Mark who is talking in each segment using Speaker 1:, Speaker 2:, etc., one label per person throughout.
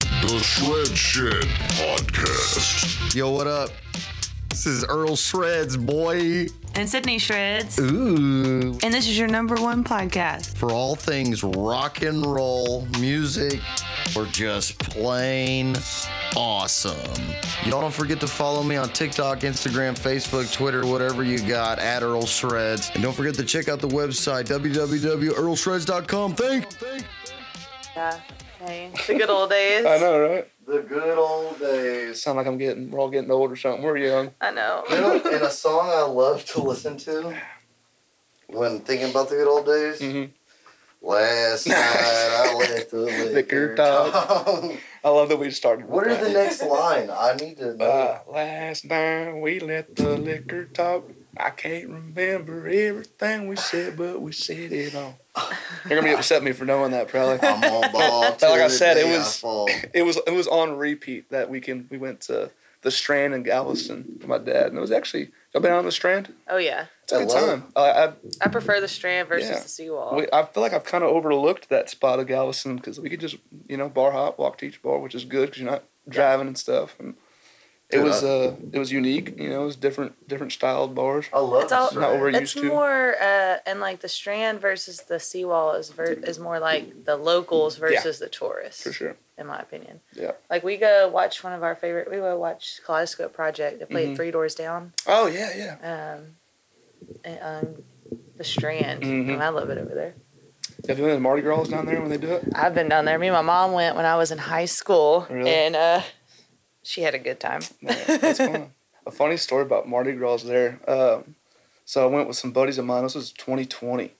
Speaker 1: The Shred Shed Podcast.
Speaker 2: Yo, what up? This is Earl Shreds, boy.
Speaker 3: and Sydney Shreds.
Speaker 2: Ooh.
Speaker 3: And this is your number one podcast.
Speaker 2: For all things rock and roll, music, or just plain awesome. Y'all don't forget to follow me on TikTok, Instagram, Facebook, Twitter, whatever you got, at Earl Shreds. And don't forget to check out the website, www.earlshreds.com. Thank
Speaker 3: Yeah. Hey, the good old days.
Speaker 4: I know, right?
Speaker 2: The good old days.
Speaker 4: Sound like I'm getting, we're all getting old or something. We're young.
Speaker 3: I know.
Speaker 2: You know, and a song I love to listen to when thinking about the good old days.
Speaker 4: Mhm.
Speaker 2: Last night I let the liquor
Speaker 4: Liquor
Speaker 2: talk.
Speaker 4: I love that we started. with
Speaker 2: what are
Speaker 4: that.
Speaker 2: the next line? I need to know.
Speaker 4: Uh, last night we let the liquor talk. I can't remember everything we said, but we said it all. You're gonna be upset at me for knowing that, probably.
Speaker 2: I'm on ball.
Speaker 4: Like I
Speaker 2: till the
Speaker 4: said, it
Speaker 2: day I
Speaker 4: was-
Speaker 2: fall.
Speaker 4: It was it was on repeat that weekend. We went to the Strand in Galveston with my dad, and it was actually. Y'all been out on the Strand?
Speaker 5: Oh yeah,
Speaker 4: It's a
Speaker 2: I
Speaker 4: good
Speaker 2: love
Speaker 4: time. I,
Speaker 5: I prefer the Strand versus
Speaker 4: Yeah.
Speaker 5: the Seawall.
Speaker 4: I, we, I feel like I've kind of overlooked that spot of Galveston because we could just you know bar hop, walk to each bar, which is good because you're not driving and stuff. And it
Speaker 2: Dude,
Speaker 4: was
Speaker 2: I-
Speaker 4: uh it was unique. You know, it was different different styled bars.
Speaker 2: I love
Speaker 5: It's all-
Speaker 2: this
Speaker 4: Not
Speaker 2: rap.
Speaker 4: over- we're
Speaker 5: it's
Speaker 4: used to.
Speaker 5: more uh, and like the Strand versus the Seawall is ver- is more like the locals versus the tourists,
Speaker 4: For sure.
Speaker 5: in my opinion.
Speaker 4: Yeah.
Speaker 5: Like we go watch one of our favorite. We go watch Kaleidoscope Project. They played
Speaker 4: Mhm.
Speaker 5: Three Doors Down.
Speaker 4: Oh yeah, yeah.
Speaker 5: Um, and, um, the Strand,
Speaker 4: Mhm.
Speaker 5: and I love it over there.
Speaker 4: Have you been to Mardi Gras down there when they do it?
Speaker 5: I've been down there. Me and my mom went when I was in high school,
Speaker 4: Really?
Speaker 5: and uh, she had a good time.
Speaker 4: Yeah, that's fun. A funny story about Mardi Gras there. Um, so I went with some buddies of mine. This was 2020,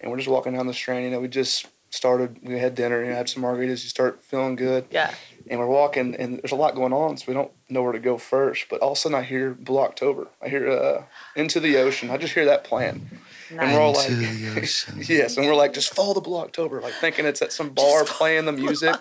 Speaker 4: and we're just walking down the strand. You know, we just started. We had dinner. You know, had some margaritas. You start feeling good.
Speaker 5: yeah,
Speaker 4: and we're walking, and there's a lot going on, so we don't know where to go first. But all of a sudden, I hear Blocktober. I hear uh, Into the Ocean. I just hear that plan, and we're all like,
Speaker 2: Into the ocean.
Speaker 4: yes, and we're like, just follow the Blocktober, like thinking it's at some bar playing the music.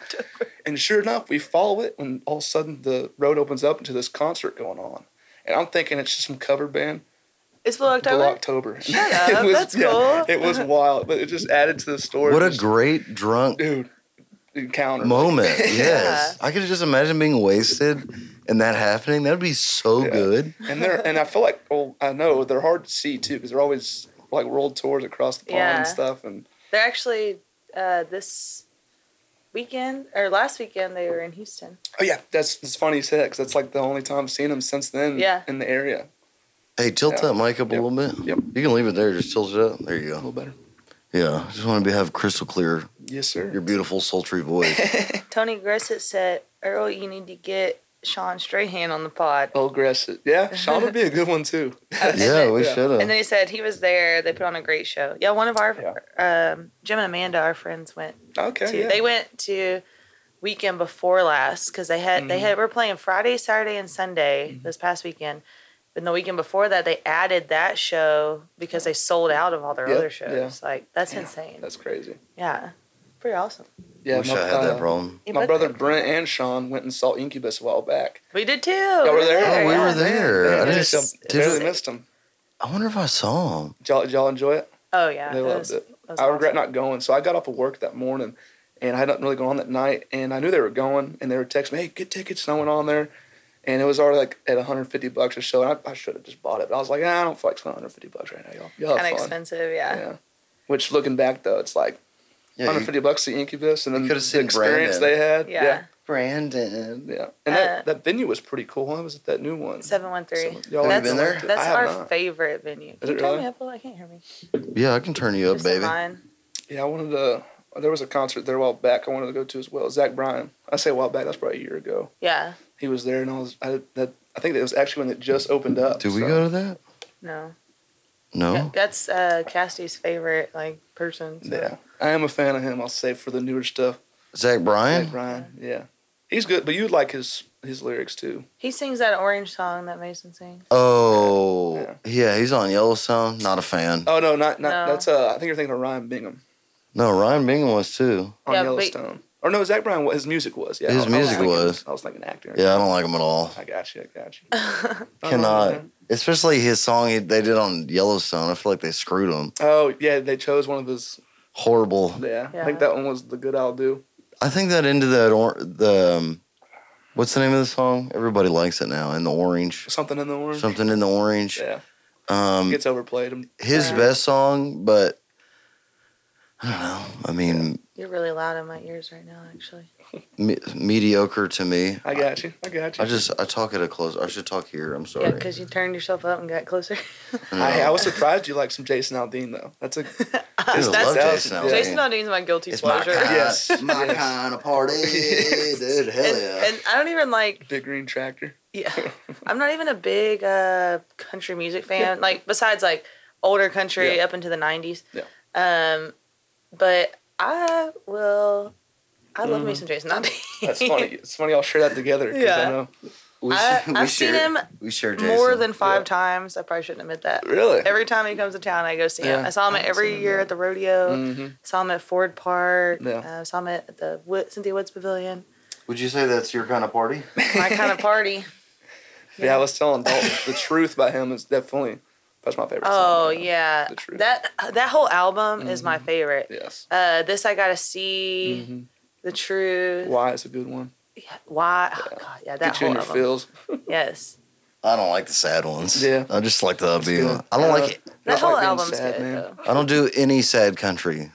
Speaker 4: And sure enough, we follow it, and all of a sudden, the road opens up into this concert going on. And I'm thinking it's just some cover band,
Speaker 5: it's Blue October.
Speaker 4: Blocktober.
Speaker 5: Shut up, that's cool.
Speaker 4: It was wild, but it just added to the story.
Speaker 2: What
Speaker 4: It
Speaker 2: a
Speaker 4: was-
Speaker 2: great drunk
Speaker 4: dude encounter.
Speaker 2: moment. Yes. I could just imagine being wasted and that happening. That'd be so
Speaker 4: Yeah.
Speaker 2: good.
Speaker 4: and they're and I feel like well I know they're hard to see too because they're always like world tours across the pond
Speaker 5: Yeah.
Speaker 4: and stuff and
Speaker 5: They're actually uh, this weekend or last weekend they were in Houston.
Speaker 4: oh yeah that's it's funny you say that because that's like the only time I've seen them since then
Speaker 5: Yeah.
Speaker 4: in the area
Speaker 2: Hey, tilt
Speaker 4: Yeah.
Speaker 2: that mic up
Speaker 4: Yep.
Speaker 2: a little bit.
Speaker 4: Yep.
Speaker 2: You can leave it there. Just tilt it up. There you
Speaker 4: a
Speaker 2: go.
Speaker 4: little better
Speaker 2: Yeah. Just want to be, have crystal clear
Speaker 4: yes sir
Speaker 2: your beautiful sultry voice.
Speaker 5: Tony Gressett said, "Earl, you need to get Sean Strahan on the pod."
Speaker 4: old Gressett yeah Sean would be a good one too
Speaker 2: yeah, we
Speaker 4: Yeah.
Speaker 2: should have.
Speaker 5: And then he said he was there. They put on a great show. Yeah, one of our um, Jim and Amanda, our friends, went
Speaker 4: okay
Speaker 5: to.
Speaker 4: yeah.
Speaker 5: They went to weekend before last because they had
Speaker 4: Mm-hmm.
Speaker 5: they had we're playing Friday, Saturday, and Sunday this past weekend. And the weekend before that, they added that show because they sold out of all their
Speaker 4: Yeah,
Speaker 5: other shows. Like that's insane.
Speaker 4: that's crazy
Speaker 5: Yeah, pretty awesome.
Speaker 4: yeah
Speaker 2: Wish
Speaker 4: my,
Speaker 2: I had that
Speaker 4: uh,
Speaker 2: problem.
Speaker 5: You
Speaker 4: my
Speaker 5: both
Speaker 4: brother
Speaker 5: did.
Speaker 4: Brent and Sean went and saw Incubus a while back
Speaker 5: We did too.
Speaker 4: y'all were there
Speaker 2: Oh, we
Speaker 5: yeah.
Speaker 2: were there.
Speaker 4: Man,
Speaker 2: I
Speaker 4: I
Speaker 2: just-
Speaker 4: just
Speaker 5: it's-
Speaker 4: barely
Speaker 5: it's-
Speaker 4: missed them
Speaker 2: I wonder if I saw him.
Speaker 4: y'all, did y'all enjoy it
Speaker 5: Oh yeah,
Speaker 4: They
Speaker 5: it
Speaker 4: loved
Speaker 5: was-
Speaker 4: it.
Speaker 5: was
Speaker 4: I regret
Speaker 5: awesome.
Speaker 4: not going. So I got off of work that morning and I hadn't really gone on that night. And I knew they were going and they were texting me, hey, get tickets. And I went on there and it was already like at 150 bucks or so. And I, I should have just bought it. But I was like, ah, I don't feel like spending 150 bucks right now, y'all. Y'all have
Speaker 5: Kind of
Speaker 4: fun.
Speaker 5: expensive, yeah.
Speaker 4: Yeah. Which looking back though, it's like
Speaker 2: Yeah, you-
Speaker 4: 150 bucks to Incubus and then
Speaker 2: You
Speaker 4: the
Speaker 2: could've seen
Speaker 4: experience
Speaker 2: Brandon.
Speaker 4: they had.
Speaker 5: Yeah.
Speaker 4: Yeah.
Speaker 2: Brandon.
Speaker 4: yeah. And that,
Speaker 5: Uh,
Speaker 4: that venue was pretty cool. It was at that new one.
Speaker 5: Seven one three.
Speaker 4: Y'all
Speaker 2: Have you
Speaker 5: That's
Speaker 2: been there?
Speaker 4: I
Speaker 5: that's
Speaker 4: have
Speaker 5: our
Speaker 4: not.
Speaker 5: favorite venue. Can
Speaker 4: it
Speaker 5: you turn
Speaker 4: really?
Speaker 5: me up a little? I can't hear me.
Speaker 2: Yeah, I can turn you up,
Speaker 5: Just in
Speaker 2: baby.
Speaker 5: line.
Speaker 4: Yeah, I wanted to. There was a concert there a while back I wanted to go to as well. Zach Bryan. I say a while back, that's probably a year ago.
Speaker 5: Yeah.
Speaker 4: he was there, and I was I, that I think that was actually when it just opened up.
Speaker 2: Did we
Speaker 4: so-
Speaker 2: go to that?
Speaker 5: No.
Speaker 2: No.
Speaker 5: That's uh, Cassidy's favorite like person. so-
Speaker 4: Yeah, I am a fan of him. I'll say for the newer stuff,
Speaker 2: Zach
Speaker 4: Zach
Speaker 2: Bryan?
Speaker 4: Bryan. Yeah, he's good, but you like his his lyrics too.
Speaker 5: He sings that orange song that Mason sings.
Speaker 2: Oh, yeah.
Speaker 4: Yeah.
Speaker 2: he's on Yellowstone. Not a fan.
Speaker 4: Oh no, not not
Speaker 5: No.
Speaker 4: that's uh I think you're thinking of Ryan Bingham
Speaker 2: No, Ryan Bingham was too.
Speaker 4: on
Speaker 5: Yeah, but-
Speaker 4: Yellowstone. Or no, Zach Bryan. What his music was? Yeah,
Speaker 2: His
Speaker 4: I- I was
Speaker 2: music
Speaker 4: thinking-
Speaker 2: was.
Speaker 4: I was thinking actor.
Speaker 2: Yeah, I don't like him at all.
Speaker 4: I got you. I got you. Oh,
Speaker 2: Cannot.
Speaker 4: man.
Speaker 2: Especially his song he- they did on Yellowstone. I feel like they screwed him.
Speaker 4: Oh yeah, they chose one of his.
Speaker 2: Horrible.
Speaker 4: Yeah, I
Speaker 5: Yeah.
Speaker 4: think that one was the good I'll do.
Speaker 2: I think that into that or the um, what's the name of the song? Everybody likes it now. In the orange,
Speaker 4: Something in the orange.
Speaker 2: something in the orange.
Speaker 4: Yeah,
Speaker 2: Um,
Speaker 4: gets overplayed. I'm-
Speaker 2: his
Speaker 5: Yeah.
Speaker 2: best song, but I don't know. I mean,
Speaker 5: You're really loud in my ears right now, actually.
Speaker 2: me- mediocre to me.
Speaker 4: I got you. I got you.
Speaker 2: I just I talk at a close. I should talk here. I'm
Speaker 5: Yeah,
Speaker 2: sorry.
Speaker 5: because you turned yourself up and got closer.
Speaker 4: I, I was surprised you liked some Jason Aldean though. That's a
Speaker 2: I
Speaker 5: That's-
Speaker 2: love
Speaker 4: that's-
Speaker 2: Jason. Aldean.
Speaker 4: Yeah.
Speaker 5: Jason Aldean's my guilty
Speaker 2: It's my
Speaker 5: pleasure.
Speaker 2: kind,
Speaker 4: Yes.
Speaker 2: my
Speaker 4: Yes.
Speaker 2: kind of party, dude. Hell
Speaker 5: and,
Speaker 2: yeah.
Speaker 5: and I don't even like.
Speaker 4: big green tractor.
Speaker 5: Yeah, I'm not even a big uh, country music fan. Like besides like older country
Speaker 4: Yeah.
Speaker 5: up into the '90s.
Speaker 4: Yeah.
Speaker 5: Um, but I will. I love
Speaker 2: Mm-hmm.
Speaker 5: me some Jason Aldean.
Speaker 4: That's funny. It's funny y'all share that together. 'cause I
Speaker 5: Yeah.
Speaker 4: know.
Speaker 2: we,
Speaker 5: I-
Speaker 2: we
Speaker 5: I've seen
Speaker 2: share-
Speaker 5: him
Speaker 2: We share Jason.
Speaker 5: More than five
Speaker 4: Yeah.
Speaker 5: times. I probably shouldn't admit that.
Speaker 4: Really?
Speaker 5: Every time he comes to town, I go see him.
Speaker 4: Yeah,
Speaker 5: I saw him
Speaker 4: I
Speaker 5: at
Speaker 4: haven't seen
Speaker 5: every
Speaker 4: him
Speaker 5: year
Speaker 4: yet.
Speaker 5: at the rodeo.
Speaker 4: Mhm.
Speaker 5: Saw him at Ford Park.
Speaker 4: Yeah.
Speaker 5: Uh, saw him at the Wood, Cynthia Woods Pavilion.
Speaker 2: Would you say that's your kind of party?
Speaker 5: My kind of party.
Speaker 4: Yeah. I was telling Dalton the truth by him is definitely that's my favorite.
Speaker 5: Oh
Speaker 4: song.
Speaker 5: yeah,
Speaker 4: The truth. Mm-hmm.
Speaker 5: that that whole album is my favorite.
Speaker 4: Yes.
Speaker 5: Uh, this I gotta see
Speaker 4: Mhm.
Speaker 5: the truth. Why?
Speaker 4: Why is a good one.
Speaker 5: Why? Oh, God, yeah, that
Speaker 4: Get you
Speaker 5: whole
Speaker 4: in your
Speaker 5: album.
Speaker 4: feels.
Speaker 5: Yes,
Speaker 2: I don't like the sad ones.
Speaker 4: Yeah.
Speaker 2: I just like the upbeat.
Speaker 4: good.
Speaker 2: one. I don't
Speaker 4: Uh,
Speaker 2: like it.
Speaker 5: that
Speaker 4: That's
Speaker 5: whole
Speaker 4: like being
Speaker 5: album's
Speaker 4: sad,
Speaker 5: good
Speaker 4: man.
Speaker 5: though.
Speaker 2: I don't do any sad country.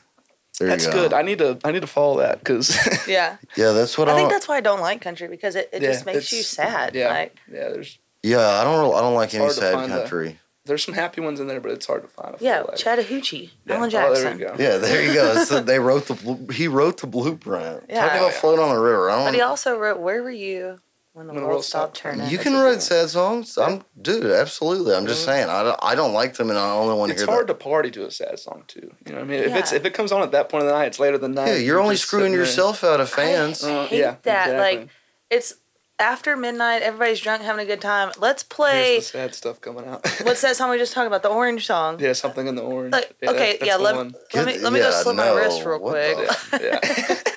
Speaker 2: There
Speaker 4: That's
Speaker 2: you go.
Speaker 4: good. I need to. I need to follow that because.
Speaker 5: Yeah,
Speaker 2: yeah, that's what I.
Speaker 5: I think
Speaker 2: don't-
Speaker 5: that's why I don't like country because it, it just makes you sad.
Speaker 4: uh, Yeah.
Speaker 5: Like
Speaker 4: yeah. There's
Speaker 2: yeah, I don't. I don't like any
Speaker 4: hard to
Speaker 2: sad
Speaker 4: find the-
Speaker 2: country.
Speaker 4: there's some happy ones in there, but it's hard to find. I feel
Speaker 5: yeah,
Speaker 4: like.
Speaker 5: Chattahoochee,
Speaker 4: Yeah.
Speaker 5: Alan
Speaker 4: Oh,
Speaker 5: Jackson.
Speaker 4: there you go.
Speaker 2: Yeah, there you go. It's the, they wrote the. blu- He wrote the blueprint.
Speaker 5: Yeah.
Speaker 2: Talk about float on the river. I
Speaker 5: But he
Speaker 4: Um,
Speaker 2: don't.
Speaker 5: also wrote "Where Were You When the, world, Stopped Turning."
Speaker 2: You
Speaker 4: That's
Speaker 2: can
Speaker 4: a good one.
Speaker 2: write sad songs. I'm, dude, absolutely. I'm just
Speaker 4: Mhm.
Speaker 2: saying. I don't, I don't like them, and I only want to
Speaker 4: It's
Speaker 2: hear
Speaker 4: hard
Speaker 2: that.
Speaker 4: to party to a sad song too. You know what I mean? If it's
Speaker 5: Yeah.
Speaker 4: if it comes on at that point of the night, it's later than night.
Speaker 2: yeah, you're only
Speaker 4: just
Speaker 2: screwing
Speaker 4: sitting there.
Speaker 2: yourself out of fans.
Speaker 4: Uh,
Speaker 5: hate
Speaker 4: yeah,
Speaker 5: that.
Speaker 4: exactly.
Speaker 5: Like it's after midnight. Everybody's drunk, having a good time. Let's play.
Speaker 4: Here's the sad stuff coming out.
Speaker 5: What's that song we just talked about? The orange song.
Speaker 4: yeah, something in the orange.
Speaker 5: Like,
Speaker 4: yeah,
Speaker 5: okay,
Speaker 4: that's- that's
Speaker 5: yeah.
Speaker 4: the
Speaker 5: Let,
Speaker 4: one.
Speaker 5: let me
Speaker 2: Good-
Speaker 5: let me
Speaker 2: yeah,
Speaker 5: go slit
Speaker 2: no,
Speaker 5: my wrist real
Speaker 2: what the-
Speaker 5: quick.
Speaker 4: Yeah, yeah.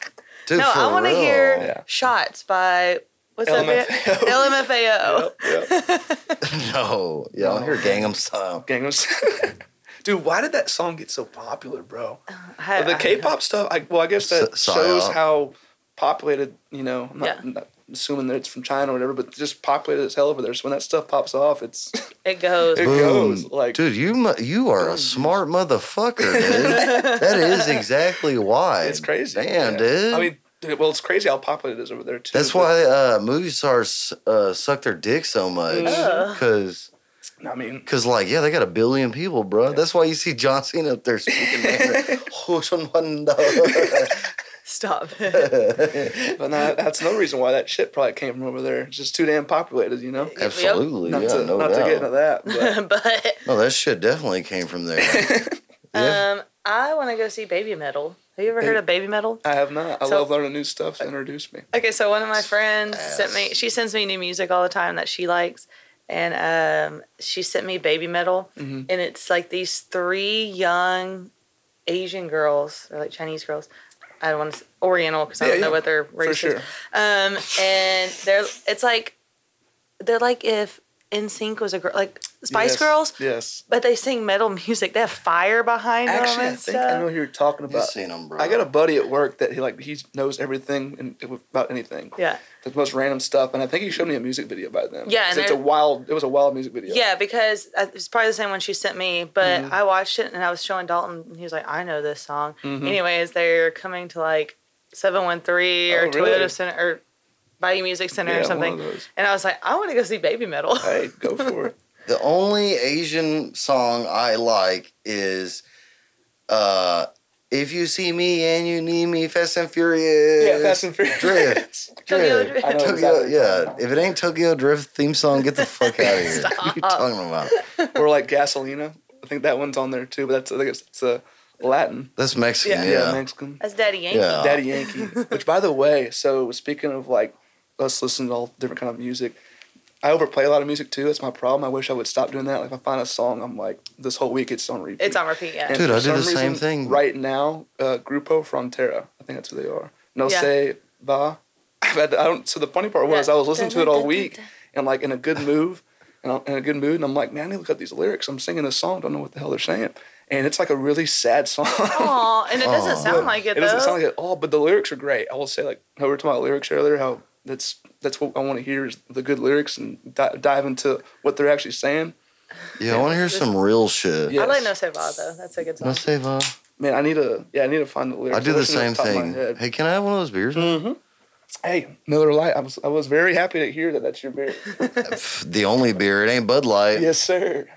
Speaker 2: Dude,
Speaker 5: no,
Speaker 2: for
Speaker 5: I want to
Speaker 2: real.
Speaker 5: hear
Speaker 4: Yeah.
Speaker 5: shots by what's that band?
Speaker 4: LMFAO.
Speaker 5: LMFAO.
Speaker 4: Yep,
Speaker 2: No, yeah, I'll hear Gangnam Style.
Speaker 4: Gangnam Style. Dude, why did that song get so popular, bro?
Speaker 5: I-
Speaker 4: the
Speaker 5: I-
Speaker 4: K-pop stuff. I, well, I guess
Speaker 2: S-
Speaker 4: that
Speaker 2: psyop.
Speaker 4: shows how populated. You know, I'm not,
Speaker 5: Yeah.
Speaker 4: I'm not assuming that it's from China or whatever, but just populated as hell over there. So when that stuff pops off, it's
Speaker 5: It goes.
Speaker 4: it goes like
Speaker 2: dude, you mu- you are a smart motherfucker, dude. that is exactly why.
Speaker 4: it's crazy.
Speaker 2: damn,
Speaker 4: Yeah.
Speaker 2: dude.
Speaker 4: I mean, dude, well, it's crazy how popular it is over there too.
Speaker 2: that's
Speaker 4: but-
Speaker 2: why uh, movie stars uh, suck their dick so much
Speaker 5: Mhm.
Speaker 2: because.
Speaker 4: I mean,
Speaker 2: Cause like yeah, they got a billion people, bro. That's why you see John Cena up there speaking. Mandarin. Oh, son, one, no.
Speaker 5: Stop it.
Speaker 4: but not, that's no reason why that shit probably came from over there. It's just too damn populated, you know.
Speaker 2: Absolutely,
Speaker 4: Not
Speaker 2: yeah,
Speaker 4: to
Speaker 2: no
Speaker 4: not
Speaker 2: doubt.
Speaker 4: to get into that, but
Speaker 5: but
Speaker 2: No, that shit definitely came from there. yeah,
Speaker 5: um, I want to go see Baby Metal. Have you ever
Speaker 4: Baby-
Speaker 5: heard of Baby Metal?
Speaker 4: I have not. I
Speaker 5: So-
Speaker 4: love learning new stuff. So introduce me.
Speaker 5: Okay, so one of my friends sent me.
Speaker 2: Ass.
Speaker 5: She sends me new music all the time that she likes, and um, she sent me Baby Metal,
Speaker 4: Mhm.
Speaker 5: and it's like these three young Asian girls or like Chinese girls. I don't want to Oriental because I
Speaker 4: Yeah,
Speaker 5: don't know
Speaker 4: yeah,
Speaker 5: what their
Speaker 4: For
Speaker 5: race
Speaker 4: sure.
Speaker 5: is. Um, and they're it's like they're like if NSYNC was a girl, like Spice
Speaker 4: Yes,
Speaker 5: Girls,
Speaker 4: Yes.
Speaker 5: but they sing metal music. They have fire behind them and
Speaker 4: Actually, I think
Speaker 5: stuff.
Speaker 4: I know who you're talking
Speaker 2: you
Speaker 4: about.
Speaker 2: seen them, bro.
Speaker 4: I got a buddy at work that he like he knows everything and about anything.
Speaker 5: yeah.
Speaker 4: The most random stuff, and I think he showed me a music video by them.
Speaker 5: Yeah,
Speaker 4: 'Cause
Speaker 5: and
Speaker 4: it's a
Speaker 5: they're-
Speaker 4: wild. It was a wild music video.
Speaker 5: Yeah, because I- it's probably the same one she sent me, but
Speaker 4: Mm-hmm.
Speaker 5: I watched it and I was showing Dalton, and he was like, "I know this song."
Speaker 4: Mm-hmm.
Speaker 5: Anyways, they're coming to like seven one three or
Speaker 4: Oh, really?
Speaker 5: Toyota Center or Bayou Music Center
Speaker 4: Yeah,
Speaker 5: or
Speaker 4: one
Speaker 5: something,
Speaker 4: of those.
Speaker 5: and I was like, "I want to go see Baby Metal."
Speaker 4: Hey, go for it.
Speaker 2: The only Asian song I like is uh if you see me and you need me, Fast and Furious.
Speaker 4: yeah, Fast and Furious.
Speaker 2: Drift.
Speaker 5: Tokyo
Speaker 2: Drift.
Speaker 5: Drift.
Speaker 4: I know
Speaker 2: Tokyo,
Speaker 4: exactly.
Speaker 2: yeah. If it ain't Tokyo Drift theme song, get the fuck out of here. What are you talking about?
Speaker 4: Or like Gasolina. I think that one's on there too, but that's I think it's, it's a Latin.
Speaker 2: That's Mexican, yeah.
Speaker 4: Mexican.
Speaker 5: That's Daddy Yankee.
Speaker 2: Yeah.
Speaker 4: Daddy Yankee. Which, by the way, so speaking of like us listening to all different kind of music, I overplay a lot of music too. That's my problem. I wish I would stop doing that. Like, if I find a song, I'm like, this whole week it's on repeat.
Speaker 5: It's on repeat. Yeah,
Speaker 4: And
Speaker 2: Dude,
Speaker 4: for
Speaker 2: I do the
Speaker 4: some
Speaker 2: same
Speaker 4: reason,
Speaker 2: thing.
Speaker 4: right now. Uh, Grupo Frontera. I think that's who they are. No
Speaker 5: Yeah.
Speaker 4: se va. I've had, I don't. So the funny part was
Speaker 5: Yeah.
Speaker 4: I was listening to it all week and like in a good move and I'm in a good mood and I'm like, man, I need to look up these lyrics. I'm singing this song. Don't know what the hell they're saying. and it's like a really sad song.
Speaker 5: Aw, oh and it doesn't
Speaker 2: Aw.
Speaker 5: sound like it,
Speaker 4: it
Speaker 5: though.
Speaker 4: doesn't sound like it at all, but the lyrics are great. I will say, like how we were talking about lyrics earlier, how that's that's what I want to hear is the good lyrics and di- dive into what they're actually saying.
Speaker 2: Yeah, I want to hear some real shit.
Speaker 4: Yeah.
Speaker 5: I like
Speaker 4: yes.
Speaker 5: No Say Va, though. That's a good
Speaker 2: No
Speaker 5: song.
Speaker 2: say va.
Speaker 4: Man, I need to yeah, I need to find the lyrics.
Speaker 2: I do the
Speaker 4: listen to
Speaker 2: same
Speaker 4: top of my
Speaker 2: thing.
Speaker 4: head.
Speaker 2: Hey, can I have one of those beers?
Speaker 4: Hey, Miller Lite. I was I was very happy to hear that that's your beer.
Speaker 2: Pff, the only beer. It ain't Bud Light.
Speaker 4: yes, sir.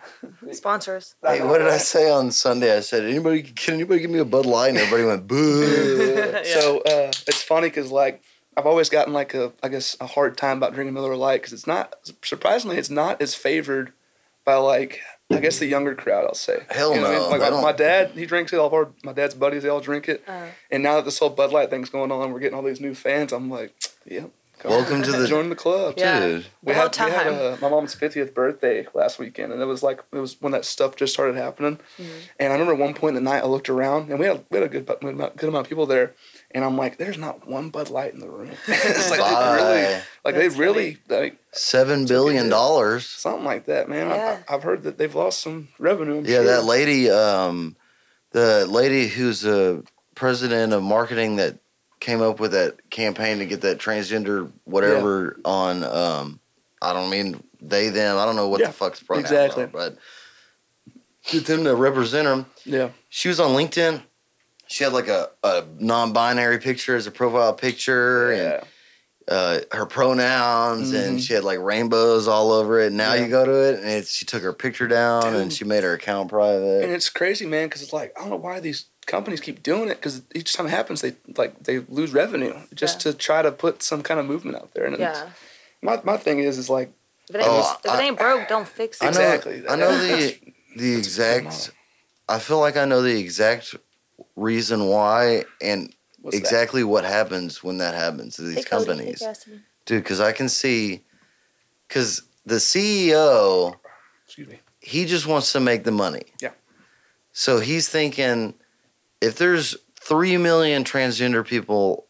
Speaker 5: Sponsors.
Speaker 2: Hey, what did I say on Sunday? I said, anybody, can anybody give me a Bud Light? And everybody went, boo.
Speaker 4: So uh, it's funny because like I've always gotten like a I guess a hard time about drinking Miller Lite because it's not surprisingly it's not as favored by like I guess the younger crowd I'll say.
Speaker 2: Hell
Speaker 4: what
Speaker 2: no,
Speaker 4: Like
Speaker 2: they
Speaker 4: my- my
Speaker 2: don't.
Speaker 4: dad, he drinks it. All of our my dad's buddies, they all drink it.
Speaker 5: Uh-huh.
Speaker 4: And now that this whole Bud Light thing's going on, we're getting all these new fans. I'm like, yep. come on,
Speaker 2: Welcome to the-
Speaker 4: join the club.
Speaker 5: Yeah.
Speaker 2: Dude.
Speaker 4: We
Speaker 5: Well,
Speaker 4: had, we had
Speaker 5: time.
Speaker 4: uh, my mom's 50th birthday last weekend, and it was like it was when that stuff just started happening.
Speaker 5: Mm-hmm.
Speaker 4: And I remember at one point in the night, I looked around, and we had we had a good bu- good amount, good amount of people there, and I'm like, "There's not one Bud Light in the room." it's like they really,
Speaker 2: Bye.
Speaker 4: like
Speaker 5: That's
Speaker 4: they really, like
Speaker 2: Seven billion dollars.
Speaker 4: something like that, man.
Speaker 5: Yeah.
Speaker 4: I, I've heard that they've lost some revenue. I'm
Speaker 2: Yeah,
Speaker 4: sure.
Speaker 2: that lady, um, the lady who's the president of marketing that came up with that campaign to get that transgender whatever on, um, I don't mean they, them. I don't know what
Speaker 4: Yeah,
Speaker 2: the fuck's pronouns
Speaker 4: exactly.
Speaker 2: are, but get them to represent them.
Speaker 4: yeah,
Speaker 2: she was on LinkedIn. She had like a, a non-binary picture as a profile picture and
Speaker 4: yeah.
Speaker 2: uh, her pronouns and
Speaker 4: Mhm.
Speaker 2: she had like rainbows all over it. Now
Speaker 4: Yeah.
Speaker 2: you go to it and it's, she took her picture down and
Speaker 4: Dude.
Speaker 2: she made her account
Speaker 4: And
Speaker 2: private.
Speaker 4: it's crazy, man, because it's like I don't know why these companies keep doing it. Because each time it happens, they like they lose revenue just to try to put some kind of movement out there. And it's-
Speaker 5: Yeah.
Speaker 4: my my thing is, is like
Speaker 5: If it ain't,
Speaker 2: Oh,
Speaker 5: if it
Speaker 2: I-
Speaker 5: ain't broke, don't fix it.
Speaker 2: I know,
Speaker 4: exactly.
Speaker 2: I know
Speaker 4: That's-
Speaker 2: the the exact.
Speaker 4: model.
Speaker 2: I feel like I know the exact reason why and
Speaker 4: what's that?
Speaker 2: exactly what happens when that happens to these
Speaker 5: Hey, Cody. Hey,
Speaker 2: companies.
Speaker 5: Cassidy.
Speaker 2: Dude, because I can see, because the CEO
Speaker 4: Excuse me.
Speaker 2: he just wants to make the money.
Speaker 4: Yeah.
Speaker 2: So he's thinking if there's 3 million transgender people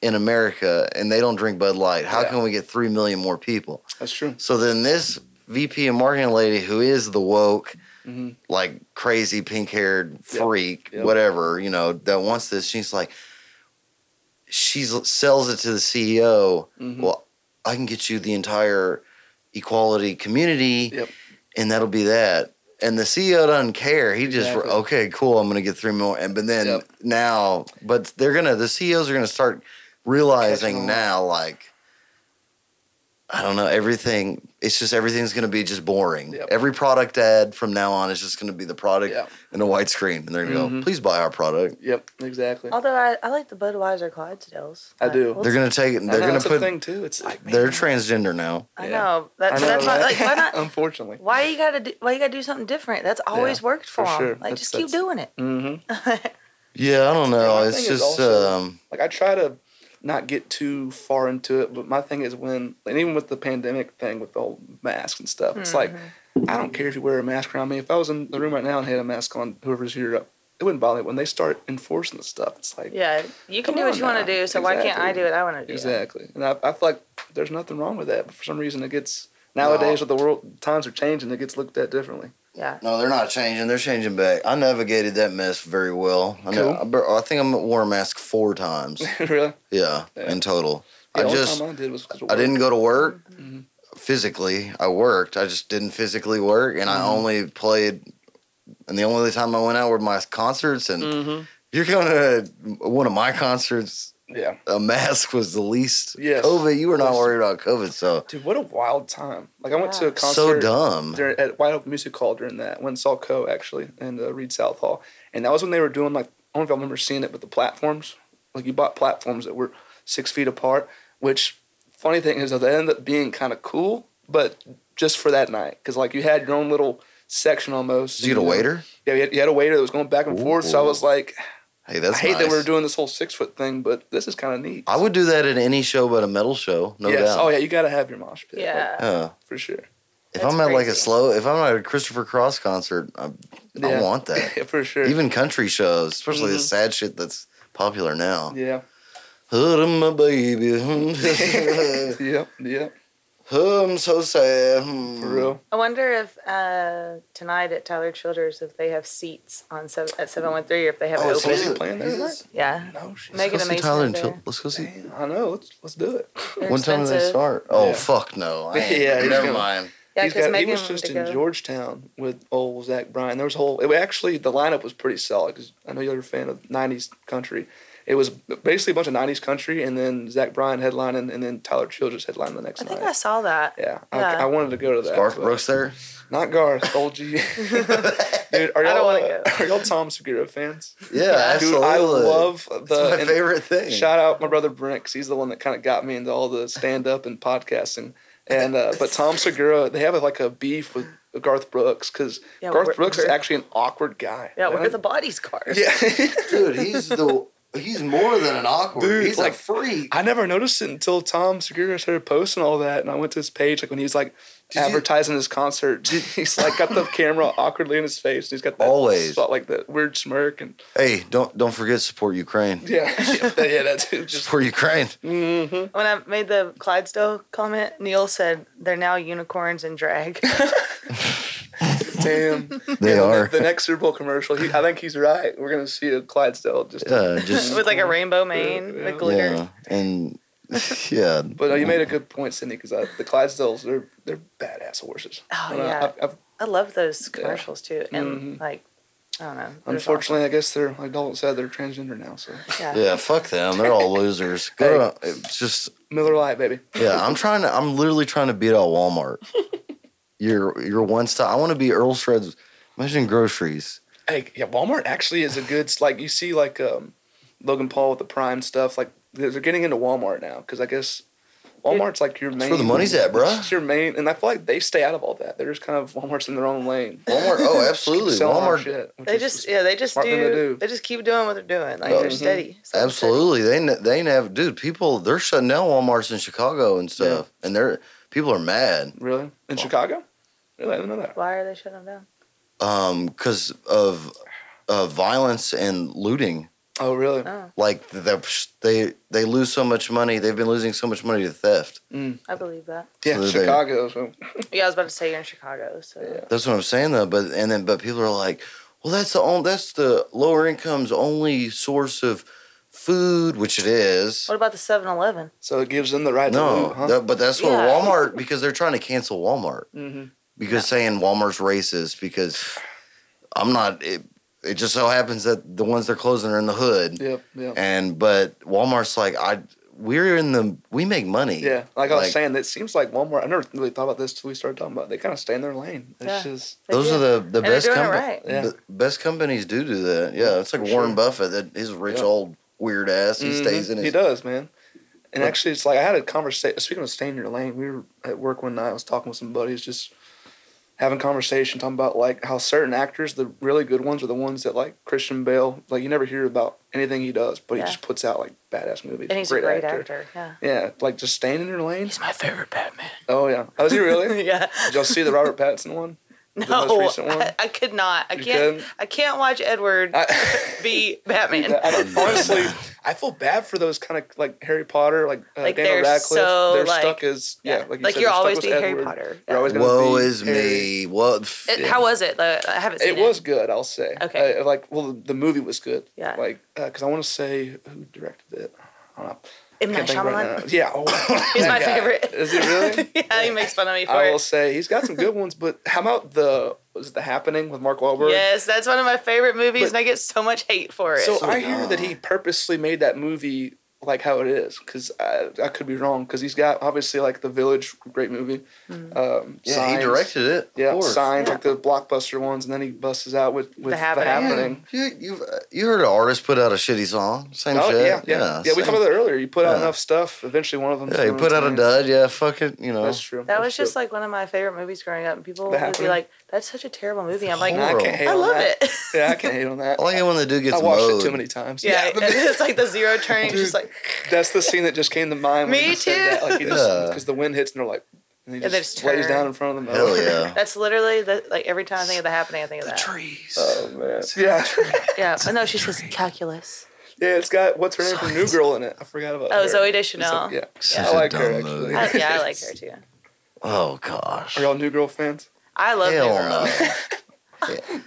Speaker 2: in America and they don't drink Bud Light, how
Speaker 4: Yeah.
Speaker 2: can we get 3 million more people?
Speaker 4: That's true.
Speaker 2: So then this VP and marketing lady who is the woke,
Speaker 4: Mhm.
Speaker 2: like crazy pink haired
Speaker 4: Yep.
Speaker 2: freak,
Speaker 4: Yep.
Speaker 2: whatever, you know, that wants this, she's like, she sells it to the E CEO.
Speaker 4: Mhm.
Speaker 2: Well, I can get you the entire equality community,
Speaker 4: Yep.
Speaker 2: and that'll be that. And the CEO doesn't care. He just
Speaker 4: Exactly.
Speaker 2: okay, cool. I'm gonna get three more, and but then
Speaker 4: Yep.
Speaker 2: now, but they're gonna the CEOs are gonna start realizing
Speaker 4: on.
Speaker 2: now, like I don't know, everything. It's just everything's gonna be just boring.
Speaker 4: Yep.
Speaker 2: Every product ad from now on is just gonna be the product
Speaker 4: Yeah.
Speaker 2: and a white screen, and they're gonna go,
Speaker 4: Mhm.
Speaker 2: please buy our product.
Speaker 4: Yep. Exactly.
Speaker 5: Although I, I like the Budweiser Clydesdales.
Speaker 4: I
Speaker 5: Like,
Speaker 4: do.
Speaker 5: well,
Speaker 2: They're gonna take it. They're
Speaker 4: I know,
Speaker 2: gonna
Speaker 4: that's
Speaker 2: put.
Speaker 4: a thing too. It's like
Speaker 2: They're
Speaker 4: man,
Speaker 2: transgender now.
Speaker 5: I
Speaker 4: Yeah.
Speaker 5: know. That,
Speaker 4: I know,
Speaker 5: that's why,
Speaker 4: right? Um,
Speaker 5: like, why not?
Speaker 4: Unfortunately.
Speaker 5: Why you gotta do? Why you gotta do something different? That's always worked for,
Speaker 4: for
Speaker 5: 'em.
Speaker 4: sure.
Speaker 5: Like,
Speaker 4: That's-
Speaker 5: just keep
Speaker 4: that's-
Speaker 5: doing it.
Speaker 4: Mm-hmm.
Speaker 2: Yeah, I don't know.
Speaker 4: my
Speaker 2: It's
Speaker 4: thing is
Speaker 2: just
Speaker 4: also-
Speaker 2: um,
Speaker 4: Like I try to not get too far into it, but my thing is when, and even with the pandemic thing with the whole mask and stuff, it's like I don't care if you wear a mask around me. If I was in the room right now and had a mask on, whoever's here, it wouldn't bother me. When they start enforcing the stuff, it's like
Speaker 5: Yeah, you can
Speaker 4: Come
Speaker 5: do what
Speaker 4: on
Speaker 5: you want
Speaker 4: now.
Speaker 5: to do. So why can't I
Speaker 4: Exactly.
Speaker 5: do what I want to do?
Speaker 4: Exactly. And I, I feel like there's nothing wrong with that. But for some reason, it gets nowadays with the world times are changing, it gets looked at differently.
Speaker 5: Yeah.
Speaker 2: no, they're not changing. They're changing back. I navigated that mess very well. I know.
Speaker 4: Cool.
Speaker 2: I bur- I think I wore a mask four times.
Speaker 4: really?
Speaker 2: Yeah,
Speaker 4: Yeah.
Speaker 2: in total.
Speaker 4: Yeah,
Speaker 2: I
Speaker 4: only
Speaker 2: just
Speaker 4: time I did was 'cause of
Speaker 2: I didn't
Speaker 4: work.
Speaker 2: go to work
Speaker 4: Mhm.
Speaker 2: physically. I worked. I just didn't physically work, and I
Speaker 4: Mhm.
Speaker 2: only played. And the only time I went out were my concerts. And
Speaker 4: Mhm.
Speaker 2: you're going to one of my concerts.
Speaker 4: Yeah.
Speaker 2: A mask was the least
Speaker 4: Yes.
Speaker 2: COVID. You were not
Speaker 4: Was-
Speaker 2: worried about COVID, so
Speaker 4: Dude, what a wild time! Like I went to
Speaker 5: Yeah.
Speaker 4: a concert.
Speaker 2: so dumb.
Speaker 4: during, at Wide Open Music Hall during that. When Salt Co actually and uh, Reed South Hall, and that was when they were doing like I don't know if I remember seeing it, but the platforms like you bought platforms that were six feet apart. Which funny thing is that they ended up being kind of cool, but just for that night because like you had your own little section almost.
Speaker 2: Did you get a waiter?
Speaker 4: Yeah, you had, you had a waiter that was going back and forth. So I was like,
Speaker 2: Hey, that's
Speaker 4: I hate that
Speaker 2: nice.
Speaker 4: we're doing this whole six foot thing, but this is kind of neat.
Speaker 2: I would do that at any show but a metal show, no
Speaker 4: yes.
Speaker 2: doubt.
Speaker 4: Oh yeah, you gotta have your mosh pit. like,
Speaker 5: Yeah.
Speaker 2: Uh,
Speaker 4: for sure.
Speaker 2: if
Speaker 5: That's
Speaker 2: I'm at like a
Speaker 5: crazy.
Speaker 2: slow, if I'm at a Christopher Cross concert, I, I
Speaker 4: Yeah.
Speaker 2: want that.
Speaker 4: Yeah, for sure.
Speaker 2: Even country shows, especially the
Speaker 4: Mhm.
Speaker 2: sad shit that's popular now.
Speaker 4: yeah.
Speaker 2: Hood of my baby.
Speaker 4: yep. Yep.
Speaker 2: Oh, I'm so sad. Hmm.
Speaker 4: for real.
Speaker 5: I wonder if uh, tonight at Tyler Childers if they have seats on seven, at seven one three or if they have
Speaker 2: Oh,
Speaker 5: it
Speaker 2: it's
Speaker 5: open.
Speaker 4: Is he
Speaker 2: Is it-
Speaker 4: playing there?
Speaker 2: is
Speaker 4: tonight?
Speaker 2: it-
Speaker 5: Yeah,
Speaker 4: No shit.
Speaker 5: Megan
Speaker 2: Let's go see
Speaker 5: and
Speaker 2: Tyler
Speaker 5: Mason
Speaker 2: and
Speaker 5: are
Speaker 2: Chil-
Speaker 5: there.
Speaker 2: Let's go see.
Speaker 4: Damn, I know. Let's let's do it.
Speaker 5: They're
Speaker 2: What time do they
Speaker 5: expensive.
Speaker 2: start? Oh
Speaker 4: Yeah.
Speaker 2: fuck no! I ain't-
Speaker 4: Yeah, he's
Speaker 2: never
Speaker 4: gonna-
Speaker 2: mind.
Speaker 5: Yeah,
Speaker 4: He's
Speaker 5: because
Speaker 4: got- he
Speaker 5: Megan
Speaker 4: was
Speaker 5: wanted
Speaker 4: just
Speaker 5: to
Speaker 4: in
Speaker 5: go.
Speaker 4: Georgetown with old Zach Bryan. There was a whole. It, actually, the lineup was pretty solid because I know you're a fan of '90s country. It was basically a bunch of '90s country, and then Zach Bryan headlining, and then Tyler Childers headlining the next
Speaker 5: I think
Speaker 4: night.
Speaker 5: I saw that.
Speaker 4: yeah,
Speaker 5: yeah.
Speaker 4: I, I wanted to go to that.
Speaker 2: Garth
Speaker 4: but-
Speaker 2: Brooks there.
Speaker 4: Not Garth, old G. Dude,
Speaker 5: I
Speaker 4: are
Speaker 5: don't
Speaker 4: y'all
Speaker 5: wanna
Speaker 4: uh, are y'all Tom Segura fans?
Speaker 2: Yeah,
Speaker 4: Dude,
Speaker 2: absolutely.
Speaker 4: I love the
Speaker 2: That's my
Speaker 4: and-
Speaker 2: favorite thing.
Speaker 4: Shout out my brother Brent, 'cause he's the one that kind of got me into all the stand up and podcasting. And uh, but Tom Segura, they have like a beef with Garth Brooks because
Speaker 5: Yeah,
Speaker 4: Garth
Speaker 5: we're-
Speaker 4: Brooks is
Speaker 5: we're-
Speaker 4: actually an awkward guy.
Speaker 5: Yeah,
Speaker 4: Like,
Speaker 5: where the bodies cars?
Speaker 4: yeah.
Speaker 2: dude. He's the he's more than an awkward.
Speaker 4: Dude,
Speaker 2: he's
Speaker 4: like-
Speaker 2: a freak.
Speaker 4: I never noticed it until Tom Segura started posting all that, and I went to his page like when he's like
Speaker 2: Did you-
Speaker 4: advertising his concert. he's like got the camera awkwardly in his face, and he's got that
Speaker 2: Always.
Speaker 4: spot, like that weird smirk, and
Speaker 2: Hey, don't don't forget support Ukraine.
Speaker 4: yeah, yeah, that- yeah, that's just
Speaker 2: Support Ukraine.
Speaker 4: Mm-hmm.
Speaker 5: When I made the Clydesdale comment, Neil said they're now unicorns in drag.
Speaker 4: damn.
Speaker 2: They
Speaker 4: And the-
Speaker 2: are.
Speaker 4: the next Super Bowl commercial. He, I think he's right. We're gonna see a Clydesdale just
Speaker 2: Yeah, just
Speaker 5: with like a rainbow mane
Speaker 4: Yeah.
Speaker 5: with glitter.
Speaker 2: yeah, and yeah.
Speaker 4: But uh, you made a good point, Sydney, because the Clydesdales they're they're badass horses.
Speaker 5: Oh,
Speaker 4: And I-
Speaker 5: yeah.
Speaker 4: I've, I've,
Speaker 5: I love those commercials too, and
Speaker 4: Mhm.
Speaker 5: like I don't know. they're just
Speaker 4: unfortunately, I guess they're like Dalton said, they're transgender now. So
Speaker 5: awesome. yeah.
Speaker 2: Yeah, fuck them. They're all losers. Go to, it's just
Speaker 4: Miller Lite, baby.
Speaker 2: yeah. I'm trying to. I'm literally trying to beat out Walmart. You're you're one stop. I want to be Earl Shred's. Imagine groceries.
Speaker 4: Hey, yeah, Walmart actually is a good like you see like um, Logan Paul with the Prime stuff. Like they're they're getting into Walmart now because I guess Walmart's like your main.
Speaker 2: where the money's at, bruh.
Speaker 4: It's your main, and I feel like they stay out of all that. They're just kind of Walmart's in their own lane.
Speaker 2: Walmart. Oh, absolutely.
Speaker 4: Selling our
Speaker 2: Walmart
Speaker 4: shit, which
Speaker 5: They
Speaker 4: is-
Speaker 5: just yeah they just do,
Speaker 4: smart thing to do.
Speaker 5: they just keep doing what they're doing like
Speaker 2: Oh,
Speaker 5: they're
Speaker 2: mhm.
Speaker 5: steady. So
Speaker 2: Absolutely, they ne- they have dude. People they're shutting down WalMarts in Chicago and stuff, and they're people are mad
Speaker 4: really in Chicago. Really, I didn't know that.
Speaker 5: steady. Why are they shutting them down?
Speaker 2: because um, of uh, violence and looting.
Speaker 4: Oh, really?
Speaker 5: Oh,
Speaker 2: Like the, they they lose so much money. They've been losing so much money to theft.
Speaker 5: Oh, I believe that.
Speaker 4: Yeah,
Speaker 2: So they-
Speaker 4: Chicago. So
Speaker 5: Yeah, I was about to say you're in Chicago, so
Speaker 4: Yeah.
Speaker 2: That's what I'm saying though. But and then but people are like, well, that's the only, that's the lower income's only source of food, which it is.
Speaker 5: what about the 7-Eleven?
Speaker 4: So it gives them the right to
Speaker 2: No,
Speaker 4: move, huh?
Speaker 2: that- but that's what
Speaker 5: Yeah.
Speaker 2: Walmart because they're trying to cancel Walmart.
Speaker 4: hmm
Speaker 2: because saying Walmart's racist because I'm not. It, it just so happens that the ones they're closing are in the hood,
Speaker 4: Yep, yep.
Speaker 2: and but Walmart's like I. We're in the. We make money.
Speaker 4: yeah, like I was saying, it seems like Walmart. I never really thought about this till we started talking about. it. They kind of stay in their lane. It's
Speaker 5: Yeah.
Speaker 4: just
Speaker 5: They
Speaker 2: Those
Speaker 5: do.
Speaker 2: are the the
Speaker 5: And they're
Speaker 2: best
Speaker 5: doing it
Speaker 2: companies.
Speaker 5: right.
Speaker 4: Yeah.
Speaker 2: best companies do do that. Yeah, it's like
Speaker 4: For
Speaker 2: Warren
Speaker 4: sure.
Speaker 2: Buffett. That his rich
Speaker 4: Yeah.
Speaker 2: old weird ass. He stays
Speaker 4: Mhm.
Speaker 2: in his.
Speaker 4: He does, man.
Speaker 2: But-
Speaker 4: And actually, it's like I had a conversation. Speaking of staying in your lane, we were at work one night. I was talking with some buddies, just having conversation, talking about like how certain actors, the really good ones, are the ones that like Christian Bale. Like you never hear about anything he does, but
Speaker 5: Yeah.
Speaker 4: he just puts out like badass movies.
Speaker 5: and he's a great actor. Yeah,
Speaker 4: Yeah, like just staying in your lane.
Speaker 5: he's my favorite Batman.
Speaker 4: Oh yeah, oh, is he really?
Speaker 5: yeah.
Speaker 4: Did y'all see the Robert Pattinson one?
Speaker 5: No,
Speaker 4: most recent one?
Speaker 5: I, I could not. I
Speaker 4: You
Speaker 5: can't.
Speaker 4: couldn't?
Speaker 5: I can't watch Edward
Speaker 4: I,
Speaker 5: be Batman.
Speaker 4: I don't- honestly, I feel bad for those kind of like Harry Potter, like, uh,
Speaker 5: Like,
Speaker 4: Daniel
Speaker 5: they're
Speaker 4: Radcliffe.
Speaker 5: so,
Speaker 4: they're
Speaker 5: like-
Speaker 4: stuck as yeah, like you said,
Speaker 5: you will
Speaker 4: they're stuck
Speaker 5: always
Speaker 4: with
Speaker 5: be Harry
Speaker 4: Edward.
Speaker 5: Potter.
Speaker 4: You're always gonna
Speaker 2: Woe
Speaker 4: be
Speaker 2: is
Speaker 4: Harry.
Speaker 2: me. What? f-
Speaker 5: It- How was it? Like, I haven't seen
Speaker 4: It
Speaker 5: it.
Speaker 4: was good, I'll say.
Speaker 5: Okay.
Speaker 4: Uh, like, well, the movie was good.
Speaker 5: Yeah.
Speaker 4: Like, because I want to say who directed it. I don't know.
Speaker 5: M. Night
Speaker 4: Can't think right
Speaker 5: Shyamalan.
Speaker 4: now. yeah. Oh,
Speaker 5: He's
Speaker 4: that
Speaker 5: my
Speaker 4: guy.
Speaker 5: favorite.
Speaker 4: Is he really?
Speaker 5: yeah, he makes fun of me for
Speaker 4: I will
Speaker 5: it.
Speaker 4: say he's got some good ones, but how about the was it the happening with Mark Wahlberg?
Speaker 5: Yes, that's one of my favorite movies, and I get so much hate for it.
Speaker 4: So
Speaker 2: So
Speaker 4: I hear that he purposely made that movie like how it is, because I, I could be wrong, because he's got obviously like The Village, great movie. Um,
Speaker 2: Yeah,
Speaker 4: Signs.
Speaker 2: he directed it. of
Speaker 4: Yeah,
Speaker 2: course.
Speaker 4: signs
Speaker 5: Mm-hmm. Yeah.
Speaker 4: like the blockbuster ones, and then he busts out with, with the
Speaker 5: Happening.
Speaker 4: happening.
Speaker 2: You you you heard an artist put out a shitty song. Same
Speaker 4: Oh,
Speaker 2: shit.
Speaker 4: yeah, yeah, yeah. we
Speaker 2: same-
Speaker 4: talked about that earlier. You put out
Speaker 2: Yeah.
Speaker 4: enough stuff, eventually one of them.
Speaker 2: Yeah, you put out a dud. Yeah, fuck it. You know.
Speaker 4: That's true.
Speaker 5: that was just like one of my favorite movies growing up. And people
Speaker 4: The
Speaker 5: would be
Speaker 4: Happening?
Speaker 5: like, "That's such a terrible movie." I'm like,
Speaker 4: I
Speaker 2: horrible.
Speaker 4: can't hate
Speaker 5: "I
Speaker 4: on
Speaker 5: love
Speaker 4: that.
Speaker 5: it."
Speaker 4: Yeah, I can't hate on that.
Speaker 2: I like it when the dude gets
Speaker 4: I watched
Speaker 2: mowed.
Speaker 4: it too many times.
Speaker 5: Yeah,
Speaker 4: but-
Speaker 5: it's like the zero turning. it's just
Speaker 4: Dude.
Speaker 5: like
Speaker 4: That's the scene that just came to mind. When
Speaker 5: Me
Speaker 4: you just Said that. Like you just
Speaker 2: Yeah.
Speaker 4: because the wind hits and they're like, and they
Speaker 5: And
Speaker 4: just,
Speaker 5: they just
Speaker 4: lays
Speaker 5: turn.
Speaker 4: down in front of them.
Speaker 2: Hell yeah.
Speaker 5: that's literally the like every time I think of the happening, I think of that.
Speaker 2: trees.
Speaker 4: Oh man. Yeah,
Speaker 5: Yeah, I know she says calculus.
Speaker 4: yeah. It's got what's her name from New Girl in it. I forgot about.
Speaker 5: Oh,
Speaker 4: her.
Speaker 5: Zoe
Speaker 4: It's like-
Speaker 5: Deschanel.
Speaker 4: yeah,
Speaker 2: Such
Speaker 4: I
Speaker 2: a
Speaker 4: like her
Speaker 2: dumb
Speaker 4: actually.
Speaker 2: movie.
Speaker 5: I, yeah, I like her too.
Speaker 2: Oh gosh.
Speaker 4: Are y'all New Girl fans?
Speaker 5: I love
Speaker 2: Hell
Speaker 5: New Girl.
Speaker 2: no.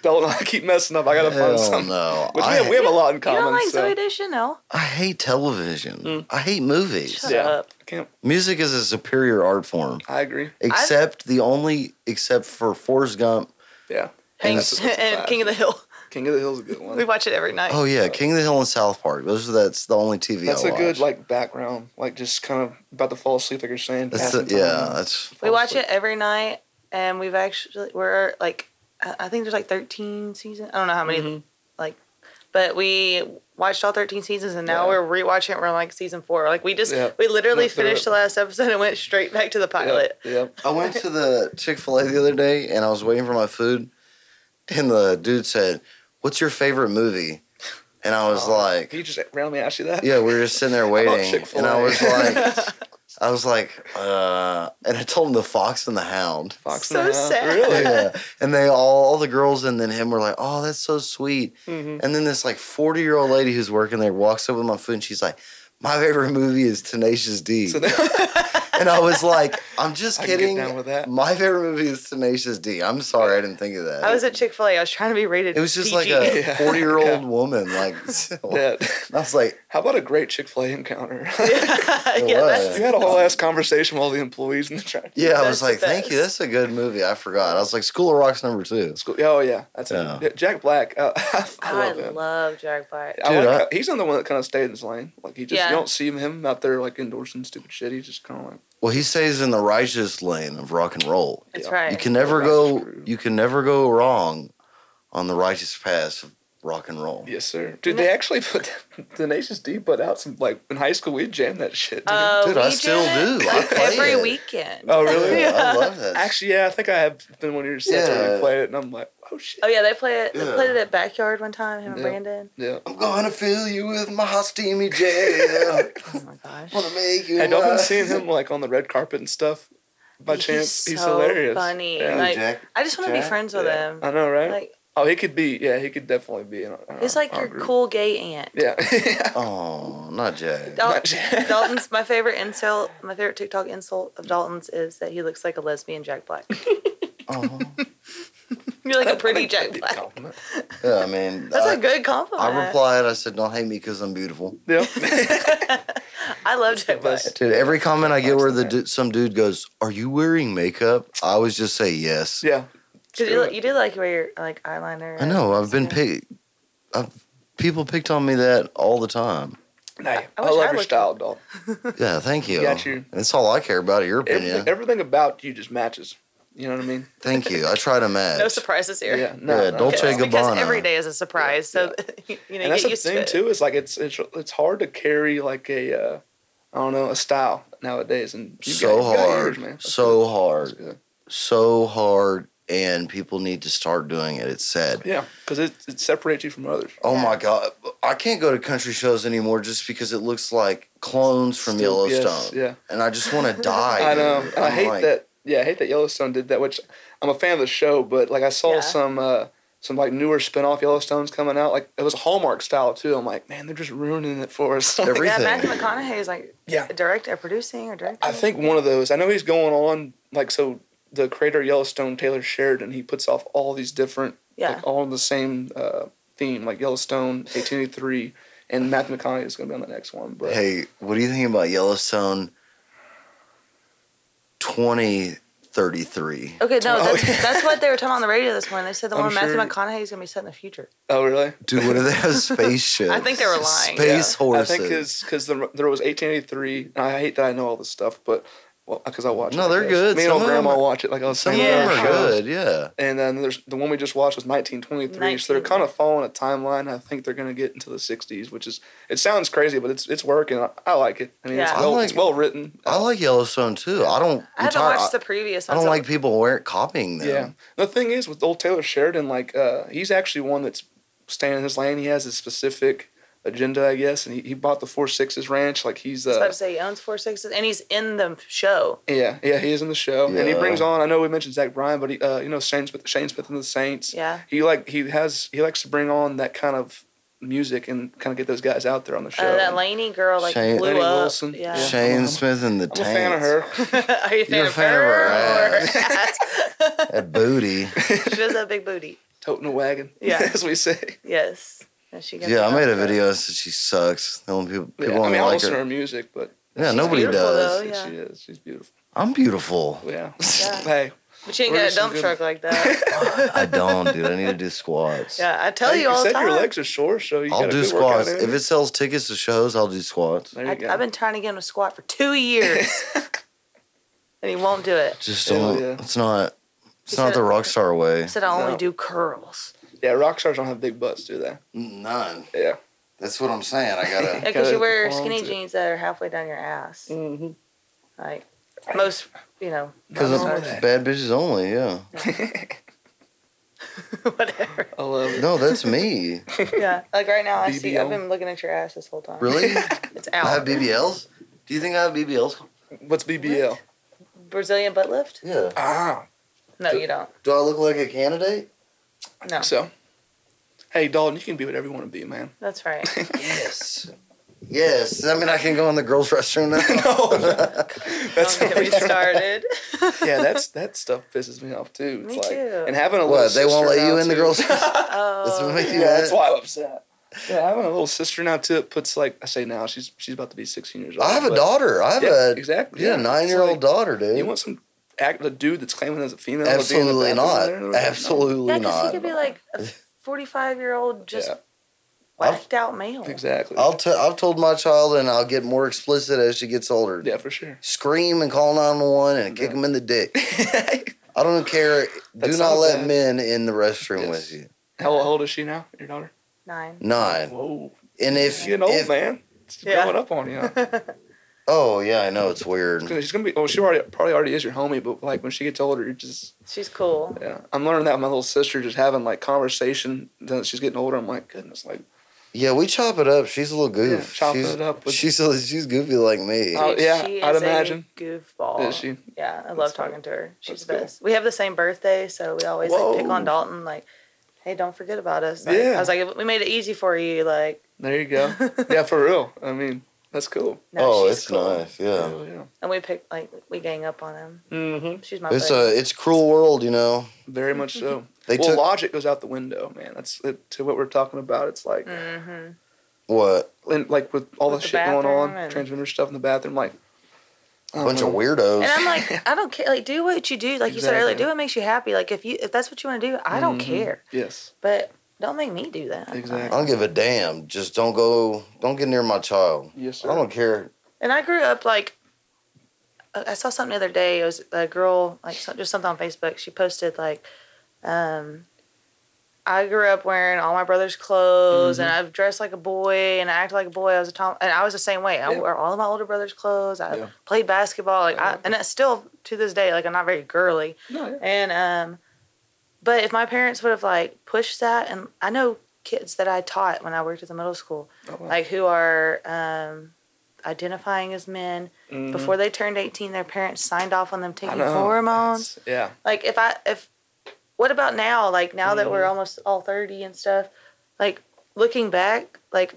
Speaker 4: Don't I keep messing up. I gotta find
Speaker 2: Hell
Speaker 4: something.
Speaker 2: no.
Speaker 4: Which we
Speaker 2: I,
Speaker 4: have, we have a lot in
Speaker 5: You
Speaker 4: common.
Speaker 5: don't like
Speaker 4: so.
Speaker 5: Zoe Deschanel?
Speaker 2: I hate television.
Speaker 4: Mm.
Speaker 2: I hate movies.
Speaker 5: Shut
Speaker 4: Yeah.
Speaker 5: up.
Speaker 4: I can't.
Speaker 2: Music is a superior art form.
Speaker 4: I agree.
Speaker 2: Except the only except for Forrest Gump.
Speaker 4: Yeah.
Speaker 5: And,
Speaker 4: That's- that's a
Speaker 5: and
Speaker 4: classic.
Speaker 5: King of the Hill.
Speaker 4: King of the Hill's a good one.
Speaker 5: We watch it every night.
Speaker 2: Oh yeah, King of the Hill and South Park. Those are that's the only TV.
Speaker 4: That's
Speaker 2: I
Speaker 4: a good
Speaker 2: watch.
Speaker 4: like background, like just kind of about to fall asleep, like you're saying.
Speaker 2: That's the,
Speaker 4: passing
Speaker 2: yeah.
Speaker 4: time.
Speaker 2: That's
Speaker 5: we watch it every night, and we've actually we're like I I think there's like 13 seasons. I don't know how
Speaker 2: Mm-hmm.
Speaker 5: many,
Speaker 4: Mhm.
Speaker 5: but we watched all 13 seasons, and now
Speaker 4: Yeah.
Speaker 5: we're rewatching it. We're on like season four. Like we just
Speaker 4: Yeah.
Speaker 5: we literally
Speaker 4: Went through
Speaker 5: finished
Speaker 4: it.
Speaker 5: the last episode and went straight back to the pilot.
Speaker 4: Yep. yep.
Speaker 2: I went to the Chick Fil A the other day and I was waiting for my food, and the dude said, "What's your favorite movie?" And I was
Speaker 4: Oh,
Speaker 2: like,
Speaker 4: he just randomly asked you that.
Speaker 2: "Yeah, we were just sitting there waiting,"
Speaker 4: Chick-fil-A.
Speaker 2: and I was like, "I was like," uh, and I told him the Fox and the Hound.
Speaker 4: Fox
Speaker 5: So
Speaker 4: and the Hound.
Speaker 5: sad.
Speaker 4: Really?
Speaker 2: yeah. And they all, all the girls and then him were like, oh, that's so sweet.
Speaker 4: Mhm.
Speaker 2: And then this like 40 year old lady who's working there walks up with my food and she's like, my favorite movie is Tenacious D.
Speaker 4: So now,
Speaker 2: and I was like, I'm just
Speaker 4: I can get
Speaker 2: kidding.
Speaker 4: down with that.
Speaker 2: My favorite movie is Tenacious D. I'm sorry, I didn't think of that.
Speaker 5: I was at Chick Fil A. I was trying to be rated.
Speaker 2: it was just
Speaker 5: PG.
Speaker 2: like a
Speaker 4: Yeah.
Speaker 2: 40 year old
Speaker 4: Yeah.
Speaker 2: woman. Like, I
Speaker 4: that.
Speaker 2: was like,
Speaker 4: How about a great Chick Fil A encounter?
Speaker 5: yeah,
Speaker 2: was.
Speaker 5: that's,
Speaker 4: we had a whole ass conversation with all the employees in the track.
Speaker 2: yeah, I
Speaker 5: That's
Speaker 2: was
Speaker 5: the
Speaker 2: like, thank you.
Speaker 5: best.
Speaker 2: That's a good movie. I forgot. I was like, School of Rock's number two.
Speaker 4: School. Oh yeah, that's it.
Speaker 2: Yeah.
Speaker 4: Jack Black. Uh, I,
Speaker 5: I
Speaker 4: love him.
Speaker 5: love Jack Black.
Speaker 4: I
Speaker 2: Dude,
Speaker 4: like
Speaker 2: I-
Speaker 4: how- he's not the one that kind of stayed in his lane. Like he just
Speaker 5: Yeah.
Speaker 4: you don't see him out there like endorsing stupid shit. He's just kind of like
Speaker 2: Well, he stays in the righteous lane of rock and roll.
Speaker 5: That's
Speaker 4: Yeah.
Speaker 5: right.
Speaker 2: You can never
Speaker 4: That's
Speaker 2: go.
Speaker 4: true.
Speaker 2: You can never go wrong on the righteous path of rock and roll.
Speaker 4: yes sir. Dude, they actually put Tenacious D put out some like in high school we jammed that shit. dude.
Speaker 5: Uh,
Speaker 2: Dude, I
Speaker 5: we
Speaker 2: still
Speaker 5: jam it,
Speaker 2: do. I
Speaker 5: Like
Speaker 2: play
Speaker 5: every
Speaker 2: it.
Speaker 5: weekend.
Speaker 4: oh really?
Speaker 2: Yeah, I love that.
Speaker 4: Actually, yeah, I think I have been one of your sets where
Speaker 2: Yeah.
Speaker 4: you played it, and I'm like, oh shit.
Speaker 5: Oh yeah, they play it.
Speaker 2: Yeah.
Speaker 5: They played it at backyard one time. Him and
Speaker 4: Yeah.
Speaker 5: Brandon.
Speaker 4: Yeah.
Speaker 2: I'm gonna fill you with my hot steamy jam.
Speaker 5: Oh my gosh.
Speaker 2: Wanna make you?
Speaker 4: Had y'all been
Speaker 2: mine.
Speaker 4: seeing him like on the red carpet and stuff? By
Speaker 5: He's
Speaker 4: chance, he's
Speaker 5: so
Speaker 4: hilarious.
Speaker 5: funny.
Speaker 4: Yeah.
Speaker 5: Like,
Speaker 2: Jack-
Speaker 5: I just want to be
Speaker 2: Jack?
Speaker 5: friends with
Speaker 4: Yeah.
Speaker 5: him.
Speaker 4: I know, right?
Speaker 5: Like
Speaker 4: oh, he could be. Yeah, he could definitely be. In our,
Speaker 5: he's like
Speaker 4: our
Speaker 5: your
Speaker 4: group.
Speaker 5: cool gay aunt.
Speaker 4: Yeah.
Speaker 2: Oh, not Jack.
Speaker 5: Dal-
Speaker 4: Not Jack.
Speaker 5: Dalton's my favorite insult. My favorite TikTok insult of Dalton's is that he looks like a lesbian Jack Black.
Speaker 2: Oh,
Speaker 5: You're like a
Speaker 4: I
Speaker 5: pretty
Speaker 4: think
Speaker 5: Jack
Speaker 4: that'd be a
Speaker 5: Black.
Speaker 4: compliment.
Speaker 2: yeah. I mean,
Speaker 5: That's
Speaker 2: I,
Speaker 5: a good compliment.
Speaker 2: I replied. I said, "Don't hate me because I'm beautiful."
Speaker 4: Yeah.
Speaker 5: I love
Speaker 4: the
Speaker 5: Jack Black.
Speaker 4: best.
Speaker 2: Dude, every comment I get where the
Speaker 4: Absolutely.
Speaker 2: du- some dude goes, "Are you wearing makeup?" I always just say yes.
Speaker 4: yeah.
Speaker 5: 'Cause you, you do like wear your like eyeliner.
Speaker 2: I know. I've been
Speaker 5: Yeah.
Speaker 2: pick. I've people picked on me that all the time.
Speaker 4: Nah, I,
Speaker 5: I wish I
Speaker 4: love your
Speaker 5: looked
Speaker 4: style, dog.
Speaker 2: Yeah, thank you.
Speaker 4: Got you.
Speaker 2: That's all I care about. Your opinion.
Speaker 4: Everything, everything about you just matches. You know what I mean?
Speaker 2: Thank you. I try to match.
Speaker 5: No surprises here.
Speaker 4: Yeah. No.
Speaker 2: Yeah,
Speaker 4: no.
Speaker 2: don't
Speaker 5: Because-
Speaker 2: Dolce
Speaker 5: Because
Speaker 2: Gabbana.
Speaker 5: every day is a surprise, so you know
Speaker 4: And
Speaker 5: you
Speaker 4: that's
Speaker 5: get
Speaker 4: the
Speaker 5: used
Speaker 4: thing
Speaker 5: to it.
Speaker 4: too. Is like it's it's it's hard to carry like a uh, I don't know a style nowadays, and you've
Speaker 2: so
Speaker 4: got, you've got
Speaker 2: hard.
Speaker 4: yours, man. That's
Speaker 2: so
Speaker 4: good. That's
Speaker 2: hard.
Speaker 4: good.
Speaker 2: So hard. And people need to start doing it. It's sad.
Speaker 4: Yeah, because it, it separates you from others.
Speaker 2: Oh my God. I can't go to country shows anymore just because it looks like clones from
Speaker 4: Still- yes,
Speaker 2: Yellowstone.
Speaker 4: yeah.
Speaker 2: And I just want to die.
Speaker 4: I know.
Speaker 2: dude.
Speaker 4: And I
Speaker 2: I'm
Speaker 4: hate
Speaker 2: like,
Speaker 4: that. Yeah, I hate that Yellowstone did that. Which I'm a fan of the show, but like I saw
Speaker 5: Yeah.
Speaker 4: some uh, some like newer spinoff Yellowstones coming out. Like it was Hallmark style too. I'm like, man, they're just ruining it for us. Like,
Speaker 2: Every-
Speaker 5: Yeah,
Speaker 2: everything.
Speaker 5: Matthew McConaughey is like
Speaker 4: Yeah.
Speaker 5: directing, or producing, or directing.
Speaker 4: I think one of those. I know he's going on like so. The creator of Yellowstone, Taylor Sheridan, he puts off all these different,
Speaker 5: Yeah.
Speaker 4: like all in the same uh, theme, like Yellowstone, 1883, and Matthew McConaughey is going to be on the next one. But
Speaker 2: Hey, what do you think about Yellowstone 2033?
Speaker 5: Okay, no,
Speaker 4: Oh,
Speaker 5: that's,
Speaker 4: yeah.
Speaker 5: that's what they were talking on the radio this morning. They said the
Speaker 4: I'm
Speaker 5: one with Matthew
Speaker 4: sure-
Speaker 5: McConaughey is gonna be set in the future.
Speaker 4: oh, really?
Speaker 2: Dude, what do they have? Spaceships.
Speaker 5: I think they were lying.
Speaker 2: Space horses.
Speaker 4: I think because the, there was 1883. And I hate that I know all this stuff, but well, because I watch.
Speaker 2: No,
Speaker 4: it, I
Speaker 2: they're
Speaker 4: guess.
Speaker 2: good.
Speaker 4: Me and
Speaker 2: Some
Speaker 4: old
Speaker 2: of them
Speaker 4: grandma
Speaker 2: are-
Speaker 4: watch it. Like I was
Speaker 2: Some
Speaker 4: saying,
Speaker 5: Yeah.
Speaker 2: of them are
Speaker 4: shows.
Speaker 2: good, yeah.
Speaker 4: And then there's the one we just watched was 1923. So they're
Speaker 5: 19.
Speaker 4: kind of following a timeline. I think they're gonna get into the 60s, which is it sounds crazy, but it's it's working. I, I like it. I mean, it's
Speaker 5: Yeah. I
Speaker 4: well
Speaker 2: like
Speaker 4: it's
Speaker 2: it.
Speaker 4: well written.
Speaker 2: I like Yellowstone too. I don't.
Speaker 5: I haven't
Speaker 2: entire-
Speaker 5: watched the previous.
Speaker 2: I
Speaker 5: one,
Speaker 2: don't
Speaker 5: so-
Speaker 2: like people wear copying them.
Speaker 4: Yeah. The thing is with old Taylor Sheridan, like uh, he's actually one that's staying in his lane. He has his specific agenda, I guess, and he, he bought the Four Sixes Ranch. Like he's
Speaker 5: I was about
Speaker 4: uh,
Speaker 5: to say he owns four sixes, and he's in the show.
Speaker 4: Yeah, yeah, he is in the show, and he
Speaker 2: Yeah.
Speaker 4: brings on. I know we mentioned Zach Bryan, but he, uh, you know Shane Smith, Shane Smith and the Saints.
Speaker 5: Yeah.
Speaker 4: He like he has he likes to bring on that kind of music and kind of get those guys out there on the show.
Speaker 5: Uh, that Laney girl like
Speaker 2: Shane-
Speaker 5: blew
Speaker 4: Lainey
Speaker 5: up.
Speaker 4: Wilson.
Speaker 5: Yeah.
Speaker 4: Yeah.
Speaker 2: Shane Smith and the
Speaker 4: I'm a fan of
Speaker 2: Tanks.
Speaker 4: her.
Speaker 5: Are you a fan,
Speaker 2: You're a
Speaker 5: of,
Speaker 2: fan of
Speaker 5: her?
Speaker 2: her
Speaker 5: or ass?
Speaker 2: That booty.
Speaker 5: she does have big booty.
Speaker 4: Toting a wagon,
Speaker 5: Yeah.
Speaker 4: as we say.
Speaker 5: Yes. And she gets
Speaker 2: Yeah, I
Speaker 5: it
Speaker 2: made a
Speaker 5: out there.
Speaker 2: video that said she sucks. The only people people
Speaker 4: Yeah, I
Speaker 2: only
Speaker 4: mean, I
Speaker 2: like
Speaker 4: listen to
Speaker 2: her.
Speaker 4: her music, but
Speaker 2: Yeah,
Speaker 5: She's
Speaker 2: nobody
Speaker 5: beautiful,
Speaker 2: does.
Speaker 5: though. yeah.
Speaker 4: she is. She's beautiful.
Speaker 2: I'm beautiful.
Speaker 4: Yeah.
Speaker 5: Yeah.
Speaker 4: Hey,
Speaker 5: But she ain't
Speaker 4: We're
Speaker 5: got a
Speaker 4: just some
Speaker 5: dump
Speaker 4: good-
Speaker 5: truck like that.
Speaker 2: I don't, dude. I need to do squats.
Speaker 5: yeah, I tell
Speaker 4: hey,
Speaker 5: you all
Speaker 4: said
Speaker 5: the time.
Speaker 4: your legs are sore, so you
Speaker 2: I'll
Speaker 4: got
Speaker 2: do
Speaker 4: a good workout
Speaker 2: squats.
Speaker 4: in.
Speaker 2: If it sells tickets to shows, I'll do squats.
Speaker 4: There you
Speaker 5: I,
Speaker 4: go.
Speaker 5: I've been trying to get him to squat for two years, and he won't do it.
Speaker 2: Just
Speaker 4: Hell
Speaker 2: don't.
Speaker 4: yeah.
Speaker 2: It's not. It's
Speaker 5: He
Speaker 2: not
Speaker 5: said-
Speaker 2: the rock star way.
Speaker 5: He said I only
Speaker 4: No.
Speaker 5: do curls.
Speaker 4: yeah, rock stars don't have big butts, do they?
Speaker 2: None.
Speaker 4: Yeah.
Speaker 2: That's what I'm saying. I
Speaker 5: Yeah,
Speaker 2: gotta.
Speaker 5: 'cause you
Speaker 4: Gotta
Speaker 5: wear
Speaker 4: balance
Speaker 5: skinny
Speaker 4: it.
Speaker 5: jeans that are halfway down your ass.
Speaker 4: Mm-hmm.
Speaker 5: Like most, you know,
Speaker 2: Because
Speaker 5: rock
Speaker 4: I'm-
Speaker 5: stars.
Speaker 2: it's bad bitches only. Yeah.
Speaker 5: whatever.
Speaker 4: I love it.
Speaker 2: No, that's me.
Speaker 5: Yeah, like right now, I see.
Speaker 4: BBL.
Speaker 5: I've been looking at your ass this whole time.
Speaker 2: Really?
Speaker 5: It's
Speaker 2: I have
Speaker 5: out.
Speaker 2: BBLs. Do you think I have BBLs?
Speaker 4: What's BBL?
Speaker 5: Brazilian butt lift?
Speaker 2: Yeah.
Speaker 4: Ah,
Speaker 5: No, you don't.
Speaker 2: Do I look like a candidate?
Speaker 5: No,
Speaker 4: so. Hey, Dalton, you can be whatever you want to be, man.
Speaker 5: that's right.
Speaker 2: Yes. Yes. Does that mean I can go in the girls' restroom now?
Speaker 4: no,
Speaker 5: Don't
Speaker 4: that's
Speaker 5: get me started.
Speaker 4: yeah, that's that stuff pisses me off too. It's
Speaker 5: Me
Speaker 4: like,
Speaker 5: too.
Speaker 4: And having a
Speaker 2: What,
Speaker 4: little
Speaker 2: they won't
Speaker 4: sister
Speaker 2: let you
Speaker 4: now,
Speaker 2: in the
Speaker 4: too.
Speaker 2: girls'
Speaker 5: Oh,
Speaker 2: That's what-
Speaker 4: yeah, that's
Speaker 2: Yeah.
Speaker 4: why I'm upset. Yeah, having a little sister now too. It puts like I say now she's she's about to be 16 years old.
Speaker 2: I have a
Speaker 4: but-
Speaker 2: daughter. I have
Speaker 4: Yeah,
Speaker 2: a
Speaker 4: exactly.
Speaker 2: yeah,
Speaker 4: It's
Speaker 2: nine year old
Speaker 4: like,
Speaker 2: daughter, dude.
Speaker 4: You want some act a dude that's claiming as a female? to be in the
Speaker 2: Absolutely
Speaker 4: bathroom
Speaker 2: not.
Speaker 4: there? No.
Speaker 2: Absolutely
Speaker 5: yeah, because he
Speaker 2: not.
Speaker 5: could be like a 45 year old just
Speaker 4: Yeah.
Speaker 5: whacked out male.
Speaker 4: Exactly.
Speaker 2: I'll t- I've told my child, and I'll get more explicit as she gets older.
Speaker 4: yeah, for sure.
Speaker 2: Scream and call nine one one and kick
Speaker 4: Yeah.
Speaker 2: them in the dick. I don't care. Do
Speaker 4: That's
Speaker 2: not
Speaker 4: not
Speaker 2: let
Speaker 4: bad.
Speaker 2: men in the restroom
Speaker 4: Yes.
Speaker 2: with you.
Speaker 4: How old is she now? Your daughter?
Speaker 5: Nine.
Speaker 2: Nine.
Speaker 4: Whoa,
Speaker 2: And if
Speaker 4: she's an old
Speaker 2: if-
Speaker 4: man. She's
Speaker 5: Yeah.
Speaker 4: growing up on you.
Speaker 2: oh yeah, I know it's weird.
Speaker 4: She's gonna be. Well, she already probably already is your homie, but like when she gets older, you're just.
Speaker 5: She's cool.
Speaker 4: Yeah, I'm learning that with my little sister just having like conversation. Then she's getting older. I'm like, goodness, like
Speaker 2: Yeah, we chop it up. She's a little
Speaker 4: yeah,
Speaker 2: goof.
Speaker 4: chopping
Speaker 2: she's,
Speaker 4: it up. With,
Speaker 2: she's a- she's goofy like me.
Speaker 4: Oh, yeah,
Speaker 5: she
Speaker 4: I'd
Speaker 5: is a
Speaker 4: imagine.
Speaker 5: Goofball.
Speaker 4: is she?
Speaker 5: Yeah, I
Speaker 4: That's
Speaker 5: love talking to her. She's
Speaker 4: That's
Speaker 5: the
Speaker 4: cool.
Speaker 5: best. We have the same birthday, so we always like pick on
Speaker 4: Whoa.
Speaker 5: Dalton. Like, hey, don't forget about us. Like,
Speaker 4: Yeah.
Speaker 5: I was like, we made it easy for you. Like,
Speaker 4: There you go. yeah, for real. I mean, that's cool.
Speaker 5: no,
Speaker 2: oh,
Speaker 5: she's
Speaker 2: it's
Speaker 5: cool.
Speaker 2: nice. Yeah.
Speaker 4: Hell yeah.
Speaker 5: And we pick like we gang up on him.
Speaker 4: Mm-hmm.
Speaker 5: She's my.
Speaker 2: It's
Speaker 5: buddy.
Speaker 2: a it's cruel world, you know.
Speaker 4: Very much so.
Speaker 2: They
Speaker 4: well,
Speaker 2: took
Speaker 4: logic goes out the window, man. That's it, to what we're talking about. It's like,
Speaker 5: Mhm.
Speaker 2: what
Speaker 4: and, like with all
Speaker 5: With
Speaker 4: the
Speaker 5: the
Speaker 4: shit going on,
Speaker 5: bathroom and-
Speaker 4: transgender stuff in the bathroom, like I
Speaker 2: a
Speaker 4: don't
Speaker 2: bunch of
Speaker 4: know.
Speaker 2: weirdos.
Speaker 5: And I'm like, I don't care. Like, do what you do. Like you said earlier,
Speaker 4: Exactly.
Speaker 5: do what makes you happy. Like if you if that's what you want to do, I don't
Speaker 4: Mhm.
Speaker 5: care.
Speaker 4: Yes,
Speaker 5: But don't make me do that.
Speaker 4: Exactly.
Speaker 2: I don't give a damn. Just don't go. Don't get near my child.
Speaker 4: yes,
Speaker 2: I
Speaker 4: sir.
Speaker 2: don't care.
Speaker 5: And I grew up like uh, I I saw something the other day. It was a girl like some- just something on Facebook. She posted like, um, I grew up wearing all my brother's clothes, and
Speaker 4: Mm-hmm.
Speaker 5: I've dressed like a boy, and I acted like a boy. I was a tom, and I was the same way. I
Speaker 4: Yeah.
Speaker 5: wore all of my older brother's clothes. I
Speaker 4: Yeah.
Speaker 5: played basketball, like, I,
Speaker 4: Yeah.
Speaker 5: and that's still to this day. Like I'm not very girly,
Speaker 4: No, yeah.
Speaker 5: and um, but if my parents would have like pushed that, and I know kids that I taught when I worked at the middle school,
Speaker 4: Oh, wow.
Speaker 5: like who are um, identifying as men
Speaker 4: Mhm.
Speaker 5: before they turned 18 their parents signed off on them taking
Speaker 4: know.
Speaker 5: hormones
Speaker 4: That's- Yeah,
Speaker 5: like if i if what about now like now that we're
Speaker 4: Mhm.
Speaker 5: almost all 30 and stuff like looking back like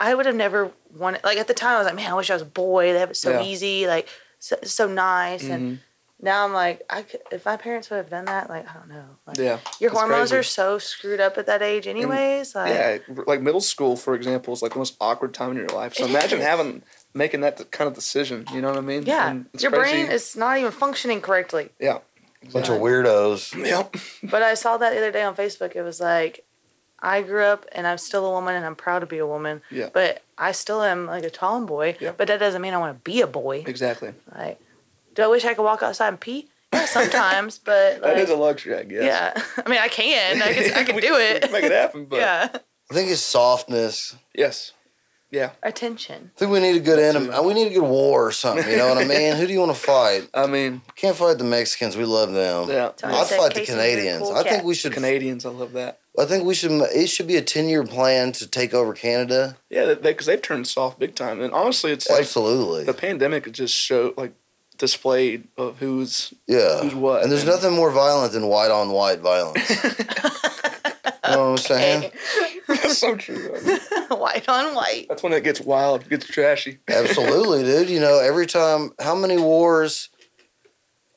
Speaker 5: i would have never wanted like at the time i was like man i wish i was a boy they have it so
Speaker 4: Yeah.
Speaker 5: easy like so, so nice and
Speaker 4: Mhm.
Speaker 5: now i'm like i could if my parents would have done that like i don't know like
Speaker 4: yeah.
Speaker 5: your
Speaker 4: That's
Speaker 5: hormones
Speaker 4: crazy.
Speaker 5: are so screwed up at that age anyways like
Speaker 4: yeah, like middle school, for example, is like the most awkward time in your life. So
Speaker 5: It
Speaker 4: imagine
Speaker 5: is.
Speaker 4: having making that th- kind of decision. You know what I mean?
Speaker 5: yeah,
Speaker 4: And it's
Speaker 5: your
Speaker 4: crazy.
Speaker 5: brain is not even functioning correctly
Speaker 4: yeah.
Speaker 2: Bunch of weirdos.
Speaker 4: Yep.
Speaker 5: But I saw that the other day on Facebook. It was like, I grew up and I'm still a woman and I'm proud to be a woman.
Speaker 4: Yeah.
Speaker 5: But I still am like a tomboy.
Speaker 4: Yeah.
Speaker 5: But that doesn't mean I want to be a boy.
Speaker 4: Exactly.
Speaker 5: Like, do I wish I could walk outside and pee? Yeah, sometimes. but
Speaker 4: That
Speaker 5: like,
Speaker 4: is a luxury, I guess.
Speaker 5: yeah, I mean, I can. I can. I can
Speaker 4: We-
Speaker 5: do
Speaker 4: we
Speaker 5: it.
Speaker 4: can Make it happen, but
Speaker 5: yeah.
Speaker 2: I think it's softness.
Speaker 4: yes, yeah.
Speaker 5: Attention.
Speaker 2: I think we need a good enemy. We need a good war or something. You know what I mean? Who do you want to fight?
Speaker 4: I mean,
Speaker 2: Can't fight the Mexicans. We love them.
Speaker 4: yeah.
Speaker 5: Tell
Speaker 2: I'd
Speaker 5: said
Speaker 2: fight the
Speaker 5: Casey, you're a
Speaker 2: Canadians.
Speaker 5: cool
Speaker 2: I think
Speaker 5: cat.
Speaker 2: we should.
Speaker 4: Canadians, I love that.
Speaker 2: I think we should. It should be a ten-year plan to take over Canada.
Speaker 4: Yeah, because they, 'cause they've turned soft big time. And honestly, it's like
Speaker 2: Absolutely.
Speaker 4: the pandemic just showed like displayed of who's
Speaker 2: yeah.
Speaker 4: who's what.
Speaker 2: And there's nothing more violent than white on white violence. you know what I'm saying?
Speaker 4: That's so true. I mean,
Speaker 5: white on white.
Speaker 4: that's when it gets wild, gets trashy.
Speaker 2: Absolutely, dude. You know, every time, how many wars,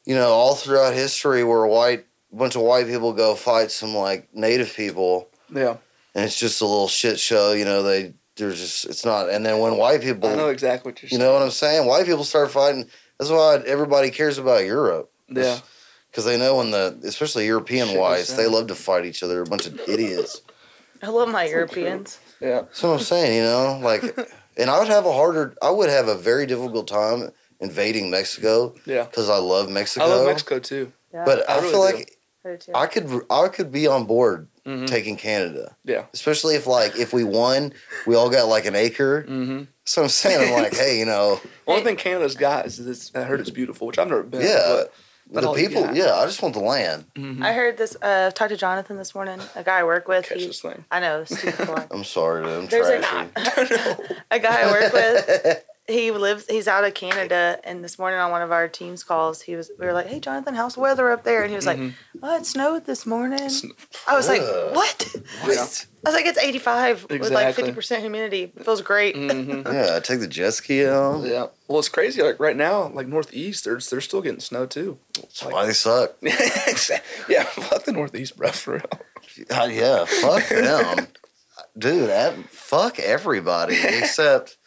Speaker 2: you know, all throughout history where white, bunch of white people go fight some like native people
Speaker 4: Yeah,
Speaker 2: and it's just a little shit show, you know, they, they're just, it's not. And then when white people,
Speaker 4: I know exactly what you're
Speaker 2: you
Speaker 4: saying.
Speaker 2: know what I'm saying? White people start fighting. That's why everybody cares about Europe.
Speaker 4: yeah,
Speaker 2: Because they know when the, especially European
Speaker 4: Shit
Speaker 2: wise,
Speaker 4: goes
Speaker 2: they
Speaker 4: down.
Speaker 2: love to fight each other. A bunch of idiots.
Speaker 5: I love my Europeans.
Speaker 4: yeah.
Speaker 2: That's what I'm saying, you know? Like, and I would have a harder, I would have a very difficult time invading Mexico
Speaker 4: Yeah.
Speaker 2: because I love Mexico.
Speaker 4: I love Mexico too.
Speaker 5: Yeah,
Speaker 2: But I,
Speaker 4: I really
Speaker 2: feel
Speaker 4: do.
Speaker 2: like
Speaker 5: I do too.
Speaker 2: I could I could be on board
Speaker 4: Mm-hmm.
Speaker 2: taking Canada.
Speaker 4: Yeah.
Speaker 2: Especially if like if we won, we all got like an acre.
Speaker 4: mm-hmm.
Speaker 2: So I'm saying I'm like, hey, you know,
Speaker 4: Only thing Canada's got is this. I heard it's beautiful, which I've never been.
Speaker 2: yeah.
Speaker 4: But
Speaker 2: The
Speaker 4: all you
Speaker 2: people,
Speaker 4: got.
Speaker 2: yeah, I just want the land.
Speaker 4: But, mhm.
Speaker 5: I heard this. Uh, talked to Jonathan this morning. A guy I work with.
Speaker 4: Catch
Speaker 5: He,
Speaker 4: this thing.
Speaker 5: I know. Stupid boy.
Speaker 2: I'm sorry, dude, I'm
Speaker 5: There's a
Speaker 2: trashy.
Speaker 5: a guy I work with. He lives. He's out of Canada. And this morning on one of our teams calls, he was. We were like, "Hey, Jonathan, how's the weather up there?" And he was like, "Oh, it snowed this morning."
Speaker 4: Sn-
Speaker 5: I was like,
Speaker 2: Ugh.
Speaker 5: "What?"
Speaker 4: Yeah.
Speaker 5: I was like, "It's 85 with like
Speaker 4: Exactly.
Speaker 5: 50 percent humidity. It feels great."
Speaker 4: Mhm.
Speaker 2: yeah, take the jet ski out.
Speaker 4: Yeah. Well, it's crazy. Like right now, like northeast, they're they're still getting snow too. It's
Speaker 2: That's
Speaker 4: like-
Speaker 2: why they suck.
Speaker 4: yeah, fuck the northeast, bro. For real.
Speaker 2: Uh, yeah, fuck them, dude. that- fuck everybody except.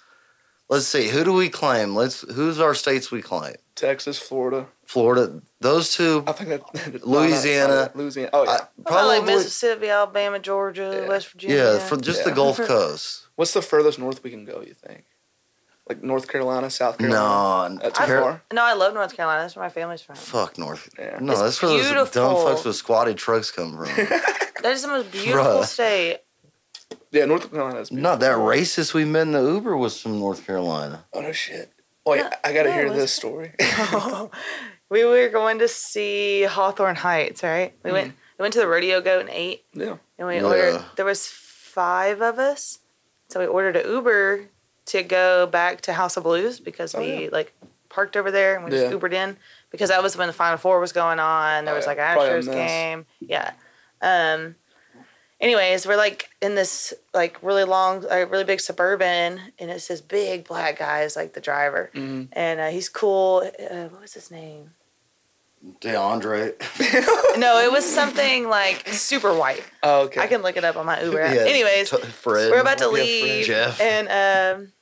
Speaker 2: Let's see. Who do we claim? Let's. Who's our states we claim?
Speaker 4: Texas, Florida.
Speaker 2: Florida. Those two.
Speaker 4: I think that
Speaker 2: Louisiana.
Speaker 4: no, no, Louisiana. Oh yeah.
Speaker 2: I-
Speaker 5: What about like Mississippi, Alabama, Georgia,
Speaker 4: Yeah.
Speaker 5: West Virginia?
Speaker 2: Yeah, for just the
Speaker 4: Yeah.
Speaker 2: Gulf Coast.
Speaker 4: What's the furthest north we can go? You think? Like North Carolina, South Carolina.
Speaker 2: No,
Speaker 4: Uh, too
Speaker 2: Car-
Speaker 4: far.
Speaker 5: no, I love North Carolina. That's where my family's from.
Speaker 2: Fuck North.
Speaker 4: Yeah.
Speaker 2: No,
Speaker 5: It's
Speaker 2: that's where those dumb
Speaker 5: beautiful.
Speaker 2: fucks with squatted trucks come from.
Speaker 5: That is the most beautiful
Speaker 2: Bruh.
Speaker 5: state.
Speaker 4: Yeah, North Carolina is.
Speaker 2: Not that racist we met in the Uber was from North Carolina.
Speaker 4: Oh no shit. Oh yeah,
Speaker 5: No,
Speaker 4: I gotta
Speaker 5: no,
Speaker 4: hear
Speaker 5: it's-
Speaker 4: this story.
Speaker 5: we were going to see Hawthorne Heights, right? We went we went to the rodeo goat and ate
Speaker 4: Mm. yeah.
Speaker 5: and we
Speaker 2: Yeah.
Speaker 5: ordered there was five of us. So we ordered an Uber to go back to House of Blues because
Speaker 4: Oh,
Speaker 5: we
Speaker 4: yeah.
Speaker 5: like parked over there and we just
Speaker 4: Yeah.
Speaker 5: Ubered in because that was when the Final Four was going on. There
Speaker 4: Oh,
Speaker 5: was
Speaker 4: yeah.
Speaker 5: like
Speaker 4: Probably a
Speaker 5: Astros
Speaker 4: mess.
Speaker 5: game. Yeah. Um anyways, we're like in this like really long like really big suburban and it's this big black guy is like the driver.
Speaker 4: Mm-hmm.
Speaker 5: And uh, he's cool. Uh, what was his name?
Speaker 2: DeAndre.
Speaker 5: No, it was something like super white.
Speaker 4: Oh, okay.
Speaker 5: I can look it up on my Uber. app.
Speaker 2: Yeah,
Speaker 5: Anyways,
Speaker 2: t- Fred.
Speaker 5: we're about to
Speaker 4: Yeah, Fred.
Speaker 5: leave,
Speaker 2: Jeff.
Speaker 5: and um,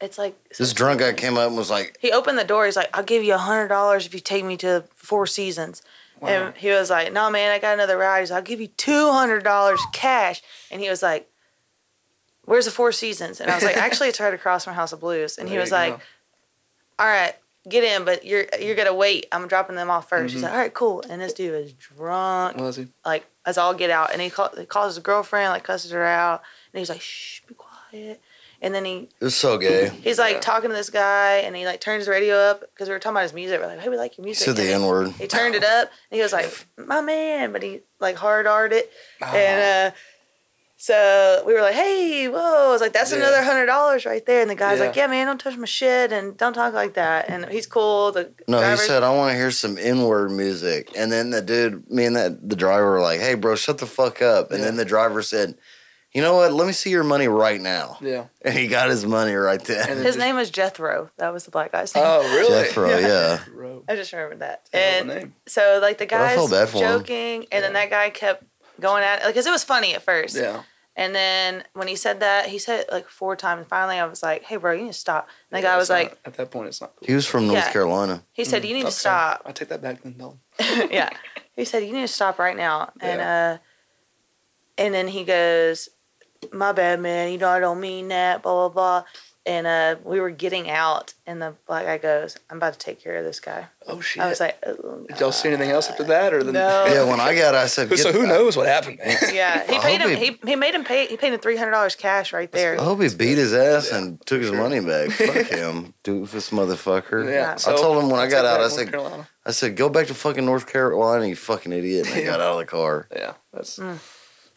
Speaker 5: it's like
Speaker 2: This drunk guy came up and was like,
Speaker 5: He opened the door. He's like, "I'll give you a hundred dollars if you take me to Four Seasons." And he was like, "No, man, I got another ride." He's like, "I'll give you two hundred dollars cash." And he was like, "Where's the Four Seasons?" And I was like, "Actually, it's right across from House of Blues." And he
Speaker 4: There
Speaker 5: was
Speaker 4: you
Speaker 5: like,
Speaker 4: go.
Speaker 5: "All right." Get in, but you're you're gonna wait. I'm dropping them off 1st He's like, all right, cool. And this dude is drunk
Speaker 4: What was he?
Speaker 5: like as all get out and he, call, he calls his girlfriend like cusses her out and he's like shh be quiet and then he
Speaker 2: it was so gay.
Speaker 5: he's like
Speaker 4: Yeah.
Speaker 5: talking to this guy and he like turns the radio up because we were talking about his music we're like hey we like your
Speaker 2: He
Speaker 5: music
Speaker 2: said the
Speaker 5: And
Speaker 2: N word.
Speaker 5: he turned it up and he was like my man but he like hard art it
Speaker 4: Oh, Uh-huh.
Speaker 5: and uh so we were like, "Hey, whoa!" I was like, "That's
Speaker 4: Yeah.
Speaker 5: another hundred dollars right there." And the guy's
Speaker 4: Yeah.
Speaker 5: like, "Yeah, man, don't touch my shit and don't talk like that." And he's cool. The
Speaker 2: No, he
Speaker 5: driver's-
Speaker 2: said, I want to hear some N word music. And then the dude, me and that the driver were like, hey, bro, shut the fuck up. And
Speaker 4: Yeah.
Speaker 2: then the driver said, you know what? Let me see your money right now.
Speaker 4: yeah.
Speaker 2: And he got his money right there.
Speaker 4: And
Speaker 5: his name was Jethro. That was the black guy's name.
Speaker 4: Oh really?
Speaker 2: Jethro, yeah.
Speaker 4: Jethro.
Speaker 5: I just remembered that.
Speaker 4: Hell of
Speaker 5: And
Speaker 4: a name.
Speaker 5: so like the
Speaker 2: But I
Speaker 5: guys
Speaker 2: felt bad for him.
Speaker 5: joking, and then
Speaker 4: Yeah.
Speaker 5: that guy kept going at it because it was funny at first.
Speaker 4: Yeah.
Speaker 5: And then when he said that, he said it like four times. And finally, I was like, "Hey, bro, you need to stop." And the
Speaker 4: Yeah,
Speaker 5: guy
Speaker 4: it's
Speaker 5: was like,
Speaker 4: not- at that point, it's not cool.
Speaker 2: He was from North
Speaker 5: Yeah.
Speaker 2: Carolina.
Speaker 5: "He said you need
Speaker 4: Okay.
Speaker 5: to stop."
Speaker 4: I take that back then, Dalton.
Speaker 5: yeah. He said, You need to stop right now. And uh and then he goes, My bad man, you know I don't mean that, blah blah blah. And uh we were getting out and the black guy goes, I'm about to take care of this guy.
Speaker 4: Oh shit.
Speaker 5: I was like, oh,
Speaker 4: Did y'all see anything else after that, or then?
Speaker 5: No.
Speaker 2: Yeah, when I got, I said,
Speaker 4: so
Speaker 2: "Get-
Speaker 4: who knows what happened, man?
Speaker 5: Yeah. He
Speaker 2: I
Speaker 5: paid
Speaker 2: hope
Speaker 5: him
Speaker 2: he-
Speaker 5: he, he made him pay he paid him three hundred dollars cash right there.
Speaker 2: I hope he beat his ass
Speaker 4: Yeah,
Speaker 2: and took his
Speaker 4: sure.
Speaker 2: money back. Fuck him, doofus motherfucker.
Speaker 5: Yeah.
Speaker 4: Yeah. So,
Speaker 2: told him when I got
Speaker 4: took
Speaker 2: out,
Speaker 4: that
Speaker 2: I
Speaker 4: North
Speaker 2: said-
Speaker 4: Carolina.
Speaker 2: I said, go back to fucking North Carolina, you fucking idiot. And I got out of the car.
Speaker 4: Yeah. That's.
Speaker 5: Mm.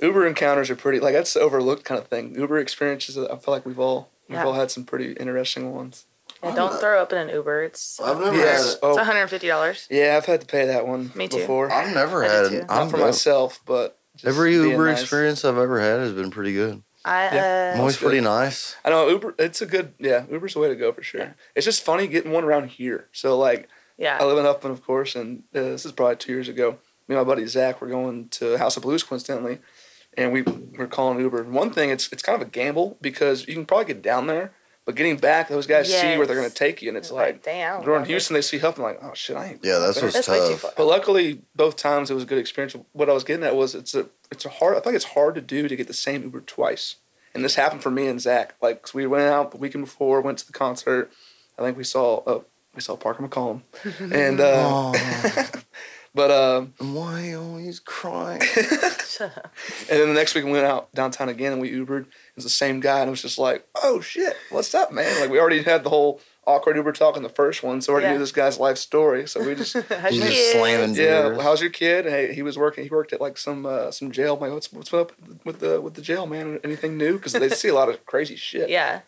Speaker 4: Uber encounters are pretty like that's the overlooked kind of thing. Uber experiences. I feel like we've all we've
Speaker 5: Yeah.
Speaker 4: all had some pretty interesting ones.
Speaker 5: Yeah, don't throw up in an Uber. It's
Speaker 2: Oh. I've never
Speaker 4: Yes.
Speaker 5: it's
Speaker 4: Oh.
Speaker 5: hundred and fifty dollars.
Speaker 4: Yeah, I've had to pay that one
Speaker 5: Me too.
Speaker 4: before.
Speaker 2: I've never
Speaker 5: I
Speaker 2: had
Speaker 5: did too.
Speaker 2: an.
Speaker 5: Not
Speaker 4: Not
Speaker 2: I'm
Speaker 4: for
Speaker 2: go-
Speaker 4: myself, but Just
Speaker 2: Every
Speaker 4: being
Speaker 2: Uber
Speaker 4: nice.
Speaker 2: experience I've ever had has been pretty good.
Speaker 5: I
Speaker 4: Yeah.
Speaker 2: I'm
Speaker 5: uh,
Speaker 2: always
Speaker 4: good.
Speaker 2: pretty nice.
Speaker 4: I know Uber. It's a good yeah. Uber's the way to go for sure. It's just funny getting one around here. So like I
Speaker 5: yeah.
Speaker 4: live in Upton, of course, and uh, this is probably two years ago. Me and my buddy Zach were going to House of Blues coincidentally, and we were calling Uber. One thing, it's it's kind of a gamble because you can probably get down there, but getting back, those guys see where they're going
Speaker 5: Yes.
Speaker 4: to take you, and it's like
Speaker 5: damn.
Speaker 4: they're in Houston, they see Huffman, like oh shit, I ain't.
Speaker 2: Yeah, that's
Speaker 4: there.
Speaker 2: what's
Speaker 5: That's way too
Speaker 2: tough.
Speaker 5: far.
Speaker 4: But luckily, both times it was a good experience. What I was getting at was it's a it's a hard. I think it's hard to do to get the same Uber twice. And this happened for me and Zach. Like 'cause we went out the weekend before, went to the concert. I think we saw uh, we saw Parker McCollum, and uh,
Speaker 2: Oh,
Speaker 4: but um,
Speaker 2: and why you always crying?
Speaker 4: and then the next week we went out downtown again and we Ubered. It was the same guy and it was just like, oh shit, what's up, man? Like we already had the whole awkward Uber talk in the first one, so we already
Speaker 5: Yeah.
Speaker 4: knew this guy's life story. So we just
Speaker 5: How's
Speaker 2: You
Speaker 5: your
Speaker 2: just slamming
Speaker 5: kids?
Speaker 4: Yeah,
Speaker 2: doors.
Speaker 4: well, how's your kid? Hey, he was working. He worked at like some uh, some jail. I'm like, what's what's up with the with the jail, man? Anything new? Because they see a lot of crazy shit.
Speaker 5: Yeah.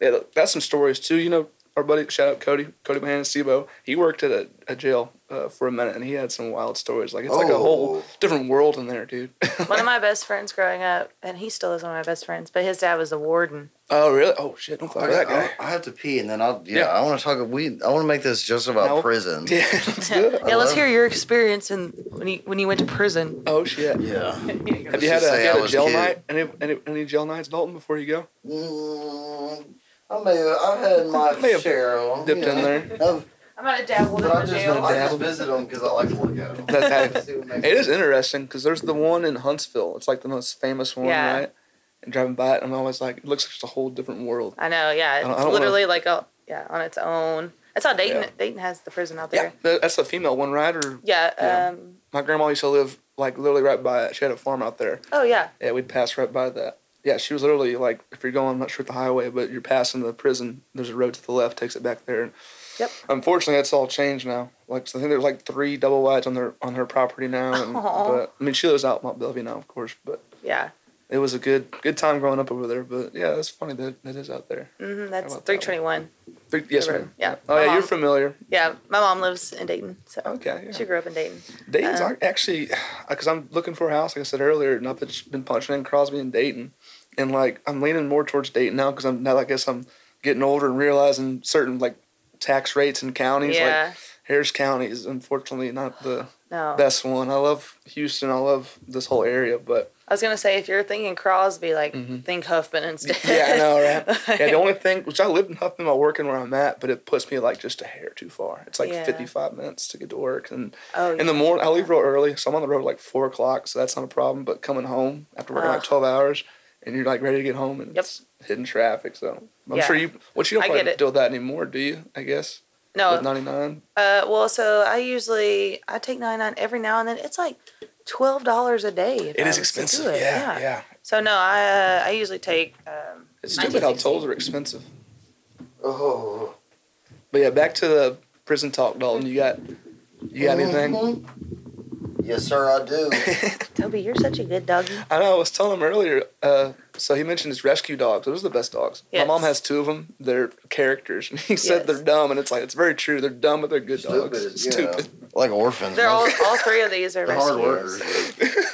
Speaker 4: Yeah, look, that's some stories too. You know, our buddy, shout out Cody, Cody Mahan, Sibo. He worked at a, a jail uh, for a minute, and he had some wild stories. Like it's like a whole
Speaker 2: Oh.
Speaker 4: different world in there, dude.
Speaker 5: One of my best friends growing up, and he still is one of my best friends, but his dad was a warden.
Speaker 4: oh really? Oh shit! Don't fuck with that guy.
Speaker 2: I, I have to pee, and then I'll. Yeah,
Speaker 4: Yeah.
Speaker 2: I want to talk. We. I want to make this just about
Speaker 4: No.
Speaker 2: prison.
Speaker 4: Yeah, that's good.
Speaker 5: yeah, let's
Speaker 2: love
Speaker 5: hear your experience and when you when you went to prison.
Speaker 4: Oh shit.
Speaker 2: Yeah.
Speaker 4: Have
Speaker 2: Let's
Speaker 4: you had
Speaker 2: just
Speaker 4: a, have
Speaker 2: say
Speaker 4: you
Speaker 2: I
Speaker 4: had a
Speaker 2: was
Speaker 4: jail
Speaker 2: cute.
Speaker 4: night? Any, any any jail nights, Dalton? Before you go?
Speaker 2: Mm, I may. Have, I've had my
Speaker 4: May have
Speaker 2: share. of 'em,
Speaker 4: dipped
Speaker 2: you
Speaker 4: in
Speaker 2: know.
Speaker 4: there.
Speaker 2: I've-
Speaker 5: I'm gonna dabble in
Speaker 2: But I
Speaker 5: the
Speaker 2: just,
Speaker 5: jail.
Speaker 2: I just visit them because I like to look at them.
Speaker 4: That- that- It is interesting because there's the one in Huntsville. It's like the most famous one,
Speaker 5: Yeah.
Speaker 4: right? And driving by it, I'm always like, it looks like just a whole different world.
Speaker 5: I know,
Speaker 4: I don't-
Speaker 5: yeah.
Speaker 4: I
Speaker 5: It's
Speaker 4: don't
Speaker 5: literally like a yeah, on its own. That's how Dayton
Speaker 4: Yeah.
Speaker 5: Dayton has the prison out
Speaker 4: Yeah,
Speaker 5: there.
Speaker 4: tha- that's the female one, right? Or
Speaker 5: Yeah.
Speaker 4: Yeah.
Speaker 5: Um
Speaker 4: my grandma used to live like literally right by it. She had a farm out there.
Speaker 5: oh yeah.
Speaker 4: Yeah, we'd pass right by that. Yeah, she was literally like, if you're going, I'm not sure the highway, but you're passing the prison. There's a road to the left, takes it back there.
Speaker 5: Yep.
Speaker 4: Unfortunately, that's all changed now. Like, so I think there's like three double wides on their on her property now. And,
Speaker 5: Aw.
Speaker 4: but I mean, she lives out in Mount Bellevue now, of course. But
Speaker 5: Yeah.
Speaker 4: it was a good good time growing up over there. But yeah, it's funny that that is out there.
Speaker 5: hmm that's
Speaker 4: about that
Speaker 5: three twenty one.
Speaker 4: Three- Yes,
Speaker 5: Right.
Speaker 4: ma'am.
Speaker 5: Yeah. Um,
Speaker 4: Oh
Speaker 5: My
Speaker 4: yeah, you're
Speaker 5: mom-
Speaker 4: familiar.
Speaker 5: Yeah. My mom lives in Dayton. So
Speaker 4: Okay, Oh, yeah.
Speaker 5: she grew up in Dayton.
Speaker 4: Dayton's
Speaker 5: Um,
Speaker 4: ac- actually, because I'm looking for a house, like I said earlier, and I've just been punching in Crosby and Dayton, and like I'm leaning more towards Dayton now because I'm now I guess I'm getting older and realizing certain like tax rates and counties.
Speaker 5: yeah. Oh.
Speaker 4: Like Harris County is unfortunately not the
Speaker 5: no.
Speaker 4: best one. I love Houston. I love this whole area, but
Speaker 5: I was gonna say if you're thinking Crosby, like think Huffman instead.
Speaker 4: Mm-hmm. yeah, I know, right? yeah, the only thing, which I lived in Huffman, I'm working where I'm at, but it puts me like just a hair too far. It's like
Speaker 5: Yeah.
Speaker 4: 55 minutes to get to work, and
Speaker 5: Oh,
Speaker 4: in the morning I leave real early, so I'm on the road like four o'clock, so that's not a problem. But coming home after working like
Speaker 5: Ugh.
Speaker 4: 12 hours, and you're like ready to get home, and
Speaker 5: Yep.
Speaker 4: it's hidden traffic. So I'm
Speaker 5: Yeah.
Speaker 4: sure you, which you don't
Speaker 5: I get
Speaker 4: probably
Speaker 5: it. Oh.
Speaker 4: deal with that anymore, do you? I guess
Speaker 5: no,
Speaker 4: with 99.
Speaker 5: Uh, well, so I usually I take nine nine every now and then. It's like twelve dollars a day. if
Speaker 4: It
Speaker 5: I
Speaker 4: is
Speaker 5: was to do
Speaker 4: expensive.
Speaker 5: it.
Speaker 4: Yeah, yeah.
Speaker 5: So no, I uh, I usually take. Um,
Speaker 4: It's stupid how
Speaker 5: 1960.
Speaker 4: tolls are expensive.
Speaker 2: Oh.
Speaker 4: But yeah, back to the prison talk, Dalton. You got, you got anything?
Speaker 2: Mm-hmm. Yes, sir, I do.
Speaker 5: Toby, you're such a good doggy.
Speaker 4: I know. I was telling him earlier. Uh, so he mentioned his rescue dogs. Those are the best dogs.
Speaker 5: Yes.
Speaker 4: My mom has two of them. They're characters. And he
Speaker 5: Yes.
Speaker 4: said they're dumb, and it's like it's very true. They're dumb, but they're good dogs.
Speaker 2: yeah.
Speaker 4: Stupid.
Speaker 2: Like orphans.
Speaker 5: They're all
Speaker 2: man.
Speaker 5: all three of these are
Speaker 2: They're hard
Speaker 5: rescues.
Speaker 2: workers.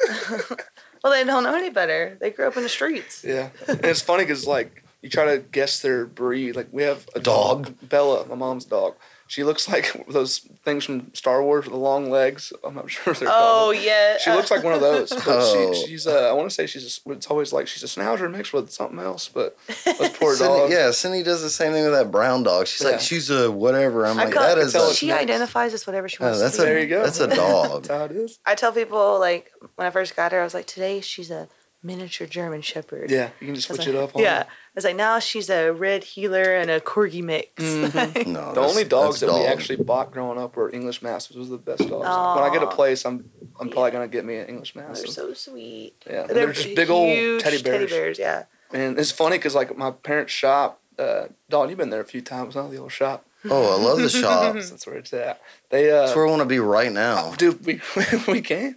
Speaker 5: Well, they don't know any better. They grew up in the streets.
Speaker 4: Yeah, and it's funny because like you try to guess their breed. Like we have a
Speaker 2: Dog.
Speaker 4: Bella, my mom's dog. She looks like those things from Star Wars with the long legs. I'm not sure what they're
Speaker 5: Oh
Speaker 4: called.
Speaker 5: yeah.
Speaker 4: She looks like one of those. But
Speaker 2: Oh.
Speaker 4: she, she's uh, I want to say she's. A, s- it's always like she's a schnauzer mixed with something else. But those poor
Speaker 2: Cindy,
Speaker 4: dogs.
Speaker 2: yeah, Cindy does the same thing with that brown dog. She's
Speaker 4: Yeah.
Speaker 2: like, she's a whatever. I'm
Speaker 5: I
Speaker 2: like,
Speaker 5: call-
Speaker 2: that is
Speaker 4: tell
Speaker 2: a.
Speaker 4: it's
Speaker 5: she
Speaker 4: nice.
Speaker 5: identifies as whatever she
Speaker 2: Oh,
Speaker 5: wants
Speaker 2: that's
Speaker 5: to be.
Speaker 4: There
Speaker 2: a
Speaker 4: you go.
Speaker 2: that's a
Speaker 4: That's
Speaker 2: dog.
Speaker 4: how it is.
Speaker 5: I tell people like when I first got her, I was like, today she's a miniature German Shepherd.
Speaker 4: Yeah, you can just
Speaker 5: I was
Speaker 4: switch it
Speaker 5: like-
Speaker 4: up. On
Speaker 5: yeah.
Speaker 4: it.
Speaker 5: I was like, now she's a red healer and a corgi mix. Like,
Speaker 2: No,
Speaker 4: The
Speaker 2: that's-
Speaker 4: only dogs that
Speaker 2: that's
Speaker 4: we
Speaker 2: dog.
Speaker 4: actually bought growing up were English Mastiffs. Those are the best dogs. When I get a
Speaker 5: Aw.
Speaker 4: place, I'm I'm probably gonna get me an English
Speaker 5: They're
Speaker 4: Mastiff.
Speaker 5: so sweet.
Speaker 4: Yeah, and they're just big old teddy bears.
Speaker 5: yeah.
Speaker 4: And it's funny because like my parents' shop, uh, Don, you've been there a few times. Not the old shop.
Speaker 2: Oh, I love the
Speaker 5: Mm-hmm.
Speaker 2: shop.
Speaker 4: That's where it's at. They uh,
Speaker 2: That's where I want to be right now.
Speaker 4: dude, we we can.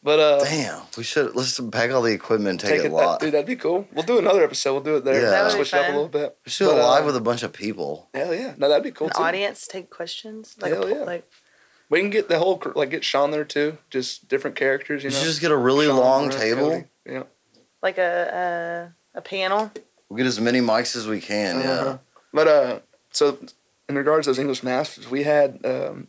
Speaker 4: But uh,
Speaker 2: Damn, we should let's pack all the equipment, and take,
Speaker 4: take
Speaker 2: it
Speaker 4: it,
Speaker 2: lot.
Speaker 4: dude. That'd be cool. We'll do another episode. We'll do it there.
Speaker 2: Yeah. That would
Speaker 5: be
Speaker 4: switch it up a
Speaker 5: fun.
Speaker 4: little bit.
Speaker 2: We're still
Speaker 4: But, uh,
Speaker 2: alive with a bunch of people.
Speaker 4: Hell yeah! No, that'd be cool
Speaker 5: An
Speaker 4: too.
Speaker 5: audience take questions. Like, a
Speaker 4: Hell
Speaker 5: poll-
Speaker 4: yeah.
Speaker 5: like
Speaker 4: We can get the whole cr- like get Sean there too, just different characters. You
Speaker 2: You
Speaker 4: know,
Speaker 2: should just get a really
Speaker 4: Sean,
Speaker 2: long
Speaker 4: Russ,
Speaker 2: table.
Speaker 4: Cody. Yeah,
Speaker 5: like a a, a panel.
Speaker 2: We'll get as many mics as we can.
Speaker 4: Uh-huh. But uh, so in regards to those English masters, we had um,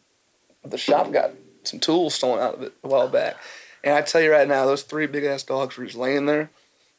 Speaker 4: the shop got some tools stolen out of it a while back, and I tell you right now, those three big ass dogs were just laying there,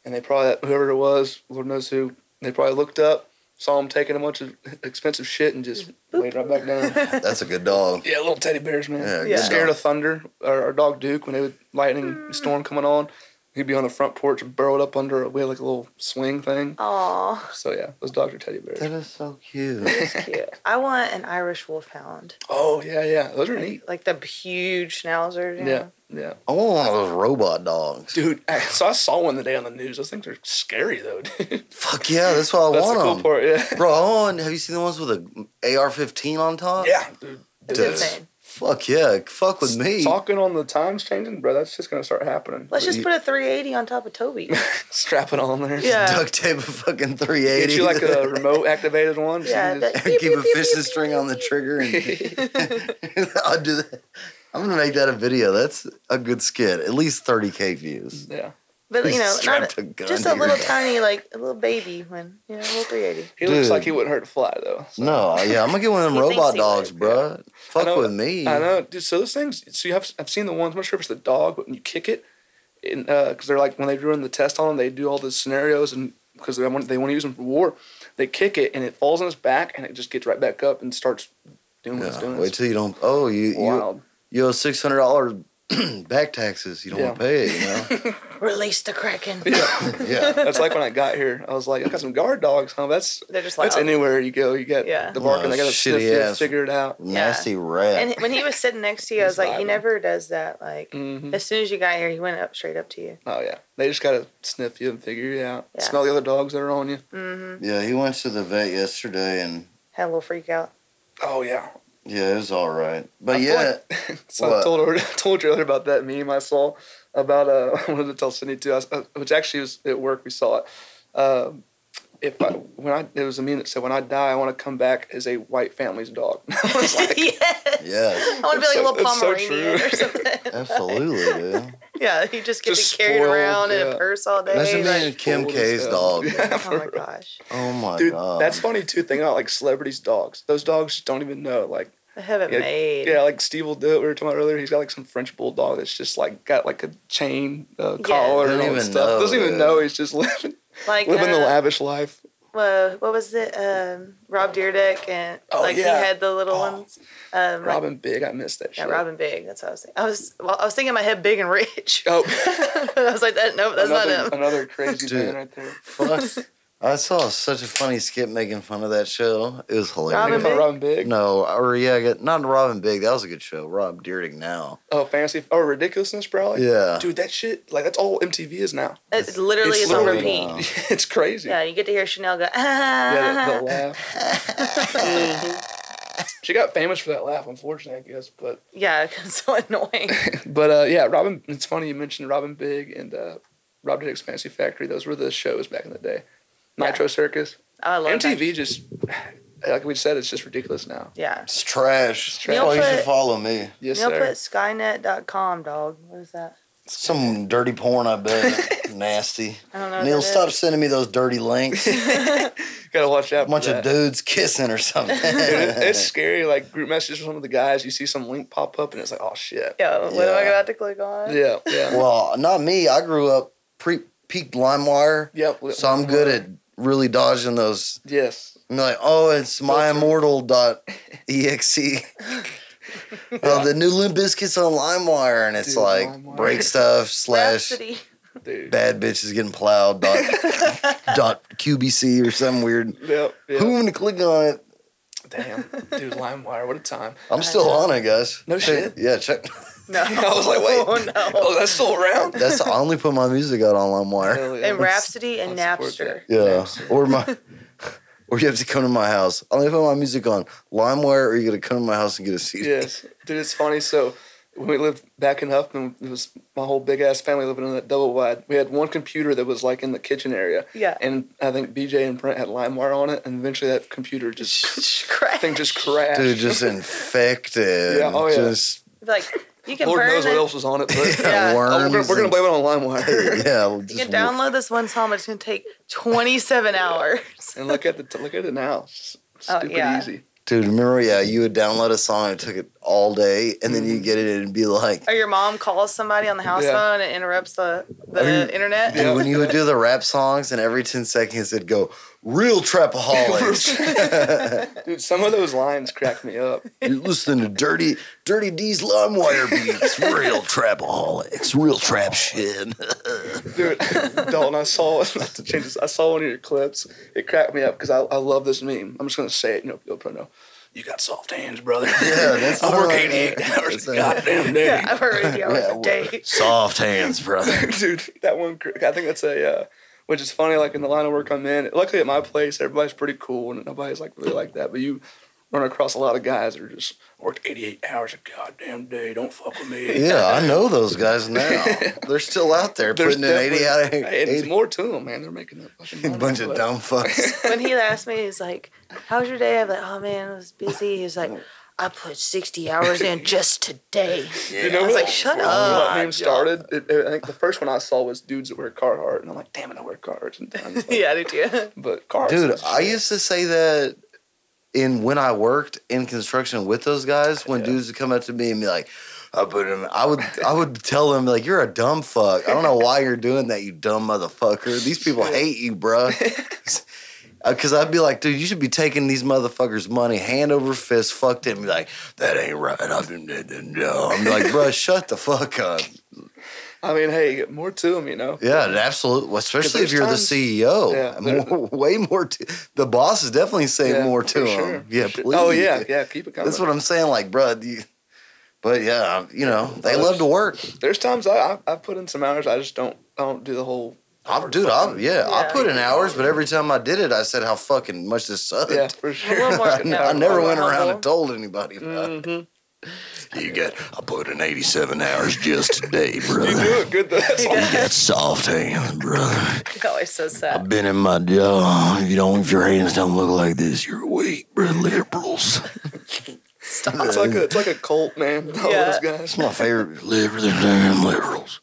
Speaker 4: and they probably whoever it was, Lord knows who, they probably looked up, saw him taking a bunch of expensive shit, and just laid right back down.
Speaker 2: Yeah, that's a good dog.
Speaker 4: yeah, little teddy bears, man.
Speaker 2: Yeah,
Speaker 5: Yeah.
Speaker 2: good
Speaker 4: Scared
Speaker 2: dog.
Speaker 4: of thunder. Our, our dog Duke, when it was lightning storm coming on, he'd be on the front porch burrowed up under a we had like a little swing thing.
Speaker 5: Oh,
Speaker 4: So yeah, those dogs are teddy bears.
Speaker 2: That is so cute.
Speaker 5: cute. I want an Irish Wolfhound,
Speaker 4: Oh yeah, yeah. Those are neat.
Speaker 5: like the huge schnauzer.
Speaker 4: Yeah.
Speaker 5: you know?
Speaker 4: yeah.
Speaker 2: I want one of those robot dogs.
Speaker 4: Dude, I- so I saw one today on the news. Those things are scary though, dude.
Speaker 2: Fuck yeah, that's why I
Speaker 4: That's the
Speaker 2: want
Speaker 4: cool
Speaker 2: them.
Speaker 4: part, yeah.
Speaker 2: Bro, I want, have you seen the ones with a AR-15 on top?
Speaker 4: Yeah, dude.
Speaker 5: It's
Speaker 2: Dude.
Speaker 5: insane.
Speaker 2: Fuck yeah, fuck with me.
Speaker 4: Talking on the times changing, bro, that's just gonna start happening.
Speaker 5: Let's just
Speaker 2: You-
Speaker 5: put a 380 on top of Toby.
Speaker 4: Strap it on there.
Speaker 5: Yeah.
Speaker 2: Duct tape a fucking
Speaker 4: Get
Speaker 2: 380.
Speaker 4: you like a remote activated one.
Speaker 5: Yeah,
Speaker 4: You just-
Speaker 5: that-
Speaker 2: keep a fishing string on the trigger and I'll do that. I'm gonna make that a video. That's a good skit. At least 30k views.
Speaker 4: yeah.
Speaker 5: But you know,
Speaker 2: Strap
Speaker 5: not
Speaker 2: a
Speaker 5: a,
Speaker 2: gun
Speaker 5: just
Speaker 2: to
Speaker 5: a
Speaker 2: your
Speaker 5: little
Speaker 2: back.
Speaker 5: tiny, like a little baby one. You know, a little 380.
Speaker 4: He looks
Speaker 2: Dude.
Speaker 4: like he wouldn't hurt to fly though. so.
Speaker 2: No, yeah, I'm gonna get one of them
Speaker 5: He thinks
Speaker 2: robot
Speaker 5: he
Speaker 2: dogs,
Speaker 5: would.
Speaker 2: bruh. Fuck
Speaker 4: know-
Speaker 2: with me.
Speaker 4: I know, dude. So those things. So you have I've seen the ones. I'm not sure if it's the dog, but when you kick it, and because they're like when they run the test on them, they do all the scenarios, and because they want they want to use them for war, they kick it and it falls on its back and it just gets right back up and starts doing what it's
Speaker 2: Yeah,
Speaker 4: doing.
Speaker 2: wait
Speaker 4: It's
Speaker 2: till you don't. Oh, you you,
Speaker 4: wild.
Speaker 2: you owe six hundred dollars back taxes. You don't want to
Speaker 4: Yeah.
Speaker 2: pay it. You
Speaker 5: Release the kraken.
Speaker 4: Yeah.
Speaker 2: know. yeah.
Speaker 4: That's like when I got here. I was like, I got some guard dogs, huh? That's
Speaker 5: They're just like,
Speaker 4: that's anywhere you go. You got
Speaker 5: Yeah.
Speaker 4: the barking.
Speaker 2: Oh,
Speaker 4: they got to sniff
Speaker 2: shitty
Speaker 4: it,
Speaker 2: ass.
Speaker 4: figure it out.
Speaker 2: Nasty rat.
Speaker 5: and when he was sitting next to you, I was
Speaker 4: He's
Speaker 5: like, he
Speaker 4: vibing.
Speaker 5: never does that. Like,
Speaker 4: Mhm.
Speaker 5: as soon as you got here, he went up straight up to you.
Speaker 4: Oh yeah, they just got to sniff you and figure you out.
Speaker 5: Yeah.
Speaker 4: Smell the other dogs that are on you.
Speaker 5: Mm-hmm.
Speaker 2: yeah, he went to the vet yesterday, and
Speaker 5: Had a little freak out.
Speaker 4: Oh yeah,
Speaker 2: yeah, it was all right. But
Speaker 4: I feel
Speaker 2: yeah,
Speaker 4: like- so I
Speaker 2: What?
Speaker 4: told her, told you earlier about that meme I saw about uh, I wanted to tell Cindy too, I s- uh, which actually was at work. We saw it. Um if I when I it was a meme that said, "When I die, I want to come back as a white family's dog." I was
Speaker 2: Oh
Speaker 4: like,
Speaker 5: yes.
Speaker 2: yeah,
Speaker 5: I want to be
Speaker 4: That's
Speaker 5: like a little
Speaker 4: so- that's so
Speaker 5: Pomeranian
Speaker 4: true.
Speaker 5: or something.
Speaker 2: absolutely, dude.
Speaker 5: Yeah, you just get
Speaker 4: Just
Speaker 5: to carry it
Speaker 4: spoiled,
Speaker 5: around in
Speaker 4: yeah.
Speaker 5: a purse all day.
Speaker 2: That's me
Speaker 5: like,
Speaker 2: and Kim
Speaker 4: old as
Speaker 2: K's
Speaker 4: hell.
Speaker 2: dog.
Speaker 4: Yeah,
Speaker 5: oh my
Speaker 4: for-
Speaker 5: gosh,
Speaker 2: Oh my
Speaker 4: Dude,
Speaker 2: god,
Speaker 4: that's funny too. Thinking about like celebrities' dogs, those dogs just don't even know. Like,
Speaker 5: I have it
Speaker 4: Yeah,
Speaker 5: made.
Speaker 4: yeah, like Steve will do it. We were talking about earlier. He's got like some French bulldog that's just like got like a chain uh, collar
Speaker 2: Don't
Speaker 4: and all
Speaker 2: even
Speaker 4: that stuff.
Speaker 2: know,
Speaker 4: Doesn't even
Speaker 2: dude.
Speaker 4: know he's just living
Speaker 5: like
Speaker 4: living the
Speaker 5: uh,
Speaker 4: lavish life.
Speaker 5: Well, what was it? Um, Rob Deerdick and
Speaker 4: Oh,
Speaker 5: like
Speaker 4: yeah.
Speaker 5: he had the little
Speaker 4: Oh.
Speaker 5: ones. Um, like-
Speaker 4: Robin Big, I missed that.
Speaker 5: yeah,
Speaker 4: shit.
Speaker 5: Robin Big. That's what I was thinking. I was well, I was thinking in my head big and rich.
Speaker 4: Oh.
Speaker 5: I was like that. No, that's
Speaker 4: another,
Speaker 5: not him.
Speaker 4: Another crazy
Speaker 2: Dude.
Speaker 4: thing right there.
Speaker 2: Fuck. I saw such a funny skit making fun of that show. It was
Speaker 5: Robin
Speaker 2: hilarious.
Speaker 4: Big?
Speaker 5: Big?
Speaker 4: Robin Big.
Speaker 2: No, uh, or yeah, I got, not Robin Big. That was a good show. Rob Deerdick now.
Speaker 4: Oh, fantasy. Oh, ridiculousness, probably.
Speaker 2: Yeah.
Speaker 4: Dude, that shit. Like that's all MTV is now.
Speaker 5: It's literally
Speaker 4: it's
Speaker 5: it's on
Speaker 4: literally uh,
Speaker 5: repeat.
Speaker 2: now.
Speaker 4: it's crazy.
Speaker 5: Yeah, you get to hear Chanel go.
Speaker 4: Yeah, the, the
Speaker 5: Ah.
Speaker 4: laugh. She got famous for that laugh, unfortunately, I guess. But
Speaker 5: Yeah, it's so annoying.
Speaker 4: but uh, yeah, Robin. It's funny you mentioned Robin Big and uh, Rob Dick's Fantasy Factory. Those were the shows back in the day.
Speaker 5: Yeah.
Speaker 4: Nitro Circus.
Speaker 5: I love that.
Speaker 4: MTV just like we said, it's just ridiculous now.
Speaker 5: Yeah.
Speaker 2: It's trash. It's
Speaker 4: trash.
Speaker 2: Oh, you should
Speaker 5: Put-
Speaker 2: follow me.
Speaker 4: Yes,
Speaker 5: Neil
Speaker 4: sir.
Speaker 5: put Skynet.com, dog. What is that?
Speaker 2: Some dirty porn, I bet. Nasty.
Speaker 5: I don't know. what
Speaker 2: Neil,
Speaker 5: that is.
Speaker 2: stop sending me those dirty links. A
Speaker 4: Gotta watch out. for
Speaker 2: bunch
Speaker 4: that.
Speaker 2: of dudes kissing or something.
Speaker 4: Dude, it- it's scary. Like group messages with some of the guys, you see some link pop up, and it's like, oh shit.
Speaker 5: Yo, what am I
Speaker 2: Yeah.
Speaker 5: about to click on?
Speaker 4: Yeah, yeah,
Speaker 2: well, not me. I grew up pre peak LimeWire,
Speaker 4: yep.
Speaker 2: so I'm good at really dodging those.
Speaker 4: Yes.
Speaker 2: I'm like, oh, it's my immortal.exe. oh, the new Limp Bizkit's on LimeWire, and it's
Speaker 4: Dude,
Speaker 2: like
Speaker 4: LimeWire.
Speaker 2: break stuff slash
Speaker 5: Rhapsody.
Speaker 4: Dude.
Speaker 2: bad bitches getting plowed dot, dot QBC or some weird.
Speaker 4: Yep. yep.
Speaker 2: Who to click on it?
Speaker 4: Damn, dude, LimeWire, what a time.
Speaker 2: I'm still
Speaker 5: know.
Speaker 2: on it, guys.
Speaker 4: No
Speaker 2: Check-
Speaker 4: shit.
Speaker 2: Yeah, check.
Speaker 5: No.
Speaker 4: I was like, wait,
Speaker 5: Oh, no.
Speaker 4: oh, that's still around.
Speaker 2: That's I only put my music out on LimeWire.
Speaker 4: Hell yeah.
Speaker 5: And Rhapsody and
Speaker 4: I'll support
Speaker 5: Napster.
Speaker 2: Yeah, or my. Or you have to come to my house. I only put my music on LimeWire, or you got to come to my house and get a CD.
Speaker 4: Yes, dude, it's funny. So when we lived back in Huffman, it was my whole big ass family living in that double wide. We had one computer that was like in the kitchen area.
Speaker 5: Yeah.
Speaker 4: And I think BJ and Brent had LimeWire on it, and eventually that computer just
Speaker 5: Crap.
Speaker 4: thing just crashed.
Speaker 2: Dude, just infected.
Speaker 4: Yeah, oh, yeah.
Speaker 2: Just,
Speaker 5: Like you can
Speaker 4: Lord
Speaker 5: burn
Speaker 4: knows what
Speaker 5: it.
Speaker 4: else was on it. But
Speaker 5: Yeah.
Speaker 2: worms.
Speaker 4: Oh, we're, we're gonna
Speaker 2: and-
Speaker 4: blame it on LimeWire.
Speaker 2: Yeah,
Speaker 5: You can
Speaker 2: just
Speaker 5: download this one song, but it's gonna take 27 hours.
Speaker 4: and look at the t- look at it now. It's
Speaker 5: Oh,
Speaker 4: stupid
Speaker 5: yeah.
Speaker 4: easy.
Speaker 2: Dude, remember, yeah, you would download a song and it took it all day, and then you get it and be like,
Speaker 5: Or your mom calls somebody on the house
Speaker 4: Yeah.
Speaker 5: phone and interrupts the,
Speaker 2: Or
Speaker 5: the
Speaker 2: you-
Speaker 5: internet.
Speaker 4: Yeah.
Speaker 2: dude, when you would do the rap songs, and every 10 seconds it'd go, real trapaholics.
Speaker 4: Dude, some of those lines cracked me up.
Speaker 2: You're listening to Dirty Dirty D's LimeWire beats, real trapaholics, real trap shit.
Speaker 4: Dude, Dalton, I saw not to change this. I saw one of your clips. It cracked me up because I, I love this meme. I'm just gonna say it. No, you'll probably know. You got soft hands, brother.
Speaker 2: Yeah, that's
Speaker 4: I
Speaker 2: what
Speaker 4: work
Speaker 2: I-
Speaker 4: 88 hours a
Speaker 2: that's-
Speaker 4: goddamn day.
Speaker 5: Yeah, I've heard radio
Speaker 2: Yeah,
Speaker 5: hours a
Speaker 2: well,
Speaker 5: day.
Speaker 2: Soft hands, brother.
Speaker 4: dude. That one, cr- I think that's a, uh, which is funny. Like in the line of work I'm in, luckily at my place, everybody's pretty cool and nobody's like really like that. But you run across a lot of guys that are just worked 88 hours a goddamn day. Don't fuck with me.
Speaker 2: Yeah, I know those guys now. They're still out there
Speaker 4: There's
Speaker 2: putting in 80 out of
Speaker 4: definitely- Hey, there's
Speaker 2: 80,
Speaker 4: more to them, man. They're making that fucking money,
Speaker 2: bunch of
Speaker 4: but-
Speaker 2: dumb fucks.
Speaker 5: When he asked me, he's like, "How was your day?" I'm like, "Oh man, it was busy." He's like, "I put 60 hours in just today."
Speaker 4: You know,
Speaker 5: I was
Speaker 4: what-
Speaker 5: like, "Shut
Speaker 4: when
Speaker 5: up."
Speaker 4: That meme started. It, it- I think the first one I saw was dudes that wear Carhartt, and I'm like, damn it, I wear Carhartt sometimes. Like,
Speaker 5: yeah, I do too.
Speaker 4: but Carhartt,
Speaker 2: Dude, I used to say that in when I worked in construction with those guys, when
Speaker 4: Yeah.
Speaker 2: dudes would come up to me and be like, I put him I would I would tell them like you're a dumb fuck. I don't know why you're doing that, you dumb motherfucker. These people hate you, bruh. Uh, Cause I'd be like, dude, you should be taking these motherfuckers' money hand over fist, fuck them. Be like, that ain't right. I'm I'm like, bruh, shut the fuck up.
Speaker 4: I mean, hey, more to them, you know.
Speaker 2: Yeah, absolutely. Especially if
Speaker 4: there's
Speaker 2: you're
Speaker 4: times-
Speaker 2: the E CEO.
Speaker 4: Yeah, there-
Speaker 2: more, way more. To, the boss is definitely saying
Speaker 4: Yeah,
Speaker 2: more
Speaker 4: for
Speaker 2: to him.
Speaker 4: sure, for
Speaker 2: yeah,
Speaker 4: sure.
Speaker 2: please.
Speaker 4: Oh yeah, yeah. Keep it coming.
Speaker 2: That's what I'm saying. Like, bro, you, but yeah, I'm- you know, they love to work.
Speaker 4: There's times I, I I put in some hours. I just don't I don't do the whole.
Speaker 2: I, dude, I, yeah, I
Speaker 5: Yeah.
Speaker 2: put in hours, but every time I did it, I said how fucking much this sucked.
Speaker 4: Yeah, for
Speaker 5: A
Speaker 4: sure.
Speaker 5: little more.
Speaker 2: I,
Speaker 5: no,
Speaker 2: I never went
Speaker 5: humble.
Speaker 2: around and told anybody about it.
Speaker 4: Mhm.
Speaker 2: You got, I put in 87 hours just today,
Speaker 4: You
Speaker 2: brother.
Speaker 4: do it good though. That's all.
Speaker 2: got soft hands, brother.
Speaker 5: He always says that.
Speaker 2: I've been in my job. If you don't, if your hands don't look like this, you're weak, bro. Liberals.
Speaker 4: It's like a it's like a cult, man. All
Speaker 5: Yeah.
Speaker 4: those guys.
Speaker 2: It's my favorite. Liberals, damn liberals.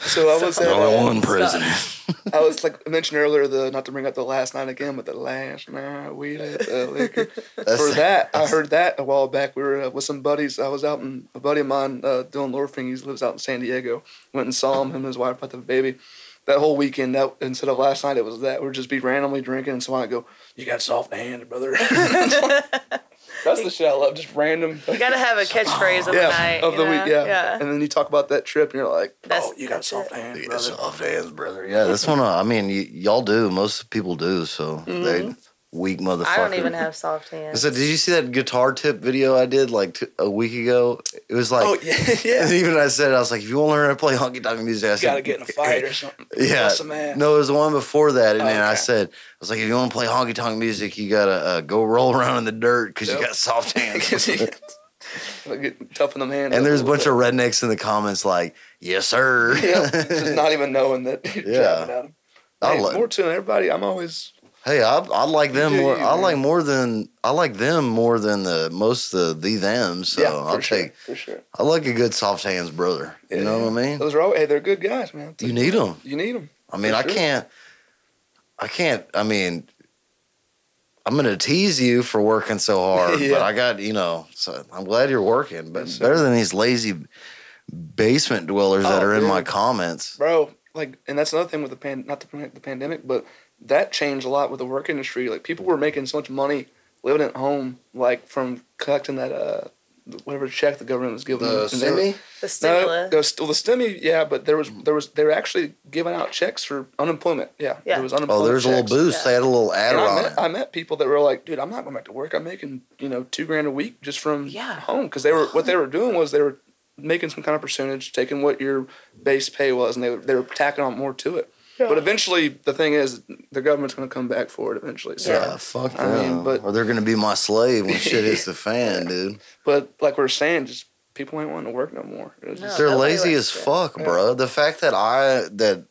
Speaker 4: So I was at,
Speaker 2: Only
Speaker 4: uh,
Speaker 2: one president.
Speaker 4: I was like I mentioned earlier the not to bring up the last night again, but the last night we did the liquor. For that, I heard that a while back. We were uh, with some buddies. I was out and a buddy of mine, uh, Dylan Lorfing, he lives out in San Diego. Went and saw him, him and his wife had the baby. That whole weekend, that instead of last night, it was that we'd just be randomly drinking, and so I go, "You got soft hands, brother." That's the shit I love, just random.
Speaker 5: You gotta have a catchphrase of the
Speaker 4: yeah,
Speaker 5: night.
Speaker 4: of
Speaker 5: you
Speaker 4: the
Speaker 5: know?
Speaker 4: week, yeah.
Speaker 5: yeah.
Speaker 4: And then you talk about that trip, and you're like,
Speaker 5: That's-
Speaker 4: "Oh, you got
Speaker 5: that's
Speaker 4: soft
Speaker 5: it.
Speaker 4: hands,
Speaker 2: Yeah,
Speaker 4: brother."
Speaker 2: soft hands, brother. Yeah, this one. uh, I mean, y- y'all do. Most people do. So they weak motherfucker.
Speaker 5: Mm-hmm. I don't even have soft
Speaker 2: I
Speaker 5: hands.
Speaker 2: said, did you see that guitar tip video I did like t- a week ago? It was like.
Speaker 4: Oh yeah, yeah.
Speaker 2: And even I said, I was like, if you want to learn how to play honky tonk music, I said,
Speaker 4: gotta get in a fight or something.
Speaker 2: Yeah.
Speaker 4: Bust some ass.
Speaker 2: No, it was the one before that. And
Speaker 4: Oh,
Speaker 2: then I
Speaker 4: okay.
Speaker 2: said, I was like, if you want to play honky tonk music, you got to uh, go roll around in the dirt because
Speaker 4: Yep.
Speaker 2: you got soft hands.
Speaker 4: Like, get toughen them hands.
Speaker 2: and
Speaker 4: up
Speaker 2: there's a
Speaker 4: little
Speaker 2: bunch of rednecks in the comments like, yes, sir.
Speaker 4: bit. Yep, just not even knowing that.
Speaker 2: Yeah.
Speaker 4: yeah.
Speaker 2: I
Speaker 4: Hey,
Speaker 2: like-
Speaker 4: more to everybody. I'm always
Speaker 2: hey, I, I like them
Speaker 4: do
Speaker 2: more.
Speaker 4: you,
Speaker 2: I
Speaker 4: man.
Speaker 2: like more than, I like them more than the most of the, the them. So
Speaker 4: yeah, for
Speaker 2: I'll
Speaker 4: sure,
Speaker 2: take,
Speaker 4: for sure.
Speaker 2: I like a good soft hands brother. You
Speaker 4: Yeah.
Speaker 2: know what I mean?
Speaker 4: Those are all. Hey, they're good guys, man.
Speaker 2: You need them.
Speaker 4: You need them.
Speaker 2: I mean,
Speaker 4: For
Speaker 2: I
Speaker 4: sure.
Speaker 2: can't, I can't, I mean, I'm going to tease you for working so hard,
Speaker 4: Yeah.
Speaker 2: but I got, you know, so I'm glad you're working, but
Speaker 4: Yes, sir.
Speaker 2: better than these lazy basement dwellers that
Speaker 4: Oh,
Speaker 2: are in my
Speaker 4: dude.
Speaker 2: comments.
Speaker 4: bro. Like, and that's another thing with the pan, not the, pan- the pandemic, but that changed a lot with the work industry. Like, people were making so much money living at home, like from collecting that uh, whatever check the government was giving them. And they were-
Speaker 5: The
Speaker 4: No,
Speaker 5: stimulus.
Speaker 4: the, st- well, the stimmy, yeah, but there was there was they were actually giving out checks for unemployment. Yeah,
Speaker 5: Yeah.
Speaker 4: there was
Speaker 2: Oh,
Speaker 4: unemployment.
Speaker 2: there's a little
Speaker 4: checks.
Speaker 2: boost.
Speaker 5: Yeah.
Speaker 2: They had a little adder
Speaker 4: And I
Speaker 2: on
Speaker 4: met,
Speaker 2: it.
Speaker 4: I met people that were like, dude, I'm not going back to work. I'm making, you know, two grand a week just from
Speaker 5: Yeah.
Speaker 4: home. Because they were, what they were doing was they were making some kind of percentage, taking what your base pay was, and they, were- they were tacking on more to it. But eventually, the thing is, the government's going to come back for it eventually. So,
Speaker 2: yeah, fuck
Speaker 4: I mean,
Speaker 2: them.
Speaker 4: but-
Speaker 2: or they're going to be my slave when shit hits the fan, dude.
Speaker 4: But like we are saying, just people ain't wanting to work no more. It was
Speaker 5: No.
Speaker 4: just-
Speaker 2: They're
Speaker 5: nobody
Speaker 2: lazy as
Speaker 5: likes it.
Speaker 2: fuck,
Speaker 4: Yeah.
Speaker 2: bro. The fact that I that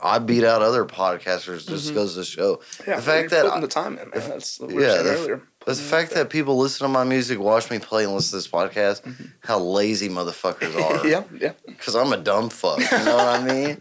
Speaker 2: I beat out other podcasters just
Speaker 4: Mm-hmm.
Speaker 2: goes to show.
Speaker 4: yeah,
Speaker 2: the fact
Speaker 4: you're
Speaker 2: that
Speaker 4: putting
Speaker 2: I-
Speaker 4: the time in, man. That's what we were
Speaker 2: yeah,
Speaker 4: saying
Speaker 2: the-
Speaker 4: earlier.
Speaker 2: The
Speaker 4: Putting
Speaker 2: fact
Speaker 4: it
Speaker 2: that people listen to my music, watch me play, and listen to this podcast, how lazy motherfuckers
Speaker 4: there.
Speaker 2: are.
Speaker 4: yeah, yeah.
Speaker 2: Because I'm a dumb fuck. You know what I mean?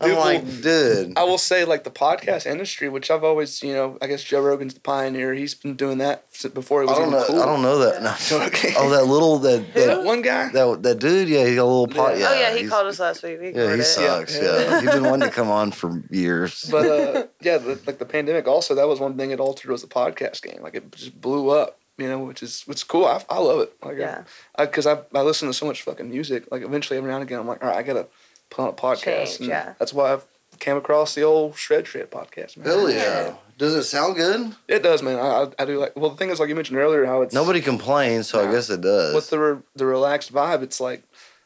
Speaker 2: I'm
Speaker 4: Dude,
Speaker 2: like, dude.
Speaker 4: I will say, like the podcast industry, which I've always, you know, I guess Joe Rogan's the pioneer. He's been doing that since before it
Speaker 2: I
Speaker 4: was
Speaker 2: don't
Speaker 4: even
Speaker 2: know.
Speaker 4: cool.
Speaker 2: I don't know that. No.
Speaker 4: Okay.
Speaker 2: Oh, that little that
Speaker 4: That
Speaker 2: that,
Speaker 4: one guy.
Speaker 2: that that dude. Yeah, he got a little pot.
Speaker 4: Yeah.
Speaker 2: Yeah.
Speaker 5: oh yeah, he
Speaker 2: he's-
Speaker 5: called us last week. We
Speaker 2: Yeah,
Speaker 5: ignored
Speaker 2: he
Speaker 5: it.
Speaker 2: sucks. Yeah,
Speaker 4: Yeah.
Speaker 2: he's been wanting to come on for years.
Speaker 4: but uh, yeah, the, like the pandemic also, that was one thing it altered was the podcast game. Like it just blew up, you know, which is which is cool. I, I love it. Like,
Speaker 5: Yeah.
Speaker 4: Because I, I, listen to so much fucking music. Like eventually, every now and again, I'm like, all right, I gotta put on a podcast.
Speaker 5: Change,
Speaker 4: and
Speaker 5: yeah.
Speaker 4: That's why I came across the old Shred Shred podcast. Man.
Speaker 2: Hell yeah. Does it sound good?
Speaker 4: It does, man. I, I- I do like. Well, the thing is, like you mentioned earlier, how it's
Speaker 2: Nobody complains, so I
Speaker 4: No.
Speaker 2: guess it does.
Speaker 4: with the re- the relaxed vibe. It's like,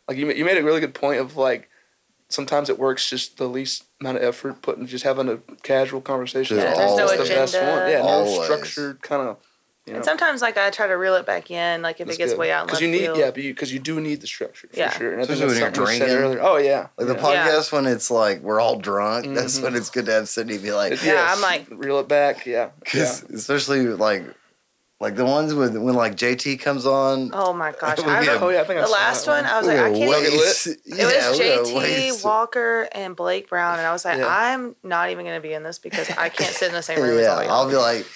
Speaker 4: like you ma- you made a really good point of like. Sometimes it works just the least amount of effort, putting just having a casual conversation.
Speaker 2: Yeah,
Speaker 4: That's
Speaker 2: there's no
Speaker 4: the best
Speaker 5: agenda.
Speaker 4: one. Yeah,
Speaker 2: Always.
Speaker 4: no structured kind of. You know,
Speaker 5: And sometimes like I try to reel it back in, like if
Speaker 4: that's
Speaker 5: it gets
Speaker 4: good.
Speaker 5: way out in left
Speaker 4: you need,
Speaker 5: field.
Speaker 4: yeah, because you do need the structure for
Speaker 5: Yeah.
Speaker 4: sure. And I think
Speaker 2: Especially
Speaker 4: that's
Speaker 2: when you're
Speaker 4: something we said
Speaker 2: drinking.
Speaker 4: earlier. Oh yeah,
Speaker 2: Like the
Speaker 4: yeah.
Speaker 5: Yeah.
Speaker 2: podcast when it's like we're all drunk, that's
Speaker 4: Mhm.
Speaker 2: when it's good to have Sydney be like,
Speaker 4: It-
Speaker 5: Yeah, I'm like-
Speaker 4: reel it back. Yeah, yeah.
Speaker 2: 'cause especially like, like the ones with when like JT comes on.
Speaker 5: Oh my gosh.
Speaker 2: We'll get
Speaker 5: I remember
Speaker 4: Oh yeah, I think I
Speaker 5: the
Speaker 4: saw
Speaker 5: last
Speaker 4: that
Speaker 5: one I was like, I
Speaker 2: we
Speaker 5: can't
Speaker 2: were
Speaker 5: even
Speaker 2: wasted.
Speaker 5: It was
Speaker 2: Yeah, we were
Speaker 5: JT
Speaker 2: wasted.
Speaker 5: Walker and Blake Brown, and I was like,
Speaker 4: Yeah.
Speaker 5: I'm not even gonna be in this because I can't sit in the same room as
Speaker 2: Yeah,
Speaker 5: all y'all.
Speaker 2: I'll be like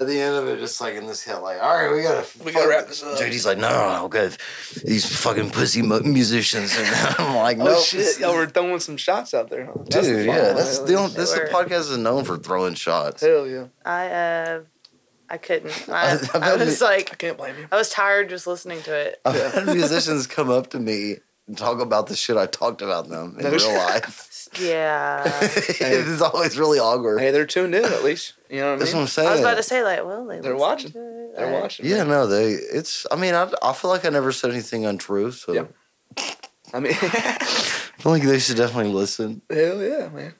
Speaker 2: at the end of it, just like in this head, like, all right, we gotta
Speaker 4: We gotta wrap this up.
Speaker 2: JT's like, no, no, no, good. These fucking pussy mu- musicians, and I'm like,
Speaker 4: Oh
Speaker 2: no,
Speaker 4: shit, y'all were throwing some shots out there. Huh? That's the
Speaker 2: dude,
Speaker 4: fun
Speaker 2: yeah,
Speaker 4: one,
Speaker 2: that's
Speaker 4: at
Speaker 2: the only,
Speaker 4: least.
Speaker 2: that's the
Speaker 5: Sure.
Speaker 2: podcast is known for throwing shots.
Speaker 4: Hell yeah,
Speaker 5: I uh, I couldn't. I,
Speaker 2: I
Speaker 5: I
Speaker 2: bet
Speaker 5: was
Speaker 2: you-
Speaker 4: I
Speaker 5: like,
Speaker 4: can't blame you.
Speaker 5: I was tired just listening to it.
Speaker 2: I've had musicians come up to me and talk about the shit I talked about them in
Speaker 4: No
Speaker 2: real
Speaker 4: shit.
Speaker 2: life.
Speaker 5: Yeah,
Speaker 2: it is always really awkward.
Speaker 4: Hey, they're tuned in at least. You know what I
Speaker 2: That's
Speaker 4: mean?
Speaker 2: what I'm saying.
Speaker 5: I was about to say like, well, they
Speaker 4: They're
Speaker 5: listened
Speaker 4: watching.
Speaker 5: to it,
Speaker 4: They're
Speaker 5: like-
Speaker 4: watching.
Speaker 2: yeah,
Speaker 4: man.
Speaker 2: no, they. It's. I mean, I, I feel like I never said anything untrue, so
Speaker 4: Yeah. I mean,
Speaker 2: I feel like they should definitely listen.
Speaker 4: hell yeah, man.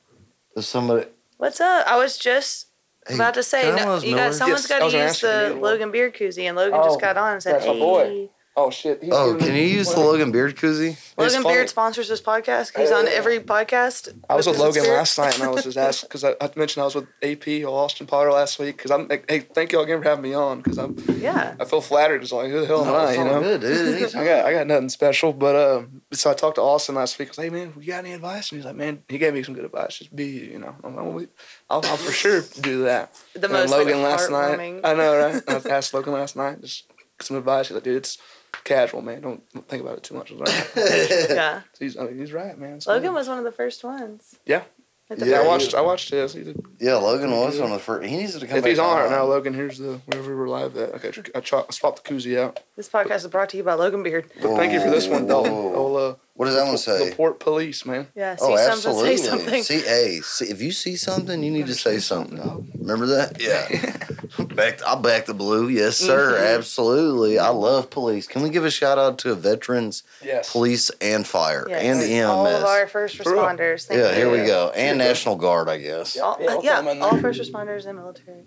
Speaker 2: If somebody,
Speaker 5: What's up? I was just
Speaker 2: hey,
Speaker 5: about to
Speaker 2: can I
Speaker 5: say,
Speaker 2: have one
Speaker 5: no,
Speaker 2: of those
Speaker 5: you got
Speaker 2: Millers?
Speaker 5: someone's
Speaker 4: Yes, I
Speaker 5: got
Speaker 4: was
Speaker 5: to
Speaker 4: gonna
Speaker 5: use
Speaker 4: ask you if you
Speaker 5: the
Speaker 4: needed one.
Speaker 5: Logan beer koozie, and Logan
Speaker 4: Oh,
Speaker 5: just got on and said,
Speaker 4: that's my boy.
Speaker 5: "Hey,
Speaker 4: Oh shit. he's
Speaker 2: Oh,
Speaker 4: giving
Speaker 2: can
Speaker 4: me-
Speaker 2: you use the Logan Beard koozie?
Speaker 4: It's
Speaker 5: Logan
Speaker 4: funny.
Speaker 5: Beard sponsors this podcast. He's
Speaker 4: Hey,
Speaker 5: on
Speaker 4: yeah.
Speaker 5: every podcast.
Speaker 4: I was with
Speaker 5: Logan
Speaker 4: Logan
Speaker 5: Spirit.
Speaker 4: last night, and I was just asking because I, I mentioned I was with AP or Austin Potter last week. Because I'm like, hey, thank y'all again for having me on. Because I'm,
Speaker 5: Yeah,
Speaker 4: I feel flattered. Because like, who the hell am
Speaker 2: No,
Speaker 4: I?
Speaker 2: it's
Speaker 4: You
Speaker 2: all
Speaker 4: know,
Speaker 2: good, dude.
Speaker 4: I got, I got nothing special. But um, so I talked to Austin last week. I was like, hey man, you got any advice? And he's like, man, he gave me some good advice. Just be, you, you know, I'm like, well, we- I'll, I'll for sure do that.
Speaker 5: the
Speaker 4: and
Speaker 5: most like,
Speaker 4: Logan last night.
Speaker 5: heartwarming-
Speaker 4: I know, right? I asked Logan last night just some advice. He's like, dude, it's casual, man. Don't, don't think about it too much. I was like,
Speaker 5: Yeah,
Speaker 4: he's, I mean, he's right, man. It's
Speaker 5: Logan
Speaker 4: cool.
Speaker 5: was one of the first ones.
Speaker 4: Yeah.
Speaker 5: At the
Speaker 2: Yeah,
Speaker 4: Yeah, I
Speaker 5: very-
Speaker 4: watched. I watched his. He did
Speaker 2: yeah, Logan was on the first. He needs to come.
Speaker 4: If he's
Speaker 2: back
Speaker 4: on right now, Logan, here's the wherever we're live at. Okay, I, chop- I swapped the koozie out.
Speaker 5: This podcast is brought to you by Logan Beard.
Speaker 4: But thank you for this one, Dalton.
Speaker 2: Whoa.
Speaker 4: Oh, uh,
Speaker 2: what does that one say?
Speaker 4: The Port Police, man.
Speaker 5: Yeah, see
Speaker 2: Oh,
Speaker 5: something,
Speaker 2: absolutely.
Speaker 5: say something.
Speaker 2: See, hey, see, if you see something, you need to say something. Remember that? Yeah. back, I'll back the blue. Yes, sir.
Speaker 5: Mm-hmm.
Speaker 2: Absolutely. I love police. Can we give a shout out to veterans,
Speaker 4: Yes.
Speaker 2: police, and fire,
Speaker 5: Yes.
Speaker 2: and E the EMS?
Speaker 5: All of our first
Speaker 4: For real.
Speaker 5: responders. Thank
Speaker 2: yeah, here
Speaker 5: you.
Speaker 2: we go. And National Guard, I guess.
Speaker 5: All,
Speaker 4: Yeah, I'll throw
Speaker 5: yeah,
Speaker 4: them in
Speaker 5: all
Speaker 4: there.
Speaker 5: first responders and military.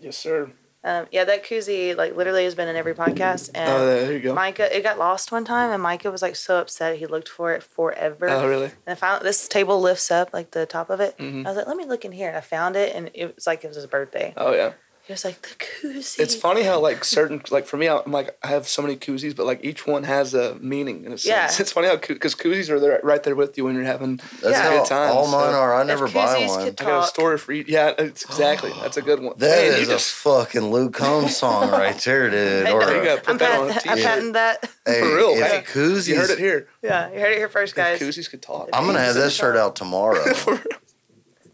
Speaker 4: Yes, sir.
Speaker 5: Um, yeah, that koozie like literally has been in every podcast. And
Speaker 4: Oh, there you go.
Speaker 5: Micah, it got lost one time, and Micah was like so upset. He looked for it forever.
Speaker 4: oh, really?
Speaker 5: And I found this table lifts up like the top of it.
Speaker 4: Mhm.
Speaker 5: I was like, let me look in here, and I found it, and it was like it was his birthday.
Speaker 4: Oh, yeah.
Speaker 5: He was like the koozie.
Speaker 4: It's funny how like certain like for me, I'm like I have so many koozies, but like each one has a meaning in a sense.
Speaker 5: Yeah.
Speaker 4: It's funny how because koozies are there, right there with you when you're having.
Speaker 2: That's
Speaker 5: Yeah.
Speaker 2: how
Speaker 4: Good times,
Speaker 2: all
Speaker 4: so-
Speaker 2: mine are. I
Speaker 5: If
Speaker 2: never buy
Speaker 5: koozies
Speaker 2: one.
Speaker 5: could-
Speaker 4: I got a
Speaker 5: Talk.
Speaker 4: story for you. Yeah, it's exactly. That's a good one.
Speaker 2: That
Speaker 4: Man,
Speaker 2: is
Speaker 4: you
Speaker 2: a
Speaker 4: just
Speaker 2: fucking Luke Combs song right there, dude.
Speaker 5: I
Speaker 2: Or
Speaker 5: know.
Speaker 2: a-
Speaker 4: You gotta put
Speaker 5: I'm
Speaker 4: that on a
Speaker 5: patent- I'm
Speaker 4: t-shirt.
Speaker 5: patenting that.
Speaker 2: hey,
Speaker 4: for real.
Speaker 2: if
Speaker 4: hey,
Speaker 2: koozies,
Speaker 4: you heard it here.
Speaker 5: Yeah, you heard it here first,
Speaker 4: If
Speaker 5: guys.
Speaker 4: Koozies could talk.
Speaker 2: I'm gonna have that shirt out tomorrow.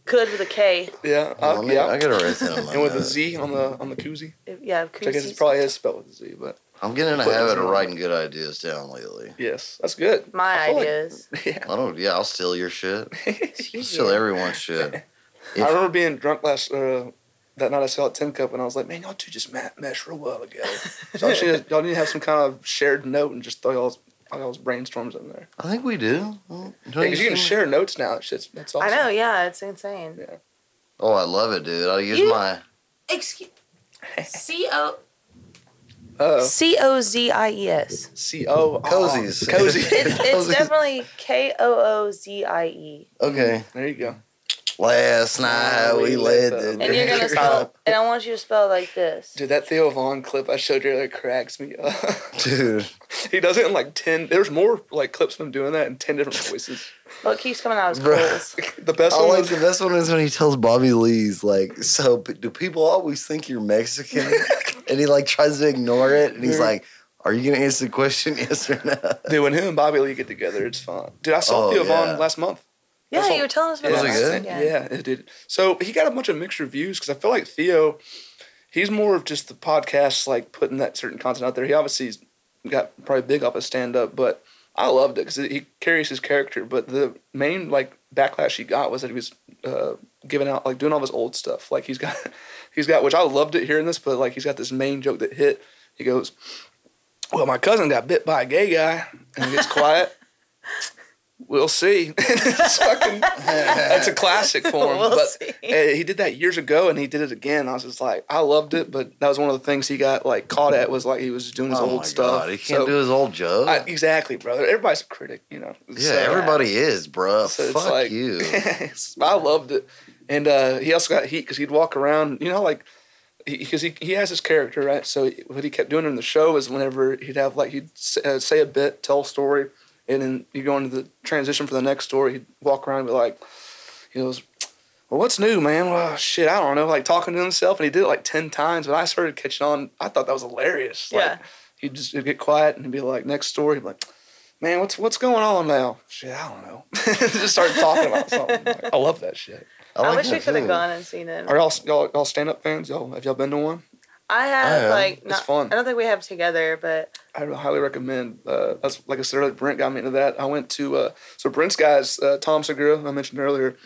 Speaker 5: Could with a K.
Speaker 4: Yeah.
Speaker 2: Well,
Speaker 4: uh,
Speaker 2: I, mean,
Speaker 4: yeah.
Speaker 2: I gotta write that. in my
Speaker 4: and with a
Speaker 2: notes.
Speaker 4: Z on the on the koozie.
Speaker 5: If- Yeah,
Speaker 4: Which I guess it's
Speaker 5: koozies.
Speaker 4: probably is spelled with a Z, but
Speaker 2: I'm getting in a
Speaker 4: Put it
Speaker 2: habit of
Speaker 4: on.
Speaker 2: writing good ideas down lately.
Speaker 4: yes, that's good.
Speaker 5: my
Speaker 4: I feel like-
Speaker 5: ideas.
Speaker 4: yeah.
Speaker 2: I don't. Yeah, I'll steal your shit. I'll
Speaker 5: Excuse
Speaker 2: steal
Speaker 5: you.
Speaker 2: everyone's shit. If-
Speaker 4: I remember being drunk last uh, that night. I saw at Tin Cup, and I was like, "Man, y'all two just ma- mesh real well together. So y'all, need to, y'all need to have some kind of shared note and just throw y'all's all y'all's brainstorms in there.
Speaker 2: I think we do. Don't you
Speaker 4: Because you can
Speaker 2: see-
Speaker 4: share notes now. It's just, that's
Speaker 5: I
Speaker 4: awesome.
Speaker 5: know. Yeah, it's insane.
Speaker 2: Oh, I love it, dude. I use
Speaker 5: You-
Speaker 2: my.
Speaker 5: Excuse. C O.
Speaker 4: Oh,
Speaker 5: C O Z I E S.
Speaker 4: C O
Speaker 2: Cozies.
Speaker 4: Cozy.
Speaker 5: It's, it's
Speaker 2: Cozy.
Speaker 5: definitely K O O Z I E.
Speaker 2: Okay.
Speaker 4: There you go.
Speaker 2: Last night we led the
Speaker 5: And you're gonna
Speaker 2: drinkers
Speaker 5: spell,
Speaker 2: up.
Speaker 5: and I want you to spell like this.
Speaker 4: Dude, that Theo Vaughn clip I showed you earlier cracks me up.
Speaker 2: Dude,
Speaker 4: he does it in like ten. There's more like clips of him doing that in ten different voices.
Speaker 5: What keeps coming out is
Speaker 2: Bruh.
Speaker 5: goals.
Speaker 4: The best
Speaker 2: I
Speaker 4: one
Speaker 2: like
Speaker 4: was
Speaker 2: the best one is when he tells Bobby Lee's like, "So p- do people always think you're Mexican?" and he like tries to ignore it, and he's
Speaker 4: Dude.
Speaker 2: like, "Are you gonna answer the question, yes or no?"
Speaker 4: dude when him and Bobby Lee get together. It's fun, dude. I saw
Speaker 2: Oh,
Speaker 4: Theo
Speaker 2: yeah.
Speaker 4: Vaughn last month.
Speaker 5: Yeah,
Speaker 4: That's all-
Speaker 5: you were telling us about
Speaker 2: Was it
Speaker 5: that.
Speaker 2: good?
Speaker 4: Yeah. it did. So he got a bunch of mixed reviews because I feel like Theo, he's more of just the podcast, like putting that certain content out there. He obviously's got probably big off of stand up, but I loved it because he carries his character. But the main like backlash he got was that he was uh, giving out like doing all this old stuff. Like he's got, he's got, which I loved it hearing this, but like he's got this main joke that hit. He goes, "Well, my cousin got bit by a gay guy," and he gets quiet. We'll see. it's fucking, that's a classic for him.
Speaker 5: We'll
Speaker 4: but
Speaker 5: see.
Speaker 4: eh, he did that years ago, and he did it again. I was just like, I loved it, but that was one of the things he got like caught at was like he was doing his
Speaker 2: Oh
Speaker 4: old
Speaker 2: my
Speaker 4: stuff.
Speaker 2: God, he can't
Speaker 4: So-
Speaker 2: do his old joke.
Speaker 4: I, exactly, brother. Everybody's a critic, you know.
Speaker 2: yeah, everybody is, bruh.
Speaker 4: so it's
Speaker 2: Fuck
Speaker 4: like-
Speaker 2: you.
Speaker 4: I loved it, and uh, he also got heat because he'd walk around, you know, like because he, he has his character right. So what he kept doing in the show is whenever he'd have like he'd s- uh, say a bit, tell a story, and then you go into the transition for the next story. He'd walk around and be like, he goes. Well, what's new, man? Well, shit, I don't know. Like talking to himself, and he did it like ten times. But I started catching on. I thought that was hilarious. Like,
Speaker 5: Yeah.
Speaker 4: he'd just he'd get quiet and he'd be like, next story, he'd be like, man, what's what's going on now? Shit, I don't know. just start talking about something. Like, I love that shit.
Speaker 5: I,
Speaker 2: like
Speaker 5: wish we
Speaker 2: that
Speaker 5: could have
Speaker 2: too.
Speaker 5: gone and seen it.
Speaker 4: Are y'all y'all, y'all stand up fans? Y'all have y'all been to one?
Speaker 5: I
Speaker 2: I am.
Speaker 5: have like
Speaker 4: um, It's
Speaker 5: not,
Speaker 4: fun.
Speaker 5: I don't think we have together, but
Speaker 4: I would highly recommend. Uh, that's like I said earlier. Brent got me into that. I went to uh, so Brent's guys, uh, Tom Segura, I mentioned earlier,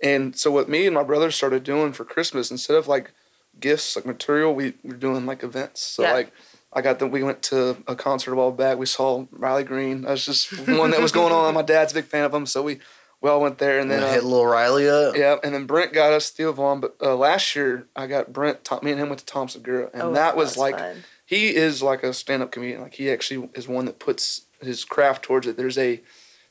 Speaker 4: and so what me and my brother started doing for Christmas instead of like gifts, like material, we were doing like events. So
Speaker 5: Yeah.
Speaker 4: like I got the we went to a concert a while back. We saw Riley Green. That was just one that was going on. My dad's a big fan of him, so we we all went there. And then
Speaker 2: Wanna
Speaker 4: uh,
Speaker 2: hit little Riley up.
Speaker 4: Yeah, and then Brent got us Theo Vaughn. But uh, last year, I got Brent. Tom, me and him went to Tom Segura, and
Speaker 5: Oh,
Speaker 4: that was
Speaker 5: that's
Speaker 4: like
Speaker 5: fun.
Speaker 4: he is like a stand-up comedian. Like he actually is one that puts his craft towards it. There's a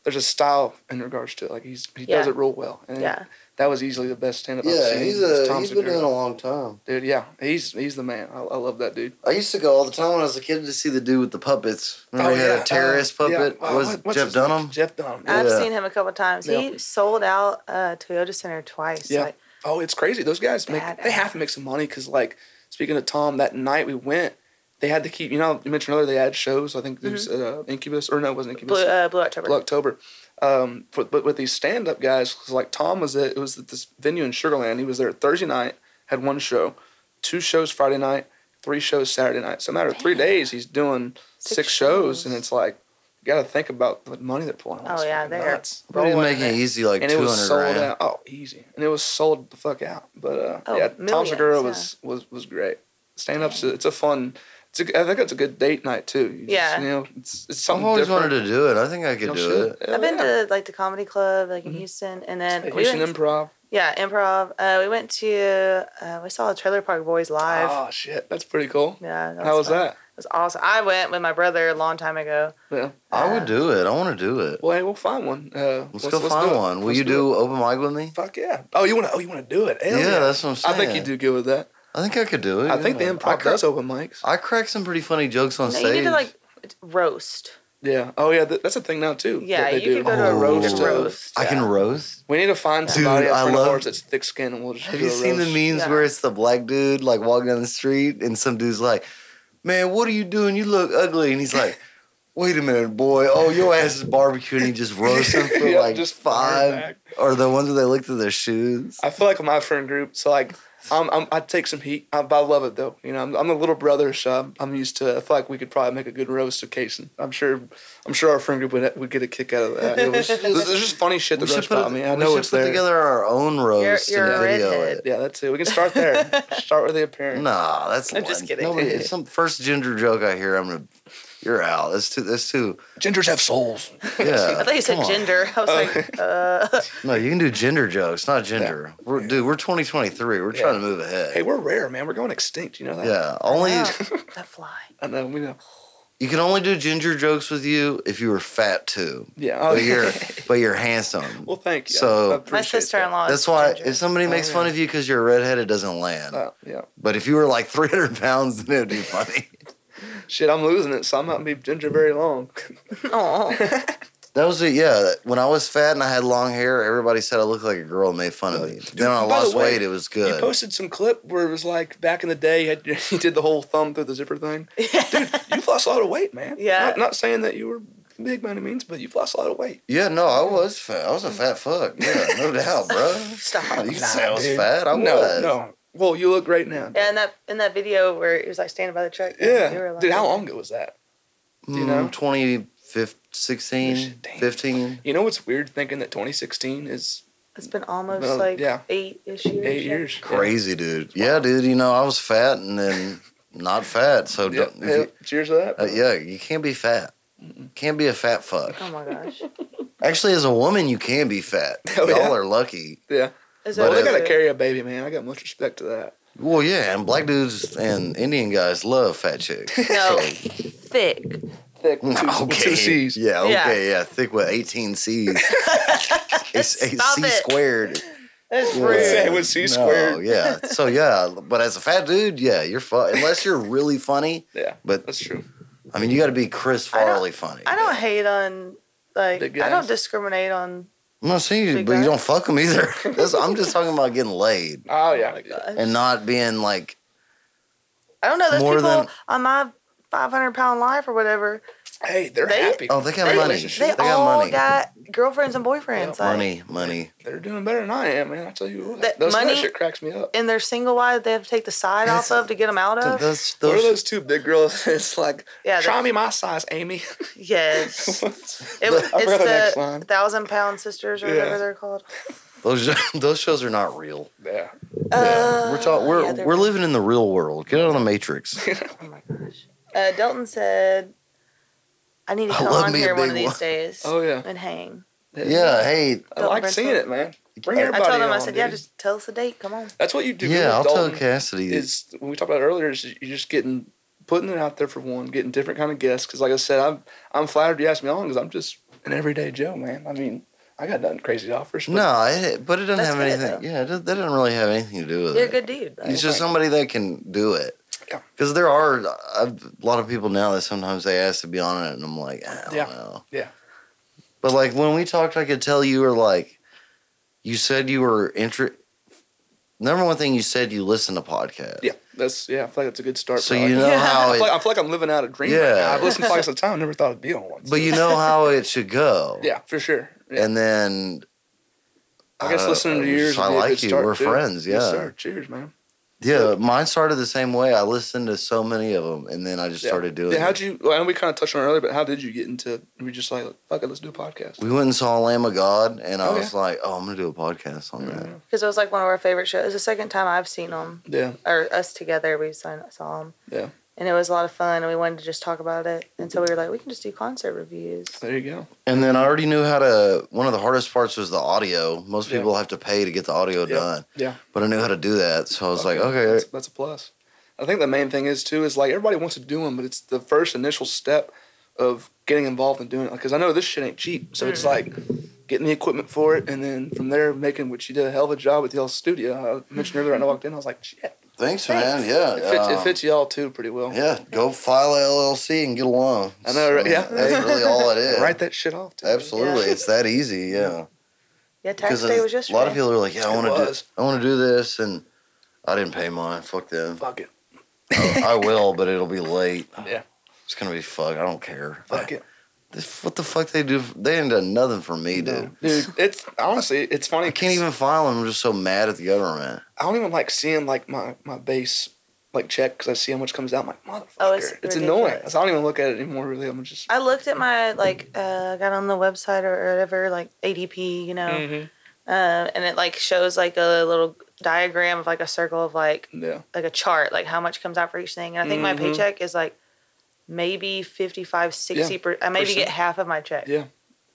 Speaker 4: there's a style in regards to it. Like he's he does
Speaker 5: Yeah.
Speaker 4: it real well. And
Speaker 5: Yeah.
Speaker 4: that was easily the best stand-up. I've
Speaker 2: Yeah,
Speaker 4: seen
Speaker 2: he's
Speaker 4: was
Speaker 2: a
Speaker 4: Tom
Speaker 2: he's been
Speaker 4: Segura.
Speaker 2: doing a long time.
Speaker 4: dude. Yeah, he's he's the man. I, I love that dude.
Speaker 2: I used to go all the time when I was a kid to see the dude with the puppets. Remember he had a terrorist
Speaker 4: uh, yeah.
Speaker 2: puppet?
Speaker 4: Uh,
Speaker 2: was
Speaker 4: what- what's
Speaker 2: Jeff
Speaker 4: his name?
Speaker 2: Dunham?
Speaker 4: Jeff Dunham. yeah.
Speaker 5: I've
Speaker 2: Yeah.
Speaker 5: seen him a couple times.
Speaker 4: Yeah.
Speaker 5: He sold out uh, Toyota Center twice.
Speaker 4: Yeah.
Speaker 5: Like,
Speaker 4: Oh, it's crazy. Those guys make they
Speaker 5: Badass.
Speaker 4: have to make some money because like speaking of Tom, that night we went, they had to keep you know you mentioned earlier they had shows. I think there's uh, Incubus or no, it wasn't Incubus.
Speaker 5: Mm-hmm. Blue, uh, Blue October.
Speaker 4: Blue October. Um, for, but with these stand up guys, 'cause, like Tom was at it was at this venue in Sugarland. He was there Thursday night, had one show, two shows Friday night, three shows Saturday night. So a matter of three days, he's doing six,
Speaker 5: Six
Speaker 4: shows,
Speaker 5: shows.
Speaker 4: and it's it's like you got to think about the money they're pulling.
Speaker 5: Oh, yeah,
Speaker 4: they're
Speaker 5: they're
Speaker 4: nuts.
Speaker 2: Bro, he's
Speaker 5: rolling
Speaker 2: making
Speaker 5: in
Speaker 2: it
Speaker 5: it.
Speaker 2: easy like
Speaker 4: and
Speaker 2: two
Speaker 4: it was
Speaker 2: hundred
Speaker 4: sold
Speaker 2: grand.
Speaker 4: out. Oh, easy, and it was sold the fuck out. But uh,
Speaker 5: Oh,
Speaker 4: yeah, Tom
Speaker 5: millions,
Speaker 4: Segura
Speaker 5: yeah.
Speaker 4: was was was great. Stand ups, it's a fun. It's a, I think it's a good date night too. You just,
Speaker 5: Yeah.
Speaker 4: you know, it's it's
Speaker 2: I've
Speaker 4: something
Speaker 2: always
Speaker 4: different.
Speaker 2: wanted to do it. I think I could do it.
Speaker 5: I've been to like the comedy club like in Houston, and then we
Speaker 4: Mm-hmm. Houston
Speaker 5: went,
Speaker 4: Improv.
Speaker 5: yeah improv. Uh, we went to uh, we saw Trailer Park Boys live.
Speaker 4: Oh shit, that's pretty cool.
Speaker 5: Yeah,
Speaker 4: How was
Speaker 5: fun.
Speaker 4: that?
Speaker 5: It was awesome. I went with my brother a long time ago. Uh,
Speaker 4: Yeah.
Speaker 2: I would do it. I want to do it.
Speaker 4: Well, hey, we'll find one. Uh,
Speaker 2: Let's, go find
Speaker 4: do it.
Speaker 2: one. Will
Speaker 4: Let's
Speaker 2: you
Speaker 4: it.
Speaker 2: do open mic with me?
Speaker 4: Fuck yeah! Oh, you want to? Oh, you want to do it? Hell
Speaker 2: Yeah,
Speaker 4: yeah,
Speaker 2: that's what I'm saying.
Speaker 4: I think you do good with that.
Speaker 2: I think I could do it.
Speaker 4: I think the
Speaker 2: yeah. I
Speaker 4: improv
Speaker 2: crack,
Speaker 4: does open mics.
Speaker 2: I crack some pretty funny jokes on
Speaker 5: No, you
Speaker 2: stage.
Speaker 5: need to like roast.
Speaker 4: Yeah. Oh yeah, th- that's a thing now too.
Speaker 5: Yeah,
Speaker 4: that they
Speaker 5: you
Speaker 4: do.
Speaker 5: could go to a
Speaker 2: Oh.
Speaker 5: roast.
Speaker 4: roast.
Speaker 5: and
Speaker 4: uh,
Speaker 5: roast.
Speaker 2: I can
Speaker 5: yeah.
Speaker 2: roast.
Speaker 4: We need to find
Speaker 2: Dude,
Speaker 4: somebody
Speaker 2: I
Speaker 4: that's friend of
Speaker 2: love-
Speaker 4: ours that's thick skinned and we'll just.
Speaker 2: Have
Speaker 4: do
Speaker 2: you
Speaker 4: a
Speaker 2: seen the
Speaker 4: roast.
Speaker 2: memes
Speaker 5: Yeah.
Speaker 2: where it's the black dude like walking down the street and some dude's like, "Man, what are you doing? You look ugly." And he's like, "Wait a minute, boy. Oh, your ass is barbecue." And he just roasts him for
Speaker 4: Yeah,
Speaker 2: like
Speaker 4: just fire
Speaker 2: five.
Speaker 4: back.
Speaker 2: Or the ones where they looked at their shoes.
Speaker 4: I feel like my friend group. So like, I'm, I'm I take some heat. I, I love it though. You know, I'm, I'm the little brother, so I'm, I'm used to. I feel like we could probably make a good roast occasion. I'm sure. I'm sure our friend group would, would get a kick out of that. It was, there's just funny shit
Speaker 2: We
Speaker 4: that
Speaker 2: should
Speaker 4: roast
Speaker 2: put,
Speaker 4: about me. I
Speaker 2: we
Speaker 4: know
Speaker 2: should
Speaker 4: it's
Speaker 2: put
Speaker 4: there.
Speaker 2: together our own roast
Speaker 5: you're
Speaker 2: and
Speaker 5: a
Speaker 2: video
Speaker 5: redhead.
Speaker 2: it.
Speaker 4: Yeah, that's it. We can start there. start with the appearance.
Speaker 2: Nah, that's
Speaker 5: I'm just
Speaker 2: lame.
Speaker 5: kidding.
Speaker 2: Nobody- if some first ginger joke I hear, I'm gonna You're out. That's too. That's too.
Speaker 4: Gingers have souls.
Speaker 2: Yeah.
Speaker 4: Uh,
Speaker 5: I thought you said
Speaker 2: come on.
Speaker 5: gender.
Speaker 4: Oh,
Speaker 5: I was like, uh,
Speaker 2: No, you can do gender jokes, not gender. We're, dude, we're 2023. We're
Speaker 4: Yeah.
Speaker 2: trying to move ahead.
Speaker 4: Hey, uh, we're rare, man. We're going extinct. You know that?
Speaker 2: yeah. Only
Speaker 5: wow, that fly.
Speaker 4: I know. We know.
Speaker 2: you can only do ginger jokes with you if you were fat too.
Speaker 4: Yeah.
Speaker 5: Oh,
Speaker 2: But you're but you're handsome.
Speaker 4: well, thank you.
Speaker 2: So-
Speaker 4: I
Speaker 5: My
Speaker 4: appreciate
Speaker 5: sister-in-law. is
Speaker 2: That's why
Speaker 5: ginger. Oh.
Speaker 2: if somebody makes
Speaker 4: Oh,
Speaker 2: fun
Speaker 4: yeah.
Speaker 2: of you because you're a redhead, it doesn't land.
Speaker 4: that. Uh, yeah.
Speaker 2: But if you were like 300 pounds, then it'd be funny.
Speaker 4: Shit, I'm losing it, so I'm not gonna be ginger very long.
Speaker 5: Aw.
Speaker 2: That was it. Yeah. When I was fat and I had long hair, everybody said I looked like a girl and made fun of me. then when I
Speaker 4: by the
Speaker 2: lost
Speaker 4: way,
Speaker 2: weight, it was
Speaker 4: You
Speaker 2: good.
Speaker 4: posted some clip where it was like back in the day, you, had, you did the whole thumb through the zipper thing. Dude, you've lost a lot of weight, man.
Speaker 5: Yeah.
Speaker 4: Not, not saying that you were big by any means, but you've lost a lot of weight.
Speaker 2: yeah, no, I was fat. I was a fat fuck. Yeah, no doubt, bro.
Speaker 5: Stop.
Speaker 2: You can
Speaker 4: Nah,
Speaker 2: say I was
Speaker 4: dude.
Speaker 2: fat. I
Speaker 4: no,
Speaker 2: was.
Speaker 4: no. Well, you look great now.
Speaker 5: Yeah, in that in that video where he was like standing by the truck. and
Speaker 4: Yeah.
Speaker 5: you were, like-
Speaker 4: Dude, how long ago was that?
Speaker 2: Mm,
Speaker 4: You know?
Speaker 2: 2016,
Speaker 4: Damn.
Speaker 2: 15.
Speaker 4: You know what's weird thinking that 2016 is
Speaker 5: It's been almost
Speaker 4: No,
Speaker 5: like
Speaker 4: yeah.
Speaker 5: eight ish years.
Speaker 4: eight
Speaker 5: yeah.
Speaker 4: years?
Speaker 2: Crazy, dude. Yeah, dude. You know, I was fat and then not fat. So,
Speaker 4: Yeah.
Speaker 2: don't if
Speaker 4: Yeah.
Speaker 2: you-
Speaker 4: Cheers to that.
Speaker 2: uh, yeah, you can't be fat. Can't be a fat fuck.
Speaker 5: Oh my gosh.
Speaker 2: Actually, as a woman, you can be fat.
Speaker 4: Oh,
Speaker 2: Y'all
Speaker 4: yeah.
Speaker 2: are lucky.
Speaker 4: Yeah.
Speaker 5: Is
Speaker 2: But
Speaker 4: Well,
Speaker 5: that
Speaker 4: they
Speaker 2: uh,
Speaker 4: gotta carry a baby, man. I got much respect to that.
Speaker 2: Well, yeah, and black dudes and Indian guys love fat chicks. So-
Speaker 5: No, thick.
Speaker 4: Thick. with two- with
Speaker 2: Okay.
Speaker 4: two C's.
Speaker 2: Yeah,
Speaker 5: Yeah.
Speaker 2: okay, yeah. Thick with 18 C's. it's eight
Speaker 5: Stop
Speaker 2: C
Speaker 5: it.
Speaker 2: squared.
Speaker 5: That's
Speaker 2: Yeah.
Speaker 5: rude.
Speaker 4: Say with C
Speaker 2: No,
Speaker 4: squared.
Speaker 2: Yeah. So yeah, but as a fat dude, yeah, you're fun. Unless you're really funny,
Speaker 4: Yeah.
Speaker 2: but
Speaker 4: That's true.
Speaker 2: I mean, you got to be Chris
Speaker 5: I don't-
Speaker 2: Farley funny.
Speaker 5: I don't hate on like
Speaker 4: Big
Speaker 5: I don't
Speaker 4: guys.
Speaker 5: discriminate on.
Speaker 2: I'm not saying you,
Speaker 5: Big
Speaker 2: but you
Speaker 5: guy.
Speaker 2: don't fuck them either. That's, I'm just talking about getting laid
Speaker 4: Oh yeah.
Speaker 2: and not being like
Speaker 5: I don't know. There's
Speaker 2: more
Speaker 5: people
Speaker 2: than-
Speaker 5: on my 500 pound life or whatever.
Speaker 4: Hey, they're
Speaker 5: They-
Speaker 4: happy.
Speaker 2: Oh, they got
Speaker 5: They-
Speaker 2: money.
Speaker 5: They,
Speaker 2: They got
Speaker 5: all
Speaker 2: money.
Speaker 5: got girlfriends and boyfriends. like,
Speaker 2: money, money.
Speaker 4: They're doing better than I am, man. I tell you what.
Speaker 5: That
Speaker 4: those,
Speaker 5: money-
Speaker 4: that shit cracks me up.
Speaker 5: And they're single wide. They have to take the side off of to get them out of.
Speaker 2: Those,
Speaker 4: What are
Speaker 2: those-
Speaker 4: those two big girls? It's like,
Speaker 5: Yeah,
Speaker 4: try
Speaker 5: the-
Speaker 4: me my size, Amy.
Speaker 5: Yes. It,
Speaker 4: I forgot the
Speaker 5: it's
Speaker 4: next
Speaker 5: the,
Speaker 4: line.
Speaker 5: thousand pound sisters or
Speaker 4: Yeah.
Speaker 5: whatever they're called.
Speaker 2: those those shows are not real.
Speaker 4: yeah.
Speaker 5: Uh,
Speaker 2: We're talking. We're
Speaker 5: yeah, they're-
Speaker 2: we're living in the real world. Get out of the matrix.
Speaker 5: Oh my gosh. Uh, Delton said, "I need to
Speaker 2: I
Speaker 5: come
Speaker 2: love
Speaker 5: on
Speaker 2: me a
Speaker 5: here one
Speaker 2: big
Speaker 5: of these
Speaker 2: one.
Speaker 5: days
Speaker 4: Oh yeah.
Speaker 5: and hang."
Speaker 2: yeah. Hey.
Speaker 4: I like
Speaker 5: Don't
Speaker 4: seeing
Speaker 5: bring
Speaker 4: it, man. Bring
Speaker 5: I
Speaker 4: everybody
Speaker 5: told him. I
Speaker 4: on,
Speaker 5: said, "Yeah,
Speaker 4: dude.
Speaker 5: just tell us the date. Come on."
Speaker 4: That's what you do.
Speaker 2: Yeah. I'll
Speaker 4: with
Speaker 2: tell
Speaker 4: Dalton
Speaker 2: Cassidy. that-
Speaker 4: Is when we talked about it earlier. Is you're just getting putting it out there for one, getting different kind of guests. Because like I said, I'm I'm flattered you asked me on because I'm just an everyday Joe, man. I mean, I got nothing crazy to offer. but-
Speaker 2: No, it, but it doesn't
Speaker 5: That's
Speaker 2: have
Speaker 5: good,
Speaker 2: anything.
Speaker 5: though.
Speaker 2: Yeah, it does, that doesn't really have anything to do with
Speaker 5: You're a
Speaker 2: it.
Speaker 5: good dude. like,
Speaker 2: It's just somebody that can do it.
Speaker 4: Yeah.
Speaker 2: Because there are uh, a lot of people now that sometimes they ask to be on it, and I'm like, I don't
Speaker 4: Yeah.
Speaker 2: know.
Speaker 4: Yeah.
Speaker 2: But like when we talked, I could tell you were like, you said you were inter. Number one thing you said you listen to podcasts.
Speaker 4: Yeah, that's yeah. I feel like that's a good start.
Speaker 2: So
Speaker 4: for
Speaker 2: you know
Speaker 5: Yeah.
Speaker 2: how
Speaker 4: I feel, like,
Speaker 2: it,
Speaker 4: I feel like I'm living out a dream. Yeah,
Speaker 2: Yeah.
Speaker 4: right now. I've listened to podcasts all the time. I never thought I'd be on one.
Speaker 2: but you know how it should go.
Speaker 4: yeah, for sure. Yeah.
Speaker 2: And then.
Speaker 4: I guess
Speaker 2: don't
Speaker 4: listening
Speaker 2: know,
Speaker 4: to yours.
Speaker 2: just I
Speaker 4: would be a
Speaker 2: like
Speaker 4: good
Speaker 2: you.
Speaker 4: Start,
Speaker 2: We're
Speaker 4: too.
Speaker 2: friends. Yeah.
Speaker 4: Yes, sir. Cheers, man.
Speaker 2: Yeah, mine started the same way. I listened to so many of them, and then I just
Speaker 4: Yeah.
Speaker 2: started doing.
Speaker 4: Yeah,
Speaker 2: it.
Speaker 4: how'd you? Well, I know we kind of touched on it earlier, but how did you get into? We were just like, fuck it, let's do a podcast.
Speaker 2: We went and saw Lamb of God, and I
Speaker 4: Oh,
Speaker 2: was like, "Oh, I'm gonna do a podcast on that."
Speaker 5: because it was like one of our favorite shows. It was the second time I've seen them
Speaker 4: Yeah,
Speaker 5: or us together. We saw saw them.
Speaker 4: Yeah.
Speaker 5: And it was a lot of fun, and we wanted to just talk about it. And so we were like, we can just do concert reviews.
Speaker 4: there you go.
Speaker 2: And then I already knew how to. One of the hardest parts was the audio. Most
Speaker 4: Yeah.
Speaker 2: people have to pay to get the audio
Speaker 4: Yeah.
Speaker 2: done.
Speaker 4: Yeah.
Speaker 2: But I knew how to do that, so I was like, "Okay,
Speaker 4: that's, that's a plus. I think the main thing is too is like everybody wants to do them, but it's the first initial step of getting involved and doing it. Because I know this shit ain't cheap, so it's like getting the equipment for it, and then from there making which you did a hell of a job with y'all studio. I mentioned earlier when I walked in, I was like, shit,
Speaker 2: thanks,
Speaker 5: Thanks.
Speaker 2: man. Yeah,
Speaker 4: it fits, it
Speaker 2: um,
Speaker 4: fits y'all too pretty well.
Speaker 2: Yeah, go file a LLC and get a loan.
Speaker 4: I know, right? Yeah.
Speaker 2: that's really all it is.
Speaker 4: Write that shit off. Too.
Speaker 2: Absolutely, it's that easy. Yeah.
Speaker 5: Yeah, tax
Speaker 2: a
Speaker 5: day was yesterday.
Speaker 2: lot of people are like, "Yeah, I
Speaker 4: It
Speaker 2: want to do.
Speaker 4: was.
Speaker 2: I want to do this," and I didn't pay mine. Fuck them.
Speaker 4: Fuck it.
Speaker 2: I, I will, but it'll be late.
Speaker 4: Yeah.
Speaker 2: It's gonna be fuck. I don't care.
Speaker 4: Fuck it.
Speaker 2: This, what the fuck they do? They ain't done nothing for me, dude.
Speaker 4: Dude, it's honestly, it's funny.
Speaker 2: I can't even file them. I'm just so mad at the government.
Speaker 4: I don't even like seeing like my my base like check because I see how much comes out. I'm like motherfucker,
Speaker 5: Oh, it's
Speaker 4: it's, annoying.
Speaker 5: ridiculous.
Speaker 4: So I don't even look at it anymore. Really, I'm just
Speaker 5: I looked at my like uh got on the website or whatever like ADP, you know,
Speaker 4: Mm.
Speaker 2: Mm-hmm.
Speaker 5: uh, and it like shows like a little diagram of like a circle of like
Speaker 4: yeah.
Speaker 5: like a chart like how much comes out for each thing. And I think
Speaker 4: Mhm.
Speaker 5: my paycheck is like maybe 55, 60 per, I maybe
Speaker 4: percent.
Speaker 5: get half of my check.
Speaker 4: Yeah.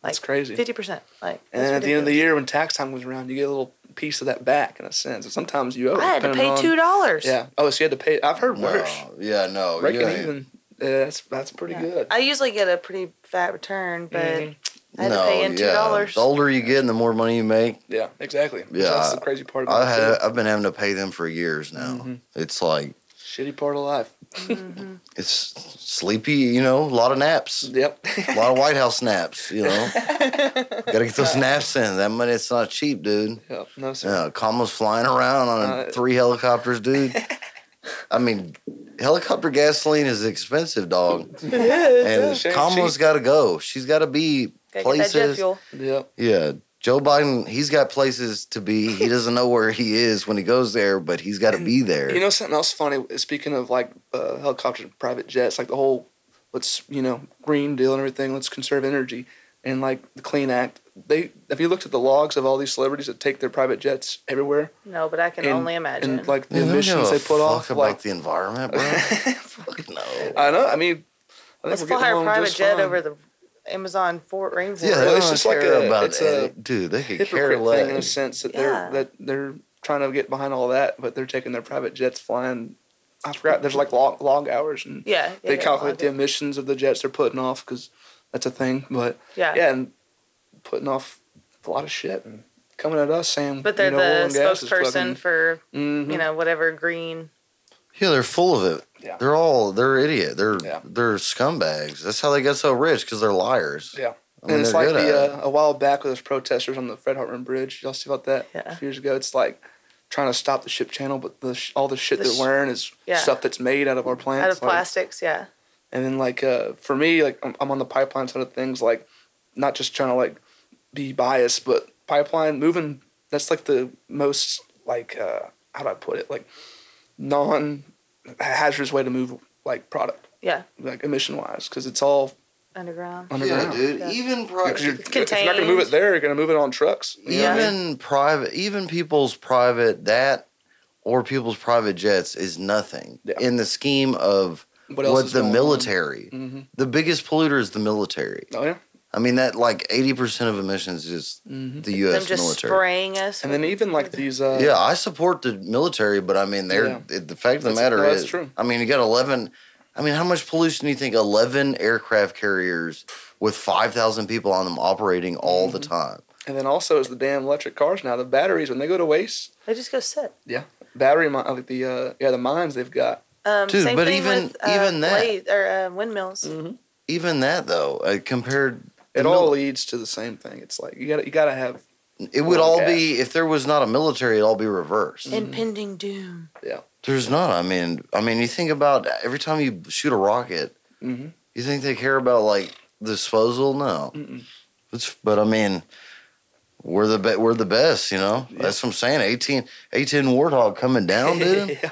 Speaker 4: That's
Speaker 5: Like,
Speaker 4: crazy.
Speaker 5: 50%. Like, that's
Speaker 4: and then at the end of the
Speaker 5: ridiculous.
Speaker 4: year, when tax time comes around, you get a little piece of that back in a sense. And sometimes you owe.
Speaker 5: I had to
Speaker 4: depending
Speaker 5: pay
Speaker 4: on-
Speaker 5: two dollars.
Speaker 4: Yeah. Oh, so you had to pay. I've heard worse.
Speaker 2: No, yeah, no. you
Speaker 4: Reckon
Speaker 2: ain't-
Speaker 4: even. Yeah, that's that's pretty good.
Speaker 5: I usually get a pretty fat return, but
Speaker 4: Mhm.
Speaker 5: I had to pay in two dollars.
Speaker 2: The older you get and the more money you make.
Speaker 4: Yeah, exactly.
Speaker 2: Yeah,
Speaker 4: that's the crazy part about
Speaker 2: I
Speaker 4: it.
Speaker 2: had, I've been having to pay them for years now.
Speaker 4: Mhm.
Speaker 2: It's like
Speaker 4: Shitty part of life.
Speaker 2: it's sleepy, you know, a lot of naps.
Speaker 4: Yep.
Speaker 2: A lot of White House naps, you know. Gotta get those naps in. That money it's not cheap, dude.
Speaker 4: yep. No sir.
Speaker 2: Yeah, Kama's flying around on
Speaker 4: Uh,
Speaker 2: three helicopters, dude. I mean, helicopter gasoline is expensive, dog. And
Speaker 4: She ain't
Speaker 2: Kamala's got to go. She's got to be places.
Speaker 5: fuel.
Speaker 4: Yep.
Speaker 2: Yeah. Joe Biden, he's got places to be. He doesn't know where he is when he goes there, but he's got to be there.
Speaker 4: You know something else funny? Speaking of like uh, helicopters and private jets, like the whole let's you know green deal and everything. Let's conserve energy and like the Clean Act. They if you looked at the logs of all these celebrities that take their private jets everywhere,
Speaker 5: No, but I can
Speaker 4: and,
Speaker 5: only imagine.
Speaker 4: and like the
Speaker 2: Man, they don't
Speaker 4: emissions
Speaker 2: give a
Speaker 4: they put off.
Speaker 2: fuck about
Speaker 4: Like Uh,
Speaker 2: the environment, bro. Fuck no.
Speaker 4: I know. I mean, I think
Speaker 5: Let's
Speaker 4: we're getting
Speaker 5: fly a
Speaker 4: along
Speaker 5: private
Speaker 4: just
Speaker 5: jet
Speaker 4: fine.
Speaker 5: over the Amazon Fort Rainforest.
Speaker 2: Yeah,
Speaker 4: Well,
Speaker 2: they
Speaker 4: it's
Speaker 2: don't
Speaker 4: just like
Speaker 2: care
Speaker 4: a-
Speaker 2: about
Speaker 4: it's a
Speaker 2: it. dude. They could care
Speaker 4: hypocrite thing in a
Speaker 2: less.
Speaker 4: sense that
Speaker 5: Yeah.
Speaker 4: they're that they're trying to get behind all that, but they're taking their private jets flying. I forgot. There's like log, log hours and
Speaker 5: yeah, yeah,
Speaker 4: they
Speaker 5: yeah,
Speaker 4: calculate the
Speaker 5: well, I do.
Speaker 4: emissions of the jets they're putting off because that's a thing. But
Speaker 5: Yeah.
Speaker 4: yeah, and putting off a lot of shit and coming at us saying,
Speaker 5: But they're
Speaker 4: you know, oil and
Speaker 5: the
Speaker 4: gas is
Speaker 5: spokesperson
Speaker 4: fucking-
Speaker 5: for
Speaker 4: Mhm.
Speaker 5: you know whatever green.
Speaker 2: Yeah, they're full of it.
Speaker 4: Yeah.
Speaker 2: They're all they're idiot. They're
Speaker 4: Yeah.
Speaker 2: they're scumbags. That's how they get so rich because they're liars. I
Speaker 4: Yeah.
Speaker 2: mean,
Speaker 4: And it's
Speaker 2: they're
Speaker 4: like
Speaker 2: good at
Speaker 4: the, uh, a while back with those protesters on the Fred Hartman Bridge. Y'all see about that?
Speaker 5: Yeah.
Speaker 4: A few years ago, it's like trying to stop the ship channel, but the sh- all the shit
Speaker 5: The sh-
Speaker 4: they're wearing is
Speaker 5: yeah.
Speaker 4: stuff that's made out of our plants.
Speaker 5: Out of
Speaker 4: like-
Speaker 5: plastics, yeah.
Speaker 4: And then like uh, for me, like I'm, I'm on the pipeline side of things, like not just trying to like be biased, but pipeline moving. That's like the most like uh, how do I put it? Like non hazardous way to move like product,
Speaker 5: Yeah.
Speaker 4: like emission wise, because it's all
Speaker 5: underground.
Speaker 2: Yeah,
Speaker 4: underground.
Speaker 2: dude.
Speaker 5: Yeah.
Speaker 2: Even
Speaker 4: Yeah, 'cause you're,
Speaker 2: private,
Speaker 4: if you're not gonna move it there, you're gonna move it on trucks. you know what I mean?
Speaker 2: even private, even people's private that or people's private jets is nothing
Speaker 4: Yeah.
Speaker 2: in the scheme of
Speaker 4: What
Speaker 2: what,
Speaker 4: else is
Speaker 2: the
Speaker 4: going on?
Speaker 2: military.
Speaker 4: Mhm.
Speaker 2: The biggest polluter is the military.
Speaker 4: Oh yeah.
Speaker 2: I mean that like eighty percent of emissions is
Speaker 4: Mhm.
Speaker 2: the
Speaker 5: Them
Speaker 2: U.S.
Speaker 5: just
Speaker 2: military.
Speaker 5: spraying us.
Speaker 4: And then even like these. Uh,
Speaker 2: yeah, I support the military, but I mean, they're it- the fact of the
Speaker 4: That's-
Speaker 2: matter
Speaker 4: no, that's
Speaker 2: is,
Speaker 4: true.
Speaker 2: I mean, you got eleven. I mean, how much pollution do you think eleven aircraft carriers with five thousand people on them operating all
Speaker 4: Mm-hmm.
Speaker 2: the time?
Speaker 4: And then also is the damn electric cars now. The batteries when they go to waste,
Speaker 5: they just go sit.
Speaker 4: battery mi- like the uh, yeah the mines they've got.
Speaker 5: Um,
Speaker 2: Dude,
Speaker 5: same
Speaker 2: but
Speaker 5: thing
Speaker 2: even-
Speaker 5: with, uh,
Speaker 2: even that-
Speaker 5: blade- or uh, windmills.
Speaker 4: Mm.
Speaker 2: Even that though, uh, compared,
Speaker 4: It
Speaker 2: the
Speaker 4: all
Speaker 2: mil-
Speaker 4: leads to Mm-hmm. the same thing. It's like you gotta you gotta have
Speaker 2: it would all
Speaker 4: gas.
Speaker 2: be if there was not a military, it'd all be reversed.
Speaker 5: Impending doom.
Speaker 2: There's not. I mean, I mean, you think about every time you shoot a rocket,
Speaker 4: Mhm.
Speaker 2: you think they care about like disposal? No,
Speaker 4: Mm-mm.
Speaker 2: it's, but I mean, we're the be- we're the best, you know. That's what I'm saying. 18, 18 warthog coming down, dude.
Speaker 4: yeah.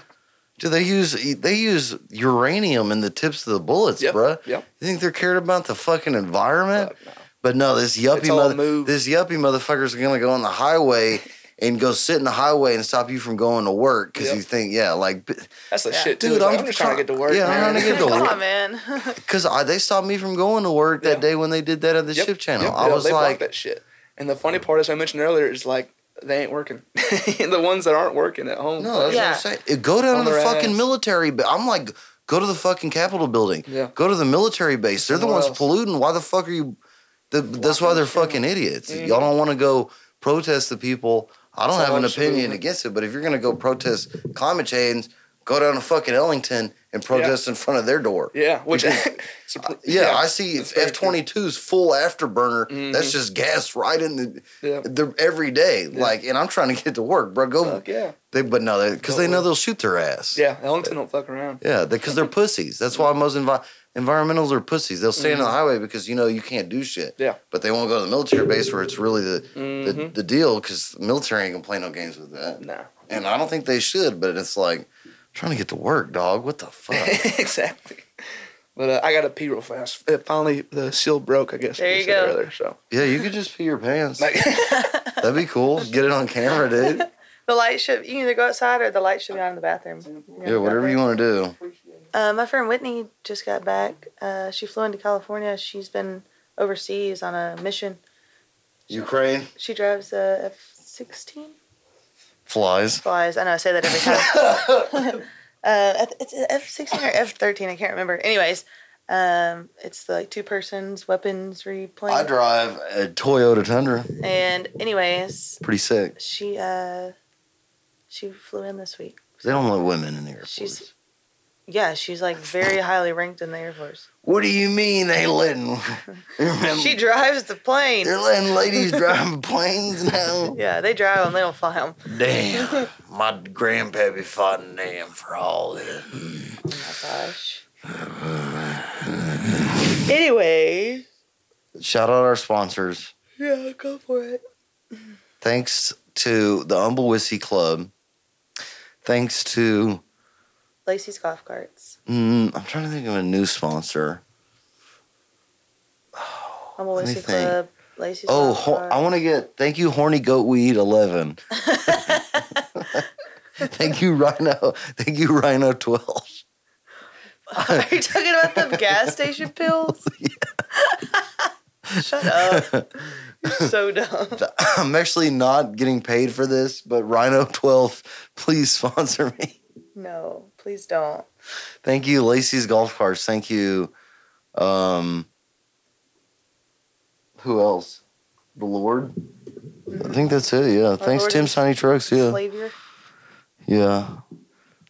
Speaker 2: Do they use they use uranium in the tips of the bullets,
Speaker 4: Yep,
Speaker 2: bruh?
Speaker 4: yep.
Speaker 2: You think they're cared about the fucking environment?
Speaker 4: Fuck no.
Speaker 2: But no, this yuppie
Speaker 4: It's all
Speaker 2: mother,
Speaker 4: move.
Speaker 2: this yuppie motherfucker's gonna go on the highway and go sit in the highway and stop you from going to work because
Speaker 4: Yep.
Speaker 2: you think, yeah, like, b-
Speaker 4: That's the
Speaker 5: Yeah.
Speaker 4: shit,
Speaker 2: Dude,
Speaker 4: dude. I'm,
Speaker 2: I'm
Speaker 4: I'm just trying to
Speaker 2: try-
Speaker 4: get to work.
Speaker 2: yeah, I'm
Speaker 4: man.
Speaker 2: trying to get to
Speaker 5: Come
Speaker 2: work.
Speaker 5: on, man.
Speaker 2: because they stopped me from going to work that
Speaker 4: Yeah.
Speaker 2: day when they did that at the
Speaker 4: Yep,
Speaker 2: ship channel.
Speaker 4: yep,
Speaker 2: I
Speaker 4: yeah,
Speaker 2: was
Speaker 4: they block
Speaker 2: like,
Speaker 4: that shit. And the funny part, as I mentioned earlier, is like they ain't working. the ones that aren't working at home.
Speaker 2: no, that's
Speaker 5: Yeah.
Speaker 2: what I'm saying. It- Go down
Speaker 4: On
Speaker 2: to the
Speaker 4: their
Speaker 2: fucking
Speaker 4: ass.
Speaker 2: military. But I'm like, go to the fucking Capitol building.
Speaker 4: Yeah.
Speaker 2: Go to the military base. They're the
Speaker 4: Somewhere
Speaker 2: ones
Speaker 4: else.
Speaker 2: polluting. Why the fuck are you? The, that's why they're fucking idiots. Y'all don't want to go protest the people. I don't have
Speaker 4: It's Mm-hmm. all
Speaker 2: an
Speaker 4: just
Speaker 2: opinion
Speaker 4: movement.
Speaker 2: against it, but if you're gonna go protest climate change, go down to fucking Ellington and protest in front of their door.
Speaker 4: yeah, which
Speaker 2: Because-
Speaker 4: Surpri-
Speaker 2: Yeah, I see
Speaker 4: that's very Mm-hmm.
Speaker 2: F 22s full afterburner. That's just gas right in the
Speaker 4: Yeah.
Speaker 2: they're every day. Like, and I'm trying to get to work, bro. Go,
Speaker 4: Fuck yeah,
Speaker 2: they, but no, because they, know they'll shoot their ass.
Speaker 4: yeah. Ellington don't fuck around.
Speaker 2: yeah, because they, are pussies. That's why most envi- environmentals are pussies. They'll stay on the highway because you know you can't do shit.
Speaker 4: Mm-hmm. Yeah.
Speaker 2: but they won't go to the military base where it's really the the,
Speaker 4: Mhm.
Speaker 2: the deal because the military ain't gonna play no games with that.
Speaker 4: Nah,
Speaker 2: And I don't think they should. But it's like trying to get to work, dog. What the fuck?
Speaker 4: exactly. But uh, I got to pee real fast. It finally, the seal broke. I guess.
Speaker 5: There
Speaker 4: like
Speaker 5: you
Speaker 4: said
Speaker 5: go.
Speaker 4: Earlier, so
Speaker 2: yeah, you could just pee your pants.
Speaker 4: like,
Speaker 2: That'd be cool. Get it on camera, dude.
Speaker 5: The light should you can either go outside or the light should be on in the bathroom.
Speaker 2: Yeah, whatever you want to do.
Speaker 5: Uh, my friend Whitney just got back. Uh, she flew into California. She's been overseas on a mission.
Speaker 2: Ukraine
Speaker 5: She drives a F sixteen.
Speaker 2: flies.
Speaker 5: Flies. I know I say that every time. uh, it's F sixteen or F thirteen. I can't remember. Anyways, um, it's the, like two persons weapons replane.
Speaker 2: I drive a Toyota Tundra.
Speaker 5: And anyways,
Speaker 2: Pretty sick.
Speaker 5: she uh, she flew in this week.
Speaker 2: They don't let women in the Air
Speaker 5: She's-
Speaker 2: Force.
Speaker 5: Yeah, she's like very highly ranked in the Air Force.
Speaker 2: What do you mean they letting?
Speaker 5: She drives the plane.
Speaker 2: They're letting ladies drive planes now.
Speaker 5: Yeah, they drive them. They don't fly them.
Speaker 2: Damn, my grandpappy fought in damn for all this.
Speaker 5: Oh my gosh. anyway.
Speaker 2: Shout out our sponsors.
Speaker 5: Yeah, go for it.
Speaker 2: Thanks to the Humble Whiskey Club. Thanks to
Speaker 5: Lacey's golf carts.
Speaker 2: mm, I'm trying to think of a new sponsor.
Speaker 5: Humble
Speaker 2: Let me
Speaker 5: Lacey
Speaker 2: think.
Speaker 5: Club. Lacey's
Speaker 2: Oh,
Speaker 5: golf
Speaker 2: ho-
Speaker 5: cart.
Speaker 2: I want to get thank you, horny goat weed eleven. thank you, Rhino. Thank you, Rhino twelve.
Speaker 5: Are you talking about the gas station pills? Shut up. You're so dumb.
Speaker 2: I'm actually not getting paid for this, but Rhino twelve, please sponsor me.
Speaker 5: No, please don't.
Speaker 2: Thank you, Lacey's Golf Carts. Thank you. Um, who else? The Lord. I think that's it. Yeah. Thanks,
Speaker 5: Lord
Speaker 2: Tim's
Speaker 5: is-
Speaker 2: Tiny Trucks. Yeah.
Speaker 5: Flavor.
Speaker 2: Yeah.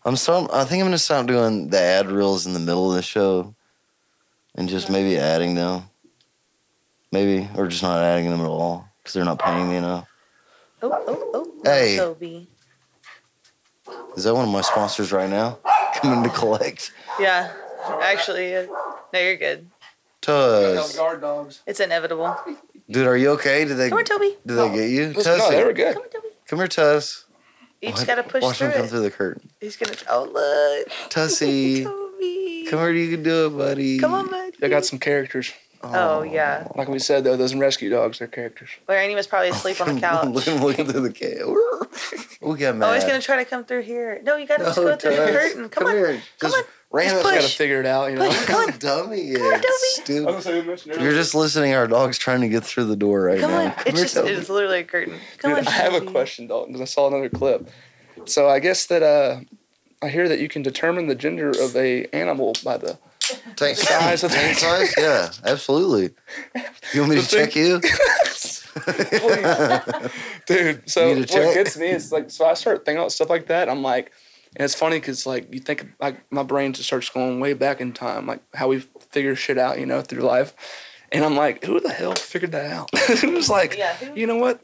Speaker 2: I'm some. I think I'm gonna stop doing the ad reels in the middle of the show, and just maybe adding them. Maybe or just not adding them at all because they're not paying me enough.
Speaker 5: Oh, oh, oh.
Speaker 2: Hey.
Speaker 5: Toby.
Speaker 2: Is that one of my sponsors right now coming to collect?
Speaker 5: Yeah, actually. uh, No, you're good.
Speaker 2: Tuz,
Speaker 4: guard dogs.
Speaker 5: It's inevitable.
Speaker 2: dude, are you okay? Did they?
Speaker 5: Come on, Toby.
Speaker 2: Did they get you?
Speaker 4: Listen, no,
Speaker 2: Tussie.
Speaker 4: they were good.
Speaker 5: Come on, Toby.
Speaker 2: Come here, Tuss.
Speaker 5: You just gotta push
Speaker 2: Watch
Speaker 5: through
Speaker 2: him come
Speaker 5: it.
Speaker 2: through the curtain.
Speaker 5: He's gonna. Oh look,
Speaker 2: Tussie,
Speaker 5: Toby.
Speaker 2: come here. You can do it, buddy.
Speaker 5: Come on, buddy.
Speaker 4: They got some characters.
Speaker 5: Oh yeah.
Speaker 4: Like we said though, those rescue dogs, they're characters.
Speaker 5: Larini was probably asleep on the
Speaker 2: Look
Speaker 5: couch.
Speaker 2: at him looking through the cage. we got mad.
Speaker 5: Oh, he's gonna try to come through here. No, you gotta just
Speaker 2: No,
Speaker 5: go through the
Speaker 2: Tuss,
Speaker 5: curtain. Come, on.
Speaker 2: here.
Speaker 5: Come
Speaker 2: just
Speaker 5: on.
Speaker 2: ran
Speaker 5: Just
Speaker 2: up-
Speaker 4: Gotta
Speaker 5: Push.
Speaker 4: figure it out, you know.
Speaker 5: Push.
Speaker 2: Look how
Speaker 5: Come on.
Speaker 2: dummy he
Speaker 5: on,
Speaker 2: is. Stupid. You're just listening. Our dog's trying to get through the door right
Speaker 5: Come
Speaker 2: now.
Speaker 5: on. It's
Speaker 2: here,
Speaker 5: just
Speaker 2: Toby.
Speaker 5: it's literally a curtain. Come
Speaker 4: Dude,
Speaker 5: on.
Speaker 4: I have a
Speaker 5: Toby.
Speaker 4: question, Dalton, because I saw another clip. So I guess that uh, I hear that you can determine the gender of a animal by the
Speaker 2: Tank
Speaker 4: size of the-
Speaker 2: tank size? Yeah, absolutely. You want me to
Speaker 4: The thing-
Speaker 2: check you?
Speaker 4: dude. So
Speaker 2: Oh, Need a
Speaker 4: what
Speaker 2: check?
Speaker 4: gets me is like, so I start thinking about stuff like that. I'm like, and it's funny because like you think like my brain just starts going way back in time, like how we figure shit out, you know, through life. And I'm like, who the hell figured that out? it was like,
Speaker 5: Yeah, who-
Speaker 4: you know what?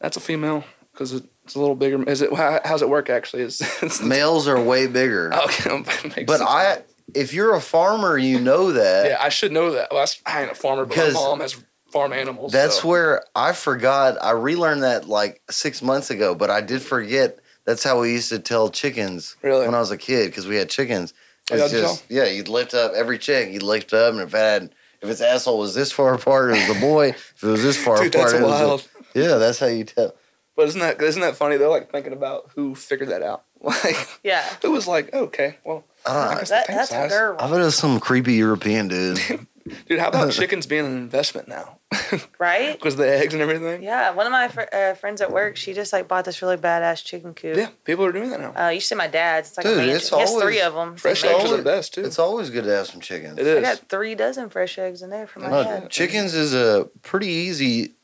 Speaker 4: That's a female because it's a little bigger. Is it? How, how's it work actually? Is it's
Speaker 2: Males are way bigger.
Speaker 4: okay? that makes
Speaker 2: But
Speaker 4: sense.
Speaker 2: I, if you're a farmer, you know that.
Speaker 4: Yeah, I should know that. Well, that's- I ain't a farmer, but my
Speaker 2: 'Cause
Speaker 4: mom has farm animals.
Speaker 2: That's
Speaker 4: so.
Speaker 2: where I forgot. I relearned that like six months ago, but I did forget. That's how we used to tell chickens
Speaker 4: Really?
Speaker 2: when I was a kid because we had chickens.
Speaker 4: Oh,
Speaker 2: It's
Speaker 4: y'all did
Speaker 2: just yeah, you'd lift up every chick. You'd lift up, and if it had if its asshole was this far apart, it was the boy. if it was this far
Speaker 4: Dude,
Speaker 2: apart,
Speaker 4: that's
Speaker 2: it was the-
Speaker 4: wild.
Speaker 2: yeah, that's how you tell.
Speaker 4: But isn't that isn't that funny though? Like thinking about who figured that out. Like
Speaker 5: Yeah.
Speaker 4: who was like, okay, well,
Speaker 2: I don't know.
Speaker 4: I guess
Speaker 5: That,
Speaker 4: the tank
Speaker 5: that's a
Speaker 4: size.
Speaker 5: girl,
Speaker 2: Ah, I bet it was some creepy European dude.
Speaker 4: Dude, how about chickens being an investment now?
Speaker 5: right?
Speaker 4: Because the eggs and everything.
Speaker 5: Yeah. One of my fr- uh, friends at work, she just like bought this really badass chicken coop.
Speaker 4: Yeah, people are doing that now.
Speaker 5: Uh, you should see my dad's. It's like
Speaker 2: Dude,
Speaker 5: a mansion.
Speaker 2: it's
Speaker 5: he has
Speaker 2: always
Speaker 5: three of them.
Speaker 4: Fresh
Speaker 2: man.
Speaker 4: eggs are the best too.
Speaker 2: it's always good to have some chickens.
Speaker 4: It
Speaker 5: I
Speaker 4: is.
Speaker 5: got three dozen fresh eggs in there for my
Speaker 2: No,
Speaker 5: dad.
Speaker 2: chickens is a pretty easy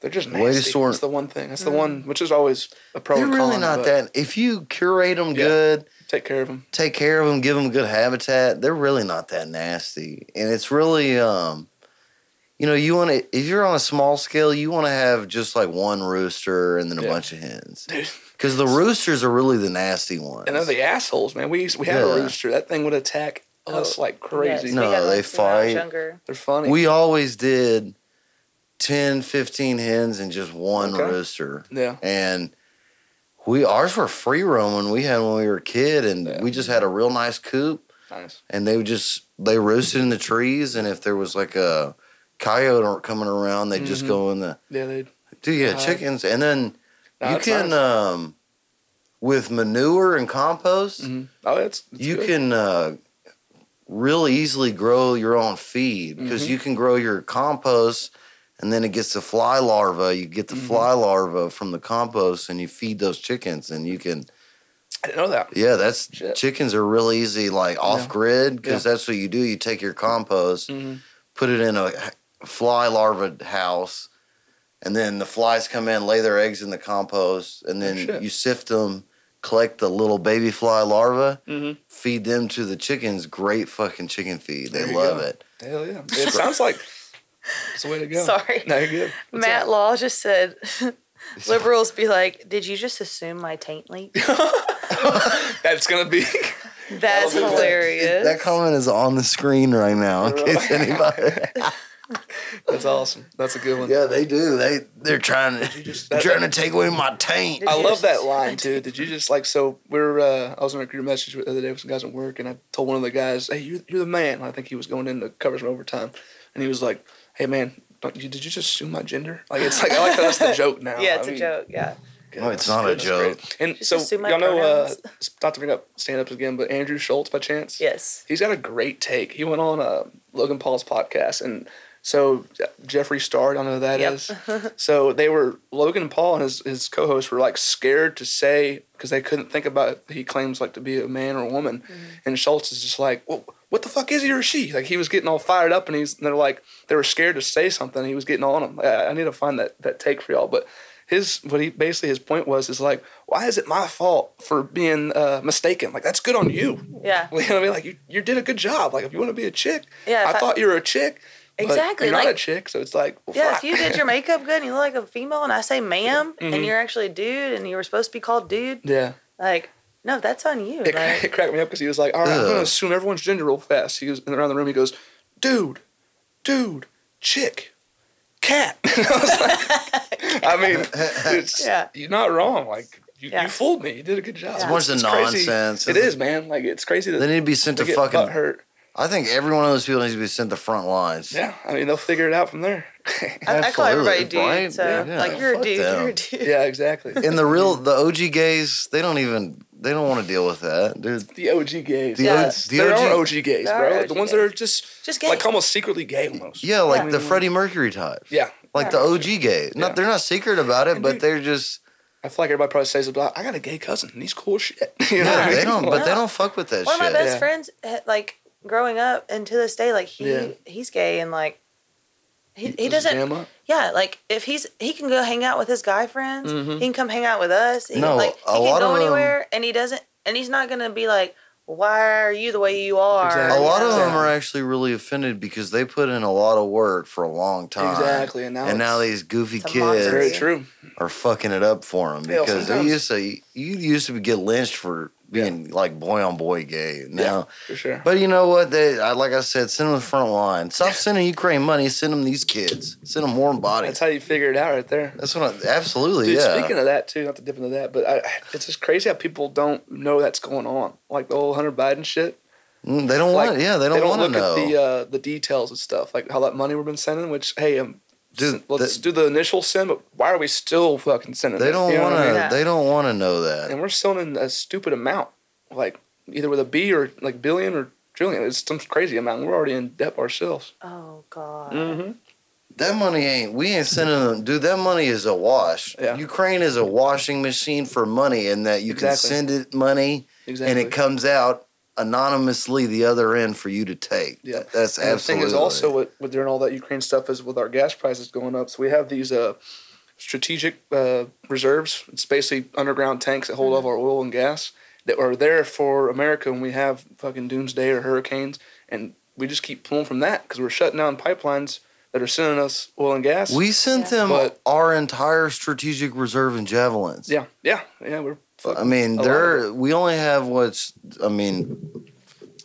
Speaker 4: They're just
Speaker 2: Way
Speaker 4: nasty.
Speaker 2: to sort-
Speaker 4: That's the one thing. That's the one which is always a pro.
Speaker 2: They're
Speaker 4: and
Speaker 2: really
Speaker 4: con,
Speaker 2: not
Speaker 4: but
Speaker 2: that. If you curate them
Speaker 4: Yeah.
Speaker 2: good,
Speaker 4: Take care of them.
Speaker 2: take care of them, give them good habitat, they're really not that nasty. And it's really, um, you know, you want to if you're on a small scale, you want to have just like one rooster and then a
Speaker 4: Yeah.
Speaker 2: bunch of hens
Speaker 4: Dude.
Speaker 2: because the roosters are really the nasty ones.
Speaker 4: And they're the assholes, man. We used, we had
Speaker 2: Yeah. Oh,
Speaker 4: a rooster. That thing would attack us like
Speaker 5: Yes,
Speaker 4: crazy.
Speaker 5: we
Speaker 2: No,
Speaker 5: had
Speaker 2: they
Speaker 5: one when I was
Speaker 2: fight.
Speaker 5: Younger.
Speaker 4: They're funny.
Speaker 2: we always did 10, 15 hens and just one
Speaker 4: Okay.
Speaker 2: rooster.
Speaker 4: yeah.
Speaker 2: and we ours were free roaming. We had when we were a kid, and
Speaker 4: Yeah.
Speaker 2: we just had a real nice coop,
Speaker 4: Nice.
Speaker 2: and they would just they roosted in the trees, and if there was like a coyote or coming around, they'd just
Speaker 4: Mhm.
Speaker 2: go in the
Speaker 4: Yeah, they.
Speaker 2: dude yeah
Speaker 4: Uh,
Speaker 2: chickens, and then
Speaker 4: Nah,
Speaker 2: you
Speaker 4: it's
Speaker 2: can uh,
Speaker 4: nice.
Speaker 2: um with manure and compost,
Speaker 4: Mhm. Oh, it's, it's
Speaker 2: you
Speaker 4: good.
Speaker 2: can uh real easily grow your own feed because
Speaker 4: Mhm.
Speaker 2: you can grow your compost and then it gets the fly larva. You get the
Speaker 4: Mhm.
Speaker 2: fly larva from the compost and you feed those chickens and you can
Speaker 4: I didn't know that.
Speaker 2: yeah, that's
Speaker 4: Shit.
Speaker 2: chickens are real easy like off grid because that's what you do. You take your compost,
Speaker 4: Mhm.
Speaker 2: put it in a h- fly larva house, and then the flies come in, lay their eggs in the compost, and then
Speaker 4: Oh, shit.
Speaker 2: you sift them, collect the little baby fly larva,
Speaker 4: Mhm.
Speaker 2: feed them to the chickens. Great fucking chicken feed. They
Speaker 4: There you
Speaker 2: love
Speaker 4: go.
Speaker 2: it.
Speaker 4: Hell yeah. It sounds like it's the way to go.
Speaker 5: Sorry.
Speaker 4: No, you're good. What's
Speaker 5: Matt
Speaker 4: up?
Speaker 5: Law just said liberals be like, Did you just assume my taint leak?
Speaker 4: That's gonna be
Speaker 5: That's
Speaker 4: That'll be-
Speaker 5: hilarious.
Speaker 2: That comment is on the screen right now in case anybody.
Speaker 4: That's awesome. That's a good one.
Speaker 2: yeah, they do. They they're trying to
Speaker 4: You just-
Speaker 2: they're
Speaker 4: that-
Speaker 2: trying to take away my taint.
Speaker 4: I
Speaker 5: Did you
Speaker 4: love that
Speaker 5: just-
Speaker 4: line too. Did you just like so? We're uh, I was in a group message the other day with some guys at work, and I told one of the guys, "Hey, you're, you're the man." I think he was going in to cover some overtime, and he was like, "Hey, man, don't you, did you just assume my gender?" Like it's like I like how that's the joke now.
Speaker 5: yeah,
Speaker 4: I
Speaker 5: it's a
Speaker 4: mean,
Speaker 5: joke. Yeah.
Speaker 2: No, Oh, it's not a
Speaker 4: goodness
Speaker 2: joke.
Speaker 4: gracious. And
Speaker 5: Just
Speaker 4: so
Speaker 5: assume my
Speaker 4: y'all know, uh,
Speaker 5: pronouns.
Speaker 4: not to bring up stand ups again, but Andrew Schultz by chance.
Speaker 5: Yes.
Speaker 4: He's got a great take. He went on uh, Logan Paul's podcast, and so Jeffree Star, I don't know who that
Speaker 5: Yep.
Speaker 4: is. so they were Logan Paul and his, his co-host were like scared to say because they couldn't think about if he claims like to be a man or a woman, and Schultz is just like, well, what the fuck is he or she? Like he was getting all fired up, and he's and they're like they were scared to say something. and he was getting on him. I, I need to find that that take for y'all, but. His what he basically his point was is like why is it my fault for being uh, mistaken like that's good on you
Speaker 5: Yeah.
Speaker 4: you know what I mean? Like you, you did a good job. Like if you want to be a chick,
Speaker 5: Yeah, if
Speaker 4: I,
Speaker 5: I-
Speaker 4: thought you were a chick. but
Speaker 5: Exactly,
Speaker 4: You're not a
Speaker 5: like-
Speaker 4: chick, so it's like well,
Speaker 5: Yeah,
Speaker 4: fuck. Mm-hmm.
Speaker 5: if you did your makeup good and you look like a female and I say madam and you're actually a dude and you were supposed to be called dude,
Speaker 4: yeah.
Speaker 5: like, no, that's on you.
Speaker 4: It,
Speaker 5: Like,
Speaker 4: it cracked me up because he was like, "All right, I'm
Speaker 2: Ugh.
Speaker 4: gonna assume everyone's gender real fast." He was and around the room. He goes, "Dude, dude, chick, cat." I, was like, I mean, it's,
Speaker 5: Yeah.
Speaker 4: you're not wrong. Like you,
Speaker 5: Yeah.
Speaker 4: you fooled me. You did a good job.
Speaker 5: It's a
Speaker 2: bunch of
Speaker 4: crazy.
Speaker 2: nonsense.
Speaker 4: It is, man. Like it's crazy that
Speaker 2: They need to be sent
Speaker 4: they
Speaker 2: to
Speaker 4: get
Speaker 2: fucking.
Speaker 4: butthurt.
Speaker 2: I think every one of those people needs to be sent to front lines.
Speaker 4: Yeah, I mean they'll figure it out from there.
Speaker 5: I, I call
Speaker 2: Absolutely,
Speaker 5: everybody dude.
Speaker 2: right?
Speaker 5: So,
Speaker 2: Yeah.
Speaker 5: like, you're a
Speaker 2: Fuck
Speaker 5: dude.
Speaker 2: them.
Speaker 5: You're a dude.
Speaker 4: yeah, exactly.
Speaker 2: And the real the OG gays, they don't even they don't want to deal with that. They're,
Speaker 4: The OG gays.
Speaker 2: The
Speaker 4: Yeah.
Speaker 2: O- the
Speaker 4: there
Speaker 2: OG
Speaker 4: are OG
Speaker 5: There
Speaker 4: gays, bro.
Speaker 5: are
Speaker 4: Like, the
Speaker 5: OG
Speaker 4: ones that are just
Speaker 5: Just gay.
Speaker 4: like almost secretly gay almost.
Speaker 2: yeah, like the
Speaker 4: Yeah.
Speaker 2: Freddie Mercury type.
Speaker 4: Yeah.
Speaker 2: Like the OG gay. Not
Speaker 4: Yeah.
Speaker 2: they're not secret about it,
Speaker 4: And
Speaker 2: but
Speaker 4: dude-
Speaker 2: they're just
Speaker 4: I feel like everybody probably says about I got a gay cousin and he's cool as shit. you know what I
Speaker 2: yeah,
Speaker 4: mean?
Speaker 2: they don't but
Speaker 4: Like,
Speaker 2: they don't fuck with that
Speaker 5: One of my
Speaker 2: shit.
Speaker 5: best
Speaker 4: Yeah.
Speaker 5: friends, eh, like, growing up and to this day, like, he
Speaker 4: Yeah.
Speaker 5: he's gay and, like, he, he
Speaker 4: just
Speaker 5: doesn't
Speaker 4: jam up.
Speaker 5: Yeah, like if he's he can go hang out with his guy friends,
Speaker 4: Mhm.
Speaker 5: he can come hang out with us. He
Speaker 2: No,
Speaker 5: can, like he
Speaker 2: a
Speaker 5: can
Speaker 2: lot
Speaker 5: go
Speaker 2: of 'em-
Speaker 5: anywhere, and he doesn't, and he's not gonna be like, "Why are you the way you are?"
Speaker 4: Exactly.
Speaker 2: a lot of
Speaker 5: Yeah.
Speaker 2: them are actually really offended because they put in a lot of work for a long time.
Speaker 4: Exactly. And now,
Speaker 2: And now
Speaker 4: it's
Speaker 2: these goofy
Speaker 5: It's a
Speaker 4: very
Speaker 2: kids
Speaker 5: monster.
Speaker 4: true.
Speaker 2: are fucking it up for them
Speaker 4: Hell,
Speaker 2: because they
Speaker 4: sometimes-
Speaker 2: used to you used to get lynched for being like boy on boy gay. Now
Speaker 4: For sure.
Speaker 2: But you know what? They, I, like I said, send them the front line. Stop sending Ukraine money. Send them these kids. Send them warm
Speaker 4: That's
Speaker 2: bodies.
Speaker 4: how you figure it out right there.
Speaker 2: That's what. I, absolutely,
Speaker 4: Dude,
Speaker 2: yeah.
Speaker 4: speaking of that too, not to dip into that, but I, it's just crazy how people don't know that's going on. Like the whole Hunter Biden shit.
Speaker 2: Mm, they don't
Speaker 4: like,
Speaker 2: want. Yeah, they don't,
Speaker 4: they don't
Speaker 2: want to
Speaker 4: look
Speaker 2: know.
Speaker 4: at the uh, the details and stuff, like how that money we've been sending. Which hey, um,
Speaker 2: Dude,
Speaker 4: s- let's
Speaker 2: that-
Speaker 4: do the initial send, but why are we still fucking sending?
Speaker 2: they
Speaker 4: it?
Speaker 2: don't
Speaker 4: You know
Speaker 2: want
Speaker 4: what I
Speaker 2: to.
Speaker 4: mean?
Speaker 5: mean?
Speaker 2: They don't want to know that.
Speaker 4: and we're sending a stupid amount, like either with a B or like billion or trillion. It's some crazy amount. We're already in debt ourselves.
Speaker 5: Oh god.
Speaker 4: Mm-hmm.
Speaker 2: That money ain't. We ain't sending them. Dude, that money is a wash.
Speaker 4: Yeah.
Speaker 2: Ukraine is a washing machine for money, in that you
Speaker 4: Exactly.
Speaker 2: can send it money
Speaker 4: Exactly.
Speaker 2: and it comes out anonymously the other end for you to take.
Speaker 4: Yeah.
Speaker 2: that's
Speaker 4: And the thing
Speaker 2: absolutely.
Speaker 4: is also what with during all that Ukraine stuff is with our gas prices going up. So we have these uh, strategic uh, reserves. It's basically underground tanks that hold all of our oil and gas that are there for America when we have fucking doomsday or hurricanes, and we just keep pulling from that because we're shutting down pipelines that are sending us oil and gas.
Speaker 2: We sent them
Speaker 4: But-
Speaker 2: our entire strategic reserve in javelins.
Speaker 4: yeah, yeah, yeah. We're fucking.
Speaker 2: I mean,
Speaker 4: lot of
Speaker 2: they're we only have what's. I mean,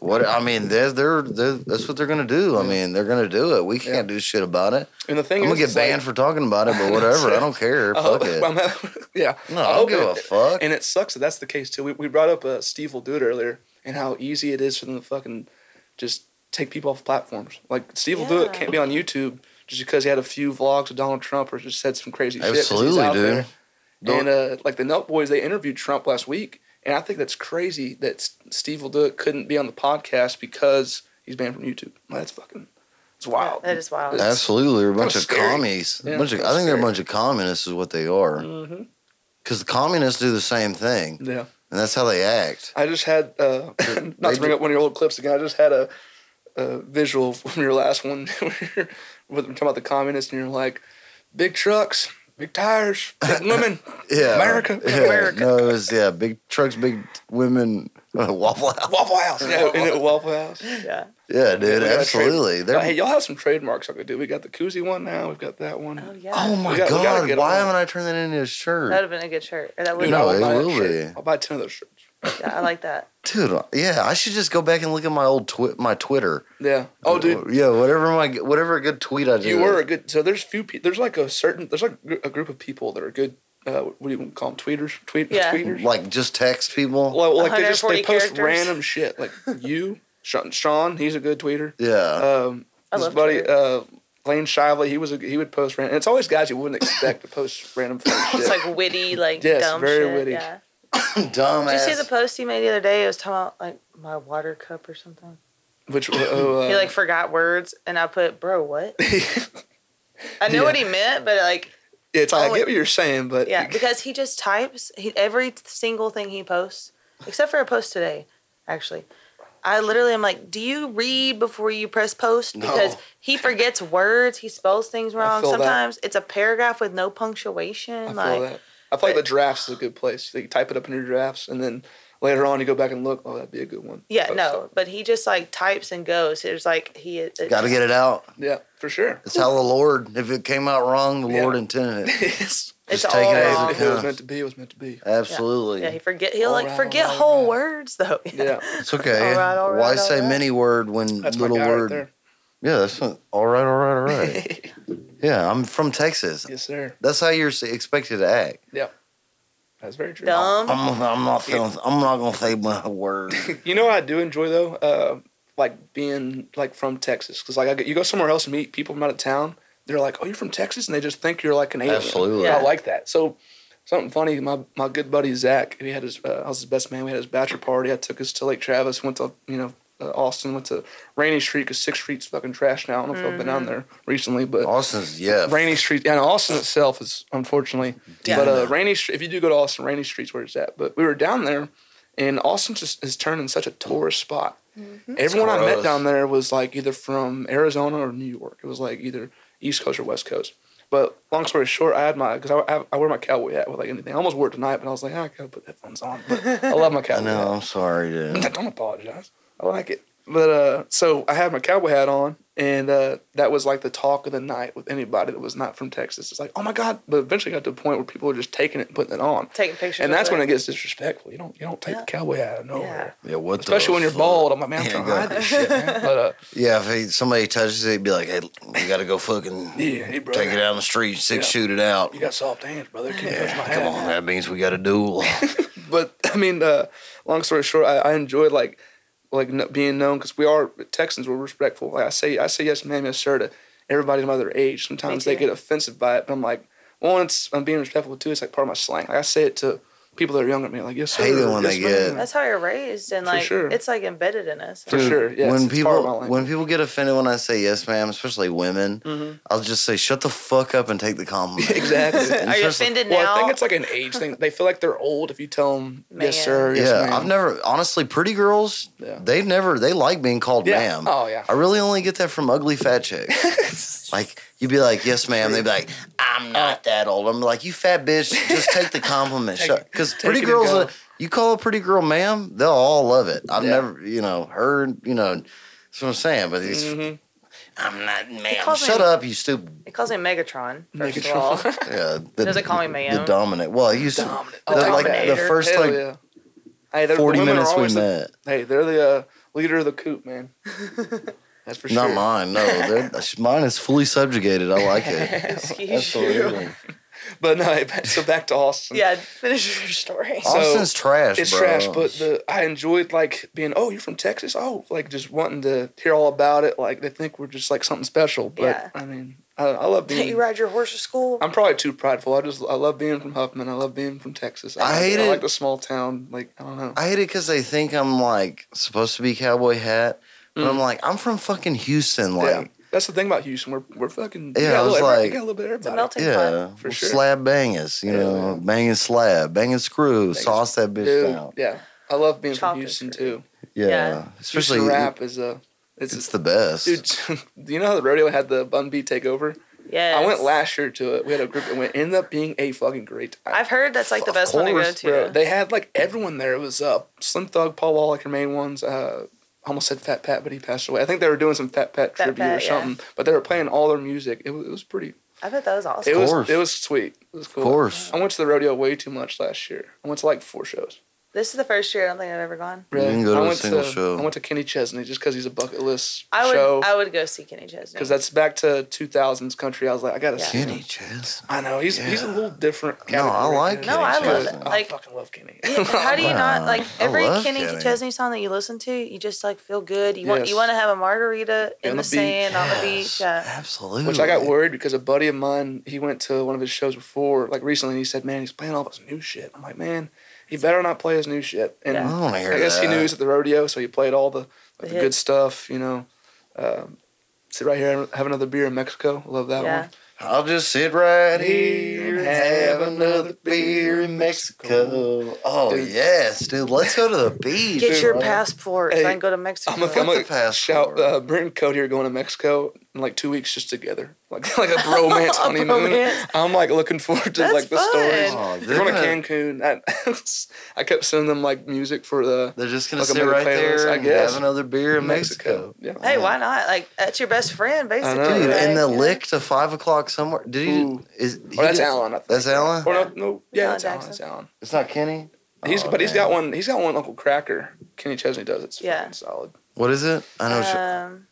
Speaker 2: what I mean, they're, they're, they're that's what they're gonna do. I mean, they're gonna do it. We can't
Speaker 4: Yeah.
Speaker 2: do shit about it.
Speaker 4: and the thing
Speaker 2: I'm gonna
Speaker 4: is,
Speaker 2: get
Speaker 4: it's like-
Speaker 2: banned for talking about it, but whatever. I don't care.
Speaker 4: I hope-
Speaker 2: Fuck it.
Speaker 4: I'm- Oh, yeah.
Speaker 2: No,
Speaker 4: I
Speaker 2: I don't
Speaker 4: hope
Speaker 2: give a
Speaker 4: it-
Speaker 2: fuck.
Speaker 4: And it sucks that that's the case too. We, we brought up uh, Steve will do it earlier and how easy it is for them to fucking just take people off platforms. Like Steve will do it
Speaker 5: Yeah.
Speaker 4: can't be on YouTube just because he had a few vlogs with Donald Trump or just said some crazy shit. 'cause he's
Speaker 2: Absolutely,
Speaker 4: out
Speaker 2: dude.
Speaker 4: there.
Speaker 2: Don't-
Speaker 4: And uh, like the Nut Boys, they interviewed Trump last week, and I think that's crazy that S- Steve will do it couldn't be on the podcast because He's banned from YouTube. Like, that's fucking. It's wild.
Speaker 5: That is wild.
Speaker 4: That's-
Speaker 2: Absolutely, they're a bunch of
Speaker 4: scary.
Speaker 2: commies. A
Speaker 4: Yeah,
Speaker 2: bunch of, I
Speaker 4: kinda
Speaker 2: think they're a
Speaker 4: scary.
Speaker 2: bunch of communists is what they are.
Speaker 4: Mm-hmm.
Speaker 2: Because the communists do the same thing,
Speaker 4: Yeah.
Speaker 2: and that's how they act.
Speaker 4: I just had uh, not to bring up one of your old clips again. I just had a, a visual from your last one where you're with- talking about the communists, and you're like, big trucks, big tires, big women.
Speaker 2: Yeah,
Speaker 4: America,
Speaker 2: Yeah.
Speaker 4: America.
Speaker 2: No, it was yeah, big trucks, big women, uh, Waffle House.
Speaker 4: Waffle House, yeah, in it Waffle House.
Speaker 5: yeah.
Speaker 2: Yeah,
Speaker 4: We
Speaker 2: dude,
Speaker 4: gotta
Speaker 2: absolutely.
Speaker 4: Trade, hey,
Speaker 2: They're,
Speaker 4: y'all have some trademarks I could do. We got the koozie one now. We've got that one.
Speaker 5: Oh yeah.
Speaker 2: oh my
Speaker 4: We gotta- we gotta
Speaker 2: god,
Speaker 4: get
Speaker 2: why
Speaker 4: on.
Speaker 2: haven't I turned that into a shirt?
Speaker 5: That would have been a good shirt. Or that would
Speaker 4: Dude,
Speaker 2: No, it
Speaker 5: have
Speaker 4: I will buy that
Speaker 2: will
Speaker 4: shirt.
Speaker 2: be.
Speaker 4: I'll buy ten of those shirts.
Speaker 5: yeah, I like that.
Speaker 2: Dude, uh, yeah, I should just go back and look at my old twi- my Twitter.
Speaker 4: Yeah. Oh, dude,
Speaker 2: yeah, whatever my whatever good tweet I do.
Speaker 4: You were a good. So there's few. Pe- there's like a certain. There's like gr- a group of people that are good. Uh, what do you wanna call them? Tweeters. Tweet.
Speaker 5: Yeah.
Speaker 4: Tweeters.
Speaker 2: like just text people.
Speaker 4: Well, like they just they
Speaker 5: 140
Speaker 4: post
Speaker 5: characters.
Speaker 4: random shit. Like you, Sean, Sean. He's a good tweeter.
Speaker 2: Yeah,
Speaker 4: Um,
Speaker 5: I
Speaker 4: his
Speaker 5: love
Speaker 4: buddy
Speaker 5: Twitter.
Speaker 4: uh, Lane Shively. He was a, he would post random. And it's always guys you wouldn't expect to post random funny shit.
Speaker 5: It's like witty, like
Speaker 4: Yes,
Speaker 5: dumb
Speaker 4: very
Speaker 5: shit.
Speaker 4: witty.
Speaker 5: Yeah. Did you
Speaker 2: dumbass.
Speaker 5: see the post he made the other day? It was talking about like my water cup or something.
Speaker 4: Which oh, uh,
Speaker 5: he like forgot words, and I put, bro, what? I knew
Speaker 4: Yeah.
Speaker 5: what he meant, but like,
Speaker 4: it's like,
Speaker 5: Oh,
Speaker 4: I get what you're saying, but
Speaker 5: yeah, because he just types he, every single thing he posts, except for a post today, actually. I literally am like, do you read before you press post? Because
Speaker 2: No.
Speaker 5: he forgets words, he spells things wrong.
Speaker 4: feel that.
Speaker 5: Sometimes it's a paragraph with no punctuation.
Speaker 4: I feel
Speaker 5: like,
Speaker 4: that. I feel like the drafts is a good place. You type it up in your drafts, and then later on you go back and look. Oh, that'd be a good one.
Speaker 5: yeah,
Speaker 4: Post it.
Speaker 5: no, but he just like types and goes. It's like he it,
Speaker 2: Got to get it out.
Speaker 4: Yeah, for sure.
Speaker 2: It's how the Lord. If it came out wrong, the
Speaker 4: Yeah.
Speaker 2: Lord intended it.
Speaker 4: it's,
Speaker 5: It's
Speaker 2: Just take
Speaker 5: all
Speaker 2: it as
Speaker 5: wrong.
Speaker 2: it
Speaker 4: if it was
Speaker 2: comes.
Speaker 4: meant to be, it was meant to be.
Speaker 2: Absolutely.
Speaker 5: Yeah, he forget. He'll
Speaker 4: All
Speaker 5: like
Speaker 4: right,
Speaker 5: forget
Speaker 4: all right,
Speaker 5: whole
Speaker 4: all right.
Speaker 5: words though.
Speaker 4: Yeah,
Speaker 2: It's okay.
Speaker 5: All right, all right,
Speaker 2: Why
Speaker 5: all
Speaker 2: say
Speaker 5: right.
Speaker 2: many word when
Speaker 4: that's
Speaker 2: little
Speaker 4: my guy
Speaker 2: word?
Speaker 4: right
Speaker 2: Yeah, that's not, all right, all right, all
Speaker 4: there.
Speaker 2: right. yeah, I'm from Texas.
Speaker 4: yes, sir.
Speaker 2: That's how you're s- expected to act.
Speaker 4: That's very true.
Speaker 5: Dumb.
Speaker 2: I'm, I'm not feeling. I'm not gonna say my word.
Speaker 4: You know what I do enjoy though, uh, like being like from Texas, because like I get, you go somewhere else and meet people from out of town, they're like, "Oh, you're from Texas," and they just think you're like an alien.
Speaker 2: Absolutely.
Speaker 4: And I
Speaker 5: Yeah.
Speaker 4: like that. So something funny, my my good buddy Zach, we had his, uh, I was his best man. We had his bachelor party. I took us to Lake Travis. Went to you know. Uh, Austin went to Rainy Street because Sixth Street's fucking trash now. I don't know if I've been down there recently, but
Speaker 2: Austin's yeah.
Speaker 4: Rainy Street, and Austin itself is unfortunately,
Speaker 2: Yeah.
Speaker 4: but uh, Rainy Street. If you do go to Austin, Rainy Street's where it's at. But we were down there, and Austin just has turned in such a tourist spot. Everyone I met
Speaker 2: gross.
Speaker 4: down there was like either from Arizona or New York. It was like either East Coast or West Coast. But long story short, I had my because I, I, I wear my cowboy hat with like anything. I almost wore it tonight, but I was like, "Ah, I gotta put headphones on. But I love my
Speaker 2: I
Speaker 4: cowboy.
Speaker 2: know.
Speaker 4: hat.
Speaker 2: I'm sorry, dude.
Speaker 4: Don't apologize. I like it. But uh, so I had my cowboy hat on, and uh, that was like the talk of the night with anybody that was not from Texas. It's like, oh my god! But eventually got to a point where people were just taking it and putting it on,
Speaker 5: Taking pictures.
Speaker 4: and
Speaker 5: of
Speaker 4: that's
Speaker 5: it.
Speaker 4: when it gets disrespectful. You don't you don't take the cowboy hat out of nowhere,
Speaker 2: Yeah, what? the
Speaker 4: especially when you're
Speaker 2: fuck?
Speaker 4: bald. I'm like, man, I'm
Speaker 2: Yeah,
Speaker 4: trying to
Speaker 2: go-
Speaker 4: hide this shit, man. But uh,
Speaker 2: Yeah, if he, somebody touches it, he'd be like, "Hey, you got to go fucking
Speaker 4: yeah, hey brother,
Speaker 2: take it out on the street, six
Speaker 4: Yeah.
Speaker 2: shoot it out."
Speaker 4: you got soft hands, brother. Can't touch
Speaker 2: Yeah,
Speaker 4: my hat.
Speaker 2: come on, that means we got a duel.
Speaker 4: but I mean, uh, long story short, I, I enjoyed like like kn- being known because we are Texans. We're respectful. Like I say, I say yes, ma'am, yes, sir to everybody no matter their age. Sometimes they
Speaker 5: too.
Speaker 4: get offensive by it, but I'm like, one, it's I'm being respectful. Two, it's like part of my slang. Like I say it to people that are younger than me, like yes, sir.
Speaker 2: Hate it when
Speaker 4: yes,
Speaker 2: they
Speaker 4: ma'am."
Speaker 2: get-
Speaker 5: That's how you're raised, and
Speaker 4: For
Speaker 5: like
Speaker 4: sure.
Speaker 5: it's like embedded in us.
Speaker 4: for sure. Yes,
Speaker 2: when
Speaker 4: it's part of my
Speaker 2: people
Speaker 4: language.
Speaker 2: when people get offended when I say yes, ma'am, especially women,
Speaker 4: Mm-hmm.
Speaker 2: I'll just say shut the fuck up and take the compliment.
Speaker 4: exactly.
Speaker 2: And
Speaker 5: Are you
Speaker 2: especially-
Speaker 5: offended
Speaker 4: Well,
Speaker 5: now?
Speaker 4: I think it's like an age thing. They feel like they're old if you tell them yes,
Speaker 5: Man.
Speaker 4: sir. Yes,
Speaker 2: yeah,
Speaker 4: ma'am.
Speaker 2: I've never honestly. Pretty girls,
Speaker 4: Yeah.
Speaker 2: they never they like being called
Speaker 4: Yeah.
Speaker 2: ma'am.
Speaker 4: Oh, yeah.
Speaker 2: I really only get that from ugly fat chicks. like you'd be like, yes, ma'am. They'd be like, I'm
Speaker 4: Uh,
Speaker 2: not that old. I'm like, you fat bitch, just take the compliment. Because pretty
Speaker 4: it and
Speaker 2: girls,
Speaker 4: go.
Speaker 2: uh, you call a pretty girl ma'am, they'll all love it. I've
Speaker 4: Yeah.
Speaker 2: never, you know, heard, you know. That's what I'm saying. But these,
Speaker 4: Mhm.
Speaker 2: I'm not ma'am.
Speaker 5: calls me-
Speaker 2: Shut up, you stupid
Speaker 5: it calls me Megatron. First Of
Speaker 4: Megatron.
Speaker 5: all.
Speaker 2: Yeah, the,
Speaker 5: Doesn't call me ma'am.
Speaker 2: The dominant. Well, he used to.
Speaker 4: Dominant.
Speaker 2: the- like the
Speaker 5: Dominator.
Speaker 2: first
Speaker 4: Hell
Speaker 2: like
Speaker 4: yeah. Hey, they're- the
Speaker 2: forty
Speaker 4: women are
Speaker 2: minutes we
Speaker 4: always the-
Speaker 2: met.
Speaker 4: Hey, they're the uh, leader of the coup, man. That's for
Speaker 2: Not
Speaker 4: sure.
Speaker 2: mine. No, they're- mine is fully subjugated. I like it.
Speaker 5: Excuse you.
Speaker 2: Absolutely.
Speaker 4: But no, hey, back- so back to Austin.
Speaker 5: Yeah, finish your story.
Speaker 4: So,
Speaker 2: Austin's trash.
Speaker 4: It's
Speaker 2: bro.
Speaker 4: trash, but the I enjoyed like being. Oh, you're from Texas. Oh, like just wanting to hear all about it. Like they think we're just like something special. But
Speaker 5: Yeah.
Speaker 4: I mean, I, I love
Speaker 5: Didn't
Speaker 4: being.
Speaker 5: you ride your horse to school?
Speaker 4: I'm probably too prideful. I just I love being from Huffman. I love being from Texas.
Speaker 2: I
Speaker 4: like-
Speaker 2: hate
Speaker 4: I
Speaker 2: it.
Speaker 4: like the small town. Like I don't know.
Speaker 2: I hate it because they think I'm like supposed to be cowboy hat, And
Speaker 5: Mm.
Speaker 2: I'm like, I'm from fucking Houston. Like,
Speaker 4: yeah. That's the thing about Houston. We're we're fucking.
Speaker 2: Yeah,
Speaker 4: we got
Speaker 2: I
Speaker 4: a
Speaker 2: was
Speaker 4: little, every- we
Speaker 2: like-
Speaker 4: got a little bit of
Speaker 5: It's a
Speaker 4: everybody.
Speaker 5: melting
Speaker 2: yeah,
Speaker 5: pot.
Speaker 4: For
Speaker 2: well,
Speaker 4: sure.
Speaker 2: slab bangers, you
Speaker 4: Yeah,
Speaker 2: know,
Speaker 4: man.
Speaker 2: banging slab, banging screw,
Speaker 4: Banging-
Speaker 2: sauce that bitch
Speaker 4: Dude,
Speaker 2: down.
Speaker 4: yeah, I love being
Speaker 5: Chop
Speaker 4: from Houston
Speaker 5: is
Speaker 4: too.
Speaker 2: Yeah.
Speaker 5: Yeah.
Speaker 2: Especially,
Speaker 4: Houston rap is a. It's,
Speaker 2: it's the best.
Speaker 4: dude. do you know how the rodeo had the Bun B takeover?
Speaker 5: Yes.
Speaker 4: I went last year to it. We had a group that went. Ended up being a fucking great time.
Speaker 5: I've heard that's like the
Speaker 2: Of
Speaker 5: best one
Speaker 2: course,
Speaker 5: to go
Speaker 4: Bro,
Speaker 5: to.
Speaker 4: they had like everyone there. It was uh, Slim Thug, Paul Wall, like your main ones. Uh, I almost said Fat Pat, but he passed away. I think they were doing some Fat Pat
Speaker 5: Fat
Speaker 4: tribute or
Speaker 5: Pat, yeah.
Speaker 4: something. But they were playing all their music. It was, it was pretty.
Speaker 5: I bet that was awesome.
Speaker 4: It
Speaker 2: Of
Speaker 4: was
Speaker 2: course.
Speaker 4: it was sweet. It was cool.
Speaker 2: Of course.
Speaker 4: I went to the rodeo way too much last year. I went to like four shows.
Speaker 5: this is the first year I don't think I've ever gone.
Speaker 2: You didn't go to
Speaker 4: I
Speaker 2: a
Speaker 4: went
Speaker 2: single show.
Speaker 4: I went to Kenny Chesney just because he's a bucket list
Speaker 5: I would
Speaker 4: show.
Speaker 5: I would go see Kenny Chesney.
Speaker 4: Because that's back to 2000s country. I was like, I gotta
Speaker 5: Yeah.
Speaker 4: see
Speaker 2: Kenny
Speaker 4: him.
Speaker 2: Chesney.
Speaker 4: I know he's he's a
Speaker 2: Yeah.
Speaker 4: little different.
Speaker 2: No, I like
Speaker 4: category, dude.
Speaker 2: Kenny No, I
Speaker 5: love Chesney. it.
Speaker 4: I
Speaker 5: Like-
Speaker 4: fucking love Kenny.
Speaker 5: Yeah, How do you not like
Speaker 2: Wow. I
Speaker 5: every
Speaker 2: love
Speaker 5: Kenny
Speaker 2: Kenny.
Speaker 5: Chesney song that you listen to? You just like feel good. You want
Speaker 4: Yes.
Speaker 5: you want to have a margarita
Speaker 4: On
Speaker 5: in
Speaker 4: the
Speaker 5: the,
Speaker 4: beach.
Speaker 5: sand on the beach. Yeah.
Speaker 2: Absolutely.
Speaker 4: Which I got worried because a buddy of mine, he went to one of his shows before, like recently, and he said, Man, he's playing all this new shit. I'm like, Man, he better not play his new shit. And
Speaker 5: Yeah.
Speaker 2: I don't wanna hear
Speaker 4: I guess he
Speaker 2: that.
Speaker 4: knew he was at the rodeo, so he played all the, like, the good
Speaker 5: hits.
Speaker 4: stuff, you know. Um, sit right here, have another beer in Mexico. Love that
Speaker 5: Yeah.
Speaker 4: one.
Speaker 2: I'll just sit right here and have another beer in Mexico. Oh
Speaker 4: Dude.
Speaker 2: yes, dude. Let's go to the beach.
Speaker 5: Get your
Speaker 2: bro.
Speaker 5: passport so
Speaker 4: Hey,
Speaker 5: I can go to Mexico.
Speaker 4: I'm gonna, I'm
Speaker 2: What the
Speaker 4: gonna shout
Speaker 2: passport?
Speaker 4: uh, Brent and Cody are going to Mexico in like two weeks just together, like like a bromance
Speaker 5: A
Speaker 4: honeymoon.
Speaker 5: bromance.
Speaker 4: I'm like looking forward to
Speaker 5: That's
Speaker 4: like the
Speaker 5: fun.
Speaker 4: stories.
Speaker 2: Oh,
Speaker 4: They're going to
Speaker 2: gonna-
Speaker 4: Cancun. I, I kept sending them like music for the
Speaker 2: They're just gonna
Speaker 4: Like a
Speaker 2: sit right
Speaker 4: playlist,
Speaker 2: there
Speaker 4: I
Speaker 2: and
Speaker 4: guess.
Speaker 2: have another beer in Mexico.
Speaker 4: Yeah.
Speaker 5: hey, why not? Like that's your best friend, basically.
Speaker 4: know.
Speaker 2: Dude,
Speaker 5: right?
Speaker 2: and the
Speaker 5: Yeah.
Speaker 2: lick to five o'clock somewhere. Did he?
Speaker 4: Ooh.
Speaker 2: Is he
Speaker 4: Or that's
Speaker 2: did-
Speaker 4: Alan. I think.
Speaker 2: That's Alan.
Speaker 4: Or no, no yeah,
Speaker 5: Alan
Speaker 4: that's Alan.
Speaker 5: Jackson.
Speaker 4: That's Alan.
Speaker 2: It's not Kenny.
Speaker 4: He's
Speaker 2: Oh,
Speaker 4: but he's
Speaker 2: man.
Speaker 4: got one. He's got one Uncle Cracker. Kenny Chesney does. It's
Speaker 5: Yeah.
Speaker 4: fucking solid.
Speaker 2: What is it? I know. it's-
Speaker 5: Um,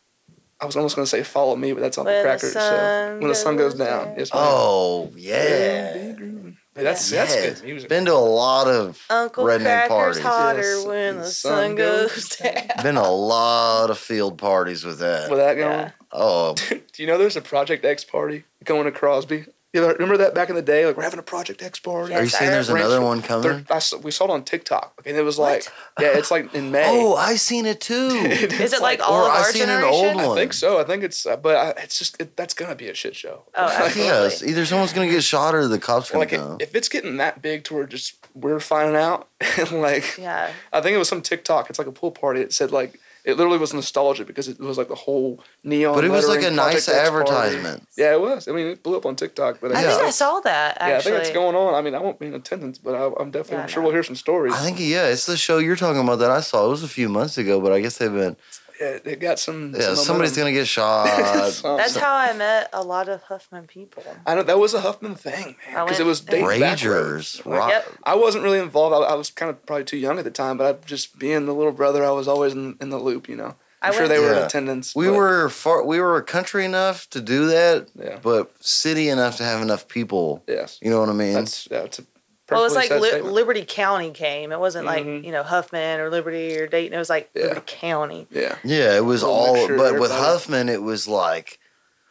Speaker 4: I was almost gonna say follow me, but that's Uncle
Speaker 5: When the
Speaker 4: Cracker. So
Speaker 5: sun
Speaker 4: when the sun goes
Speaker 5: goes
Speaker 4: down,
Speaker 5: down.
Speaker 4: yes, ma'am.
Speaker 2: oh yeah.
Speaker 4: Be groovin'. Hey, that's
Speaker 2: Yeah.
Speaker 4: that's good music.
Speaker 2: Been to a lot of
Speaker 5: Uncle
Speaker 2: Redneck
Speaker 5: Cracker's
Speaker 2: parties.
Speaker 5: hotter
Speaker 4: Yes,
Speaker 5: when
Speaker 4: the
Speaker 5: the
Speaker 4: sun
Speaker 5: sun
Speaker 4: goes
Speaker 5: goes down.
Speaker 2: been a lot of field parties with that.
Speaker 4: With that going.
Speaker 5: Yeah.
Speaker 2: oh,
Speaker 4: Do you know there's a Project X party going to Crosby? You know, remember that back in the day? Like we're having a Project X party.
Speaker 2: are you
Speaker 5: Yes, I
Speaker 2: saying there's
Speaker 4: Ranch-
Speaker 2: another one
Speaker 4: There-
Speaker 2: coming?
Speaker 4: I saw- we saw it on TikTok, and it was like, yeah, it's like in May.
Speaker 2: Oh, I seen it too.
Speaker 4: It's
Speaker 5: Is it like
Speaker 2: like-
Speaker 5: all
Speaker 2: Or
Speaker 5: of
Speaker 2: I
Speaker 5: our
Speaker 2: seen an
Speaker 5: generation?
Speaker 2: old
Speaker 4: I
Speaker 2: one.
Speaker 4: think so. I think it's, uh, but I, it's just it, that's gonna be a shit show.
Speaker 5: Oh,
Speaker 4: Like,
Speaker 5: absolutely.
Speaker 2: Yes, either someone's gonna get shot or the cops gonna
Speaker 4: like it,
Speaker 2: come.
Speaker 4: if it's getting that big to where just we're finding out, like
Speaker 5: Yeah.
Speaker 4: I think it was some TikTok. It's like a pool party. It said like it literally was nostalgia because it was like the whole neon.
Speaker 2: But it was like
Speaker 4: lettering
Speaker 2: a nice
Speaker 4: Project X party.
Speaker 2: advertisement.
Speaker 4: Yeah, it was. I mean, it blew up on TikTok, but
Speaker 5: I
Speaker 4: guess
Speaker 5: think I
Speaker 4: it's-
Speaker 5: saw that
Speaker 4: yeah, I
Speaker 5: actually.
Speaker 4: think that's going on. I mean, I won't be in attendance, but I, I'm definitely.
Speaker 5: Yeah,
Speaker 4: I'm
Speaker 5: I
Speaker 4: sure
Speaker 5: know.
Speaker 4: we'll hear some stories.
Speaker 2: I think yeah, it's the show you're talking about that I saw. It was a few months ago, but I guess they've been
Speaker 4: yeah, it got some.
Speaker 2: yeah.
Speaker 4: some
Speaker 2: somebody's
Speaker 4: momentum.
Speaker 2: gonna get shot.
Speaker 4: Some-
Speaker 5: That's how I met a lot of Huffman people.
Speaker 4: I know that was a Huffman thing, man,
Speaker 5: I
Speaker 4: because
Speaker 5: went-
Speaker 4: it was dating back roads.
Speaker 2: Ragers, rock.
Speaker 5: Yep.
Speaker 4: I wasn't really involved. I, I was kind of probably too young at the time, but I just being the little brother, I was always in, in the loop. You know,
Speaker 5: I
Speaker 4: I'm sure
Speaker 5: went-
Speaker 4: they were in
Speaker 2: Yeah.
Speaker 4: attendance.
Speaker 2: We
Speaker 4: but-
Speaker 2: were far. We were country enough to do that,
Speaker 4: Yeah.
Speaker 2: but city enough to have enough people.
Speaker 4: Yes,
Speaker 2: You know what I mean?
Speaker 4: that's yeah, it's a
Speaker 5: Well, it was like
Speaker 4: perfectly
Speaker 5: Li-
Speaker 4: said statement.
Speaker 5: Liberty County came. It wasn't
Speaker 4: Mhm.
Speaker 5: like you know Huffman or Liberty or Dayton. It was like
Speaker 4: Yeah.
Speaker 5: Liberty County.
Speaker 4: yeah.
Speaker 2: yeah, it was
Speaker 4: We'll
Speaker 2: all.
Speaker 4: make sure
Speaker 2: but with
Speaker 4: everybody-
Speaker 2: Huffman, it was like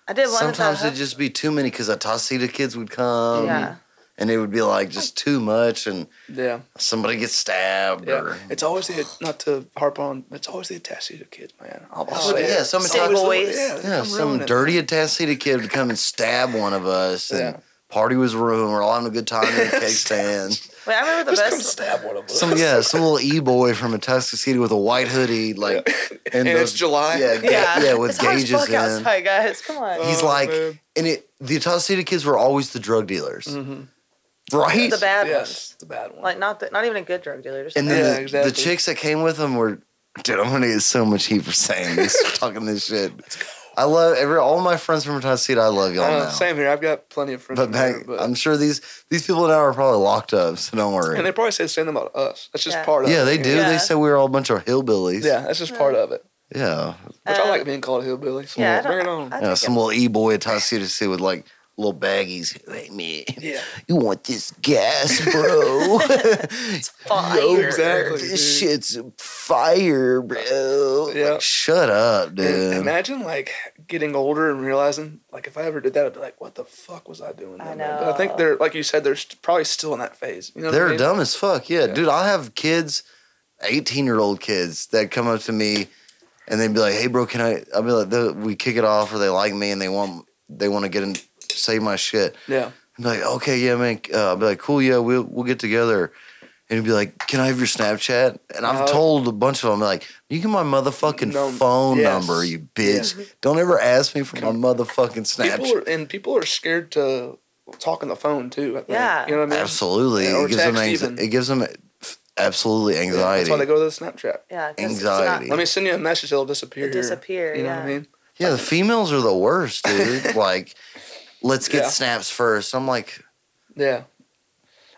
Speaker 5: I did one
Speaker 2: sometimes
Speaker 5: time.
Speaker 2: it'd just be too many because the Tosita kids would come,
Speaker 5: yeah,
Speaker 2: and it would be like just too much, and
Speaker 4: Yeah,
Speaker 2: somebody gets stabbed.
Speaker 4: yeah.
Speaker 2: Or,
Speaker 4: It's always the not to harp on. It's always the Atascida kids, man. I'll
Speaker 2: Oh,
Speaker 4: say it.
Speaker 2: yeah, some
Speaker 4: It's
Speaker 2: Atascida
Speaker 4: always the-
Speaker 5: boys.
Speaker 4: Yeah,
Speaker 2: yeah,
Speaker 4: I'm
Speaker 2: some
Speaker 4: ruining it.
Speaker 2: dirty Tosita kid would come and stab one of us, and
Speaker 4: Yeah.
Speaker 2: party was ruined. We're all having a good time in the cake stand.
Speaker 5: Wait, I remember the
Speaker 4: Just come
Speaker 5: best.
Speaker 4: stab one of us.
Speaker 2: Some yeah, some little e boy from a Tuskegee with a white hoodie, like,
Speaker 4: And it's
Speaker 2: those-
Speaker 4: July.
Speaker 2: Yeah, ga- yeah,
Speaker 5: Yeah,
Speaker 2: with
Speaker 5: it's hot as
Speaker 2: gauges
Speaker 5: fuck
Speaker 2: in.
Speaker 5: outside, guys. Come on.
Speaker 2: He's
Speaker 4: Oh,
Speaker 2: like,
Speaker 4: man.
Speaker 2: and it the Tuskegee kids were always the drug dealers,
Speaker 4: Mhm.
Speaker 2: right?
Speaker 5: the bad
Speaker 4: Yes,
Speaker 5: ones,
Speaker 4: the bad one.
Speaker 5: like not the, not even a good drug dealer. Just
Speaker 2: and
Speaker 5: a
Speaker 2: then
Speaker 4: Yeah,
Speaker 2: the,
Speaker 4: exactly.
Speaker 2: the chicks that came with them were, dude, I'm gonna get so much heat for saying this, talking this shit. I love every all my friends from Tuskegee. I love y'all
Speaker 4: I don't know,
Speaker 2: now.
Speaker 4: Uh, same here. I've got plenty of friends.
Speaker 2: But,
Speaker 4: there,
Speaker 2: back, I'm sure these these people now are probably locked up, so don't worry.
Speaker 4: and they probably say the same about us. That's just
Speaker 5: Yeah.
Speaker 4: part of
Speaker 2: yeah,
Speaker 4: it.
Speaker 2: they
Speaker 4: you
Speaker 2: do.
Speaker 4: know?
Speaker 2: They
Speaker 5: Yeah.
Speaker 2: said we were all a bunch of hillbillies.
Speaker 4: Yeah, that's just part of it.
Speaker 2: yeah.
Speaker 4: Which I
Speaker 5: Um,
Speaker 4: like being called a hillbilly. So
Speaker 5: yeah, I
Speaker 4: bring it
Speaker 5: don't-
Speaker 4: on.
Speaker 5: I-
Speaker 2: Yeah, some little e boy at Tuskegee City with like little baggies. Hey man,
Speaker 4: yeah,
Speaker 2: you want this gas, bro?
Speaker 5: fire.
Speaker 4: Yo, exactly.
Speaker 2: this
Speaker 4: dude.
Speaker 2: shit's fire, bro. Like,
Speaker 4: Yeah.
Speaker 2: shut up,
Speaker 4: And
Speaker 2: dude.
Speaker 4: Imagine like getting older and realizing like if I ever did that, I'd be like, what the fuck was I doing?
Speaker 5: I
Speaker 4: then, man?" But I think
Speaker 5: know.
Speaker 4: they're like you said, they're st- probably still in that phase. You know, what I
Speaker 2: They're
Speaker 4: mean?
Speaker 2: dumb as fuck. Yeah, dude. I have kids, eighteen year old kids that come up to me and they'd be like, "Hey, bro, can I?" I'd be like, "They- "We kick it off, or they like me and they want they want to get in, say my shit."
Speaker 4: Yeah.
Speaker 2: I'd be like, "Okay, yeah, man." Uh, I'd be like, "Cool, yeah, we'll we'll get together." And he'd be like, "Can I have your Snapchat?" And I've
Speaker 4: No.
Speaker 2: told a bunch of them, like, "You get my motherfucking
Speaker 4: No,
Speaker 2: phone
Speaker 4: yes.
Speaker 2: number, you bitch. Don't ever ask me for my motherfucking
Speaker 4: People
Speaker 2: Snapchat."
Speaker 4: are, and people are scared to talk on the phone too. I think.
Speaker 5: Yeah.
Speaker 4: You know what I mean?
Speaker 2: Absolutely,
Speaker 4: Yeah, or
Speaker 2: it gives them
Speaker 4: text
Speaker 2: anxiety.
Speaker 4: even.
Speaker 2: It gives them f- absolutely
Speaker 4: Yeah, That's
Speaker 2: anxiety.
Speaker 4: why they go to the Snapchat.
Speaker 5: Yeah, 'cause it's not-
Speaker 2: anxiety.
Speaker 4: Let me send you a message. It'll disappear.
Speaker 5: It disappear,
Speaker 4: You know
Speaker 5: yeah.
Speaker 4: what I mean?
Speaker 2: Yeah, the females are the worst, dude. like, let's get
Speaker 4: Yeah.
Speaker 2: snaps first. I'm like,
Speaker 4: Yeah.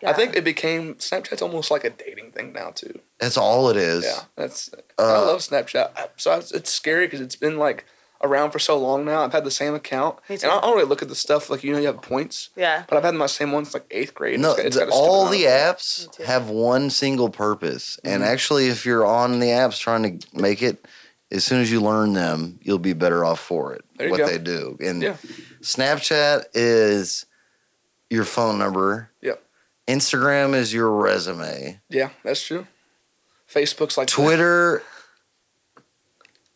Speaker 5: yeah.
Speaker 4: I think it became Snapchat's almost like a dating thing now too.
Speaker 2: that's all it is.
Speaker 4: Yeah, that's. I
Speaker 2: Uh,
Speaker 4: love Snapchat. I- So I, it's scary because it's been like around for so long now. I've had the same account,
Speaker 5: Me
Speaker 4: and
Speaker 5: too.
Speaker 4: I don't really look at the stuff like you know you have points,
Speaker 5: Yeah.
Speaker 4: but I've had my same one since like eighth grade.
Speaker 2: No,
Speaker 4: It's got- it's
Speaker 2: the-
Speaker 4: got a
Speaker 2: all
Speaker 4: stigma.
Speaker 2: the apps
Speaker 5: Me too.
Speaker 2: have one single purpose. And
Speaker 4: Mm-hmm.
Speaker 2: actually, if you're on the apps trying to make it, as soon as you learn them, you'll be better off for it.
Speaker 4: There you
Speaker 2: what
Speaker 4: go.
Speaker 2: they do. And
Speaker 4: Yeah.
Speaker 2: Snapchat is your phone number.
Speaker 4: Yep.
Speaker 2: Instagram is your resume.
Speaker 4: Yeah, that's true. Facebook's like
Speaker 2: Twitter.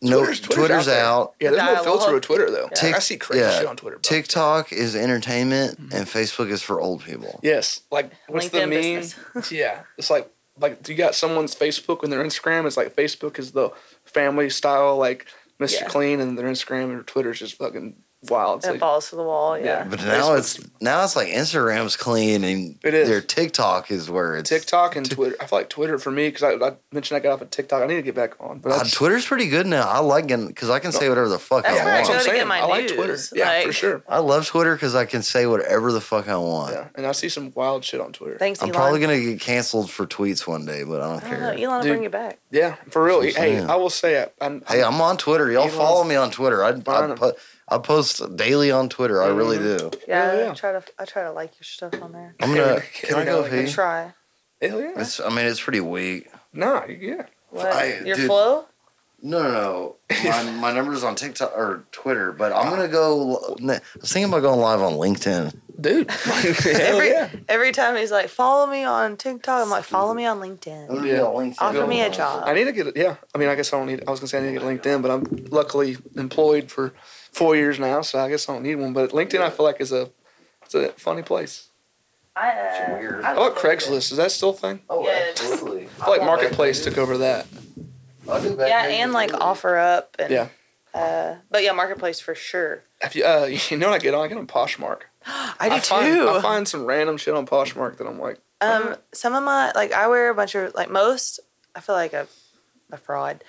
Speaker 2: No,
Speaker 4: Twitter's-
Speaker 2: Twitter's,
Speaker 4: Twitter's out there.
Speaker 2: out.
Speaker 4: Yeah, there's no
Speaker 5: Dial
Speaker 4: filter
Speaker 5: up.
Speaker 4: with Twitter though.
Speaker 2: Tik-
Speaker 4: I see crazy
Speaker 2: yeah.
Speaker 4: shit on Twitter. Bro.
Speaker 2: TikTok is entertainment,
Speaker 4: Mm-hmm.
Speaker 2: and Facebook is for old people.
Speaker 4: Yes, like what's the
Speaker 5: LinkedIn
Speaker 4: meme?
Speaker 5: business.
Speaker 4: yeah, it's like like you got someone's Facebook and their Instagram. It's like Facebook is the family style, like Mr.
Speaker 5: Yeah.
Speaker 4: Clean, and their Instagram or Twitter's just fucking wild. It's
Speaker 5: And
Speaker 4: like-
Speaker 5: it falls to the wall. Yeah.
Speaker 2: But now it's now it's like Instagram's clean and
Speaker 4: It is.
Speaker 2: their TikTok is where it's
Speaker 4: TikTok and Twitter. I feel like Twitter for me because I, I mentioned I got off of TikTok. I need to get back on. But
Speaker 2: Uh,
Speaker 4: that's-
Speaker 2: Twitter's pretty good now. I like it because I can say whatever the fuck
Speaker 5: That's
Speaker 2: I
Speaker 5: where I
Speaker 2: want.
Speaker 5: go
Speaker 4: I'm
Speaker 5: to
Speaker 4: saying.
Speaker 5: get my
Speaker 4: I like
Speaker 5: news,
Speaker 4: Twitter. Yeah, for
Speaker 5: like-
Speaker 4: sure.
Speaker 2: I love Twitter because I can say whatever the fuck I want.
Speaker 4: Yeah, and I see some wild shit on Twitter.
Speaker 5: Thanks,
Speaker 2: I'm
Speaker 5: Elon.
Speaker 2: probably gonna get canceled for tweets one day, but I don't
Speaker 5: I
Speaker 2: care.
Speaker 5: don't know. Elon will
Speaker 4: Dude.
Speaker 5: bring you back.
Speaker 4: yeah, for real.
Speaker 2: That's what I'm
Speaker 4: Hey,
Speaker 2: saying.
Speaker 4: I will say it. I'm,
Speaker 2: Hey, I'm on Twitter. Y'all
Speaker 4: Elon's-
Speaker 2: follow me on Twitter. I
Speaker 4: Find
Speaker 2: I,
Speaker 4: him.
Speaker 2: po- I post daily on Twitter. I really
Speaker 4: Mm-hmm.
Speaker 2: do.
Speaker 5: Yeah.
Speaker 4: Hell Oh, yeah.
Speaker 5: I try to. I try to like your stuff on there.
Speaker 2: I'm gonna.
Speaker 4: Here we
Speaker 2: Can I
Speaker 4: go
Speaker 2: go
Speaker 5: I
Speaker 2: pee?
Speaker 5: try.
Speaker 4: Hell yeah.
Speaker 2: It's, I mean, it's pretty weak.
Speaker 4: Nah, yeah.
Speaker 5: What?
Speaker 2: I-
Speaker 5: your
Speaker 2: dude.
Speaker 5: flow?
Speaker 2: No, no, no. My, my number's on TikTok or Twitter, but
Speaker 4: Ah.
Speaker 2: I'm gonna go. I was thinking about going live on LinkedIn.
Speaker 4: Dude. Hell
Speaker 5: Every
Speaker 4: yeah.
Speaker 5: every time he's like, follow me on TikTok. I'm like, follow me on LinkedIn.
Speaker 2: gonna
Speaker 4: Yeah.
Speaker 2: do LinkedIn.
Speaker 5: Offer me a
Speaker 4: I
Speaker 5: job.
Speaker 4: need to get it. Yeah, I mean, I guess I don't need. I was gonna say I need to get LinkedIn, but I'm luckily employed for four years now, so I guess I don't need one. But LinkedIn, I feel like is a it's a funny place.
Speaker 5: I, uh,
Speaker 2: Weird.
Speaker 5: I
Speaker 4: How about Craigslist? Is that still a thing?
Speaker 2: Oh,
Speaker 5: Yes.
Speaker 2: absolutely.
Speaker 4: I feel like Marketplace took over that.
Speaker 2: I'll do back
Speaker 5: Yeah,
Speaker 2: pages,
Speaker 5: and like
Speaker 2: really.
Speaker 5: offer up and
Speaker 4: Yeah.
Speaker 5: Uh, but yeah, marketplace for sure.
Speaker 4: If you, uh, you know what I get on? I get on Poshmark.
Speaker 5: I do
Speaker 4: find,
Speaker 5: too.
Speaker 4: I find some random shit on Poshmark that I'm like, Uh-huh.
Speaker 5: Um, some of my like I wear a bunch of like most. I feel like a a fraud,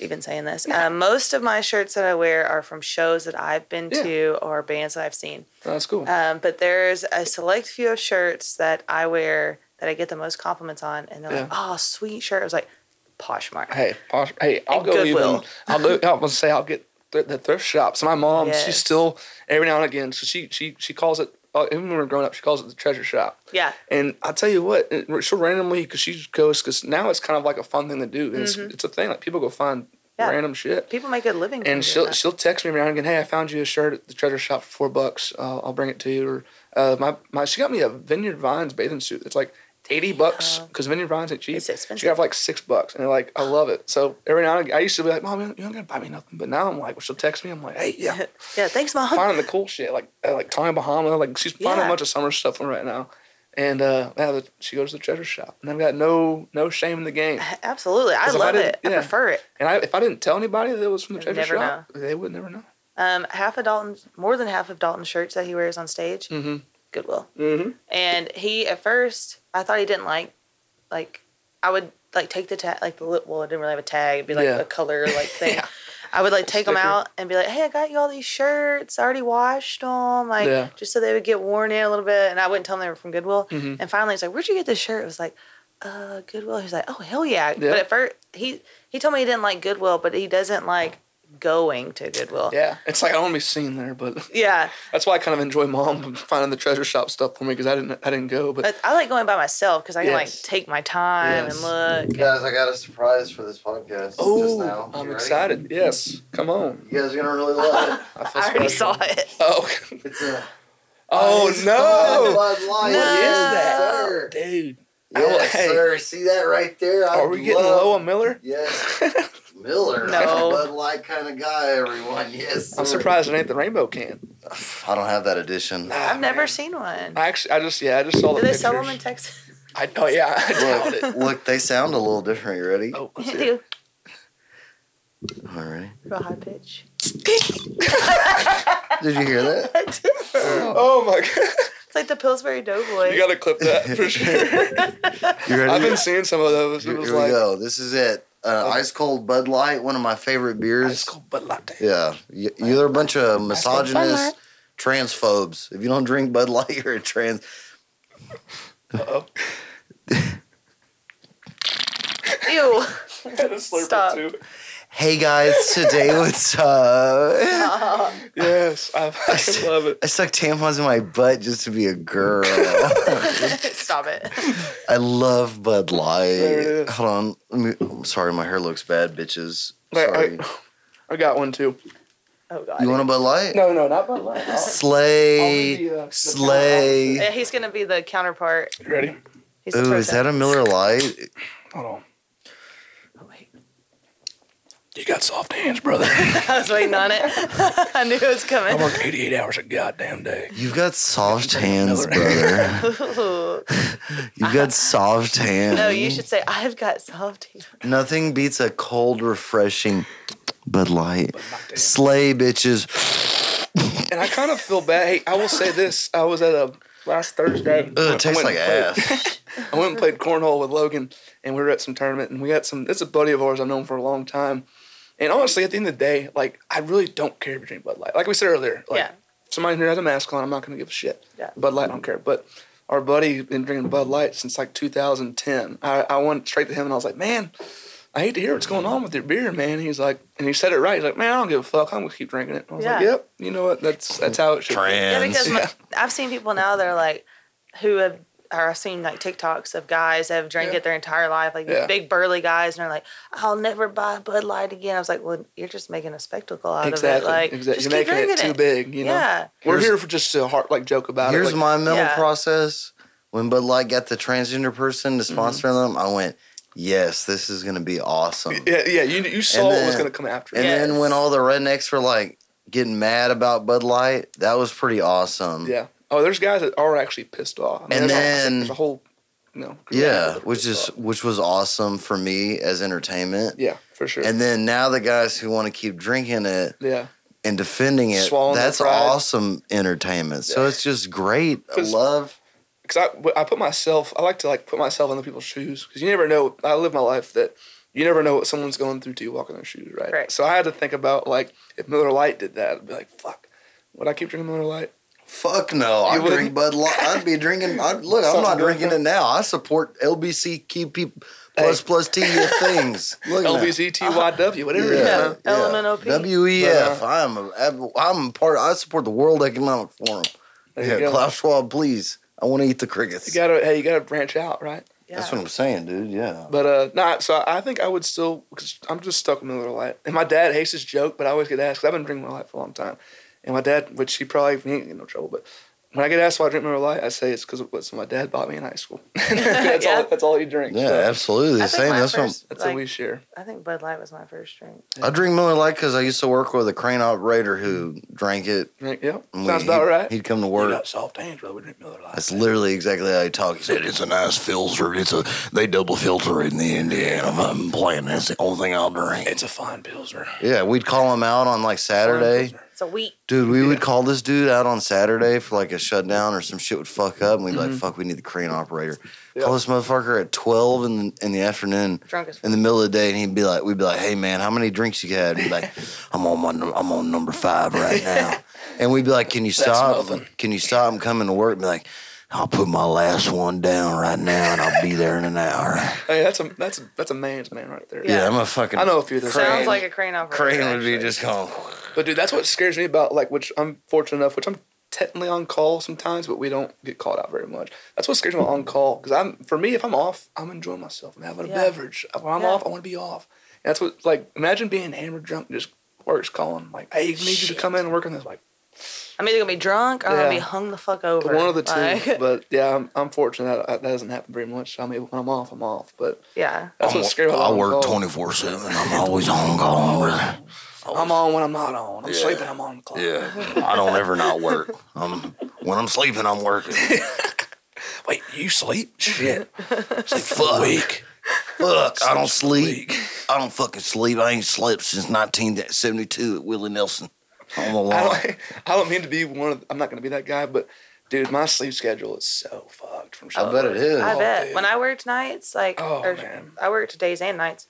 Speaker 5: even saying this. Um, most of my shirts that I wear are from shows that I've been
Speaker 4: Yeah.
Speaker 5: to or bands that I've seen.
Speaker 4: "Oh, that's cool.
Speaker 5: Um, but there's a select few of shirts that I wear that I get the most compliments on, and they're like, "Oh, sweet shirt." I was like, Poshmark.
Speaker 4: hey, Posh, hey, I'll
Speaker 5: And
Speaker 4: go
Speaker 5: Goodwill.
Speaker 4: even. I'll go. I was gonna say I'll get th- the thrift shops. My mom, she
Speaker 5: Yes.
Speaker 4: still every now and again. So she she she calls it. Uh, even when we were growing up, she calls it the treasure shop.
Speaker 5: Yeah,
Speaker 4: And I tell you what, it- she'll randomly because she just goes because now it's kind of like a fun thing to do. And it's, it's a thing like people go find
Speaker 5: Mm-hmm. Yeah.
Speaker 4: random shit.
Speaker 5: people make a living. from doing
Speaker 4: And she'll
Speaker 5: that.
Speaker 4: she'll text me around again. Hey, I found you a shirt at the treasure shop for four bucks. Uh, I'll bring it to you. Or uh, my my she got me a Vineyard Vines bathing suit. It's like eighty bucks because Vineyard Vines ain't cheap.
Speaker 5: It's expensive.
Speaker 4: She got it for like six bucks, and like I love it. So every now and again, I used to be like, Mom, you don't- you don't gotta buy me nothing. But now I'm like, well, she'll text me. I'm like, Hey, yeah,
Speaker 5: yeah, thanks, mom.
Speaker 4: finding the cool shit, like uh, like Tommy Bahama, like she's finding
Speaker 5: Yeah.
Speaker 4: a bunch of summer stuff right now. And uh, now that she goes to the treasure shop, and I've got no no shame in the game.
Speaker 5: Absolutely, I
Speaker 4: 'Cause if I
Speaker 5: love
Speaker 4: didn't-
Speaker 5: it. I
Speaker 4: yeah.
Speaker 5: prefer it.
Speaker 4: And I, if I didn't tell anybody that it was from the
Speaker 5: They'd
Speaker 4: treasure
Speaker 5: never
Speaker 4: shop, they would never know.
Speaker 5: Um, half of Dalton's, more than half of Dalton's shirts that he wears on stage, Goodwill.
Speaker 4: Mm-hmm.
Speaker 5: And he at first, I thought he didn't like, like I would like take the tag, like the lit. Well, I didn't really have a tag. It'd be like
Speaker 4: Yeah.
Speaker 5: a color like thing.
Speaker 4: Yeah.
Speaker 5: I would like take them
Speaker 4: Sticker.
Speaker 5: out and be like, "Hey, I got you all these shirts. I already washed them, like
Speaker 4: Yeah.
Speaker 5: just so they would get worn in a little bit." And I wouldn't tell them they were from Goodwill.
Speaker 2: Mm-hmm.
Speaker 4: Mhm.
Speaker 5: And finally, he's like, "Where'd you get this shirt?" It was like, "Uh, Goodwill." He's like, "Oh, hell yeah!"
Speaker 4: Yeah.
Speaker 5: But at first, he he told me he didn't like Goodwill, but he doesn't like going to Goodwill.
Speaker 4: Yeah, it's like I don't want to be seen there, but
Speaker 5: yeah.
Speaker 4: that's why I kind of enjoy mom finding the treasure shop stuff for me because I didn't I didn't go. But
Speaker 5: But I like going by myself because I can
Speaker 4: Yes.
Speaker 5: like take my time
Speaker 4: Yes.
Speaker 5: and look.
Speaker 2: Guys, I got a surprise for this podcast. just now. You
Speaker 4: oh, I'm
Speaker 2: ready?
Speaker 4: excited. Yes, come on.
Speaker 2: You guys are gonna really love it.
Speaker 4: I, feel
Speaker 5: I already
Speaker 4: special.
Speaker 5: saw it.
Speaker 4: Oh,
Speaker 2: It's a
Speaker 4: oh
Speaker 2: Ice Cold
Speaker 4: no!
Speaker 2: Bud Light.
Speaker 5: No.
Speaker 4: What is that,
Speaker 2: Sir.
Speaker 4: dude? I will-
Speaker 2: Yes,
Speaker 4: hey.
Speaker 2: sir. See that right there? I
Speaker 4: Are we getting
Speaker 2: love-
Speaker 4: low on Miller?
Speaker 2: Yes. Miller.
Speaker 5: No.
Speaker 2: I'm a Bud Light kind of guy, everyone. Yes.
Speaker 4: I'm
Speaker 2: sir.
Speaker 4: surprised it ain't the rainbow can.
Speaker 2: I don't have that edition.
Speaker 4: Nah,
Speaker 5: I've never
Speaker 4: man.
Speaker 5: seen one.
Speaker 4: I actually, I just yeah, I just saw the
Speaker 5: Do they
Speaker 4: pictures.
Speaker 5: sell them in Texas?
Speaker 4: I oh yeah, I doubt it.
Speaker 2: Look, look, they sound a little different. You ready?
Speaker 4: Oh, let's
Speaker 5: They
Speaker 4: see.
Speaker 5: do.
Speaker 2: All right.
Speaker 5: Real high pitch.
Speaker 2: Did you hear that?
Speaker 4: oh my god,
Speaker 5: It's like the Pillsbury
Speaker 4: you
Speaker 5: Doughboy.
Speaker 4: gotta clip that for sure.
Speaker 2: You ready?
Speaker 4: I've been seeing some of those.
Speaker 2: here
Speaker 4: It was
Speaker 2: here we
Speaker 4: like
Speaker 2: go. This is it. Uh, ice cold Bud Light, one of my favorite beers.
Speaker 4: ice cold Bud Latte.
Speaker 2: Yeah, Y- you're a bunch of
Speaker 4: cold Bud Light.
Speaker 2: misogynist transphobes. If you don't drink Bud Light, you're a trans.
Speaker 4: Uh-oh.
Speaker 5: Ew.
Speaker 4: Had a slurp or
Speaker 5: Stop.
Speaker 4: two.
Speaker 2: Hey guys, today what's up?
Speaker 4: Yes, I fucking love it.
Speaker 2: I stuck tampons in my butt just to be a girl.
Speaker 5: Stop it.
Speaker 2: I love Bud
Speaker 4: There it
Speaker 2: Light.
Speaker 4: is.
Speaker 2: Hold on. Let me, I'm sorry, my hair looks bad, bitches.
Speaker 4: Like,
Speaker 2: Sorry.
Speaker 4: I, I got one too.
Speaker 5: Oh god.
Speaker 2: you want a Bud Light?
Speaker 4: No, no, not Bud Light. Oh,
Speaker 2: Slay,
Speaker 4: Only the- the
Speaker 2: slay.
Speaker 5: Yeah, he's gonna be the counterpart.
Speaker 4: you ready?
Speaker 5: He's the
Speaker 2: Ooh, is
Speaker 5: person.
Speaker 2: that a Miller Light?
Speaker 4: Hold on.
Speaker 5: Oh, wait.
Speaker 4: You got soft hands, brother.
Speaker 5: I was waiting on it. I knew it was coming.
Speaker 4: work 88 hours a goddamn day.
Speaker 2: You've got soft hands,
Speaker 4: Miller.
Speaker 2: brother.
Speaker 5: Ooh.
Speaker 2: You've got soft hands.
Speaker 5: No, you should say I've got soft hands."
Speaker 2: Nothing beats a cold, refreshing Bud Light. Slay, bitches.
Speaker 4: And I kind of feel bad. Hey, I will say this. I was at a last Thursday.
Speaker 2: Ugh,
Speaker 4: I
Speaker 2: it tastes
Speaker 4: went
Speaker 2: like
Speaker 4: and played-
Speaker 2: ass.
Speaker 4: I went and played cornhole with Logan, and we were at some tournament, and we got some. It's a buddy of ours I've known for a long time, and honestly, at the end of the day, like I really don't care if you drink Bud Light. Like we said earlier, like
Speaker 5: Yeah.
Speaker 4: somebody here has a mask on, I'm not gonna give a shit.
Speaker 5: Yeah.
Speaker 4: Bud Light, I don't care. But our buddy's been drinking Bud Light since like 2010. I, I went straight to him and I was like, man. I hate to hear what's going on with your beer, man. He's like, and he said it right. He's like, man, I don't give a fuck. I'm gonna keep drinking it. And I was like,
Speaker 5: Yeah.
Speaker 4: yep. You know what? That's that's how it should. be.
Speaker 5: Yeah, because
Speaker 4: Yeah.
Speaker 5: my- I've seen people now that are like, who have, or I've seen like TikToks of guys that have drank
Speaker 4: Yeah.
Speaker 5: it their entire life, like these
Speaker 4: Yeah.
Speaker 5: big burly guys, and they're like, I'll never buy Bud Light again. I was like, well, you're just making a spectacle out of it.
Speaker 4: Exactly.
Speaker 5: Like,
Speaker 4: exactly.
Speaker 5: just
Speaker 4: You're
Speaker 5: keep
Speaker 4: making it
Speaker 5: drinking
Speaker 4: too big. You know.
Speaker 5: Yeah.
Speaker 4: We're
Speaker 2: Here's-
Speaker 4: here for just to heart like joke about it.
Speaker 2: Here's
Speaker 4: like,
Speaker 2: my mental
Speaker 5: Yeah.
Speaker 2: process. When Bud Light got the transgender person to
Speaker 4: Mm-hmm.
Speaker 2: sponsor them, I went, yes, this is going to be awesome.
Speaker 4: Yeah, yeah. You, you saw what was
Speaker 2: then-
Speaker 4: going to come after.
Speaker 2: And
Speaker 4: it.
Speaker 2: then when all the rednecks were like getting mad about Bud Light, that was pretty awesome.
Speaker 4: yeah. Oh, there's guys that are actually pissed off. I mean,
Speaker 2: And
Speaker 4: there's a-
Speaker 2: then-
Speaker 4: there's a whole, you know. group of people
Speaker 2: Yeah,
Speaker 4: that are
Speaker 2: which
Speaker 4: pissed
Speaker 2: is
Speaker 4: off.
Speaker 2: which was awesome for me as entertainment.
Speaker 4: yeah, for sure.
Speaker 2: And then now the guys who want to keep drinking it
Speaker 4: yeah,
Speaker 2: and defending it.
Speaker 4: Swallowing their
Speaker 2: that's
Speaker 4: pride.
Speaker 2: awesome entertainment. So
Speaker 4: Yeah.
Speaker 2: it's just great. I
Speaker 4: 'Cause-
Speaker 2: love.
Speaker 4: because I I put myself I like to like put myself in the people's shoes because you never know. I live my life that you never know what someone's going through till you walk in their shoes, right?
Speaker 5: Right.
Speaker 4: So I had to think about like if Miller Lite did that, I'd be like, fuck, would I keep drinking Miller Lite?
Speaker 2: Fuck no! I
Speaker 4: You wouldn't?
Speaker 2: drink Bud Light. I'd be drinking. I'd, look, I'm not
Speaker 4: Something
Speaker 2: drinking it
Speaker 4: different.
Speaker 2: now. I support LBCQP plus
Speaker 4: Hey.
Speaker 2: plus T your things. Look at that.
Speaker 4: LBZTYW, whatever. Uh-huh. it is,
Speaker 2: Yeah,
Speaker 4: man.
Speaker 5: No, LMNOP.
Speaker 2: WEF. I'm a, I'm part. I support the World Economic Forum.
Speaker 4: There you
Speaker 2: yeah,
Speaker 4: go.
Speaker 2: Klaus Schwab, please. I want to eat the
Speaker 4: You
Speaker 2: crickets.
Speaker 4: gotta, hey, you gotta branch out, right?
Speaker 5: Yeah.
Speaker 2: That's what I'm saying, dude. Yeah.
Speaker 4: But uh, nah. So I think I would still because I'm just stuck with Miller Lite. And my dad hates this joke, but I always get asked. i I've been drinking Miller Lite for a long time, and my dad, which he probably he ain't in no trouble, but when I get asked why I drink Miller Lite, I say it's because of what my dad bought me in high school. that's
Speaker 5: Yeah.
Speaker 4: all. That's all he drinks.
Speaker 2: Yeah,
Speaker 4: So
Speaker 2: absolutely.
Speaker 5: I
Speaker 2: The
Speaker 5: think
Speaker 2: same.
Speaker 5: my
Speaker 2: That's what.
Speaker 5: first,
Speaker 4: that's
Speaker 5: like,
Speaker 4: what we share.
Speaker 5: I think Bud Light was my first drink.
Speaker 2: I drink Miller Lite because I used to work with a crane operator who drank it.
Speaker 4: Drink, yep.
Speaker 2: and
Speaker 4: Sounds
Speaker 2: we-
Speaker 4: about
Speaker 2: he'd-
Speaker 4: right.
Speaker 2: He'd come to
Speaker 4: You
Speaker 2: work.
Speaker 4: soft hands, brother. We drink Miller Lite.
Speaker 2: That's literally exactly how he talked. He said, "It's a nice filter. It's a they double filter it in the Indiana I'm playing. That's the only thing I'll drink."
Speaker 4: a fine pilsner.
Speaker 2: yeah, we'd call him out on like Saturday,
Speaker 5: It's a wheat.
Speaker 2: dude. We would call this dude out on Saturday for like a shutdown or some shit would fuck up, and we'd be
Speaker 4: Mm-hmm.
Speaker 2: like, "Fuck, we need the crane operator." Call this motherfucker at twelve in the, in the afternoon.
Speaker 5: Drunk as
Speaker 2: in the middle of the day, and he'd be like, "We'd be like, hey man, how many drinks you had?" And he'd be like, "I'm on my, num- I'm on number five right now," and we'd be like, "Can you stop?
Speaker 4: nothing.
Speaker 2: Can you stop? I'm coming to work." And be like, "I'll put my last one down right now, and I'll be there in an hour."
Speaker 4: Hey, that's a that's a, that's a man's man right there.
Speaker 2: Yeah, I'm a fucking.
Speaker 4: I know a few of those.
Speaker 5: Sounds
Speaker 4: guys.
Speaker 5: like a crane operator.
Speaker 2: Crane would be
Speaker 5: actually.
Speaker 2: just going.
Speaker 4: But dude, that's what scares me about like which I'm fortunate enough, which I'm technically on call sometimes, but we don't get called out very much. That's what scares me about on call because I'm for me if I'm off, I'm enjoying myself. I'm having a
Speaker 5: Yeah.
Speaker 4: beverage. When I'm
Speaker 5: Yeah.
Speaker 4: off, I want to be off. And that's what like imagine being hammered drunk and just works calling like, hey, we need you to
Speaker 5: Shit.
Speaker 4: come in and work on this. Like,
Speaker 5: I'm either gonna be drunk or I'm gonna be
Speaker 4: Yeah.
Speaker 5: hung the fuck over.
Speaker 4: One of the two.
Speaker 5: Like,
Speaker 4: But yeah, I'm, I'm fortunate that, that doesn't happen very much. I mean, when I'm off, I'm off. But
Speaker 5: yeah.
Speaker 4: that's
Speaker 2: I'm-
Speaker 4: what's scary about
Speaker 2: I
Speaker 4: long
Speaker 2: work
Speaker 4: haul.
Speaker 2: 24 7. I'm always on call, brother.
Speaker 4: I'm on when I'm not on. I'm
Speaker 2: Yeah.
Speaker 4: sleeping. I'm on the clock.
Speaker 2: Yeah. I don't ever not work. Um, when I'm sleeping, I'm working.
Speaker 4: Wait, you sleep? Shit.
Speaker 2: Like, fuck. Fuck. I don't sleep. I don't fucking sleep. I ain't slept since 1972 at Willie Nelson. I'm
Speaker 4: I
Speaker 2: alive.
Speaker 4: don't, I don't mean to be one of. I'm not gonna be that guy, but dude, my sleep schedule is so fucked from.
Speaker 2: I bet it is.
Speaker 5: I
Speaker 4: Oh,
Speaker 5: bet
Speaker 4: dude.
Speaker 5: when I worked nights, like
Speaker 4: Oh,
Speaker 5: or
Speaker 4: man.
Speaker 5: I worked days and nights,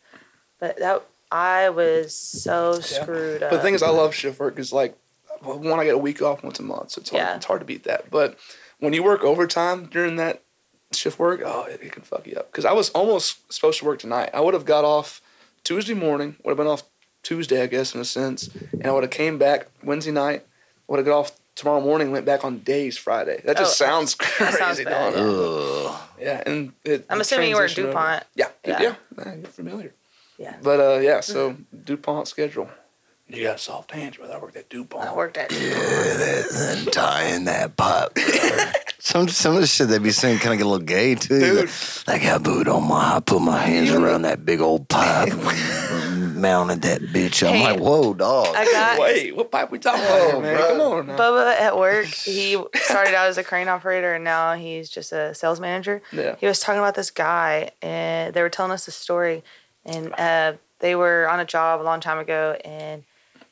Speaker 5: but that I was so screwed up.
Speaker 4: But the thing is, I love shift work because like, well, one, I get a week off once a month, so it's hard,
Speaker 5: Yeah.
Speaker 4: it's hard to beat that. But when you work overtime during that shift work, oh, it, it can fuck you up. Because I was almost supposed to work tonight. I would have got off Tuesday morning. Would have been off Tuesday, I guess, in a sense, and I would have came back Wednesday night. Would have got off tomorrow morning. Went back on days Friday. That just
Speaker 5: Oh,
Speaker 4: sounds crazy,
Speaker 5: sounds bad.
Speaker 4: don't it?
Speaker 2: Ugh.
Speaker 4: Yeah, and it,
Speaker 5: I'm
Speaker 4: the
Speaker 5: assuming you were at
Speaker 4: transition over-
Speaker 5: DuPont.
Speaker 4: Yeah, yeah,
Speaker 5: Yeah.
Speaker 4: yeah. you're familiar.
Speaker 5: Yeah.
Speaker 4: But uh, yeah, so
Speaker 5: Mm-hmm.
Speaker 4: DuPont schedule. You got soft hands, brother. I worked at DuPont.
Speaker 5: I worked at
Speaker 2: and tying that pipe. Some some of the shit they be saying kind of get a little gay too.
Speaker 4: Dude.
Speaker 2: Like I booed on my, I put my hands around that big old pipe, mounted that bitch. I'm
Speaker 5: Hey,
Speaker 2: like, whoa, dog.
Speaker 5: I got
Speaker 4: Wait, what pipe we talking about,
Speaker 5: Oh,
Speaker 4: here, man?
Speaker 2: bro.
Speaker 4: Come on now.
Speaker 5: Bubba at work, he started out as a crane operator and now he's just a sales manager.
Speaker 4: Yeah.
Speaker 5: He was talking about this guy and they were telling us the story and uh, they were on a job a long time ago and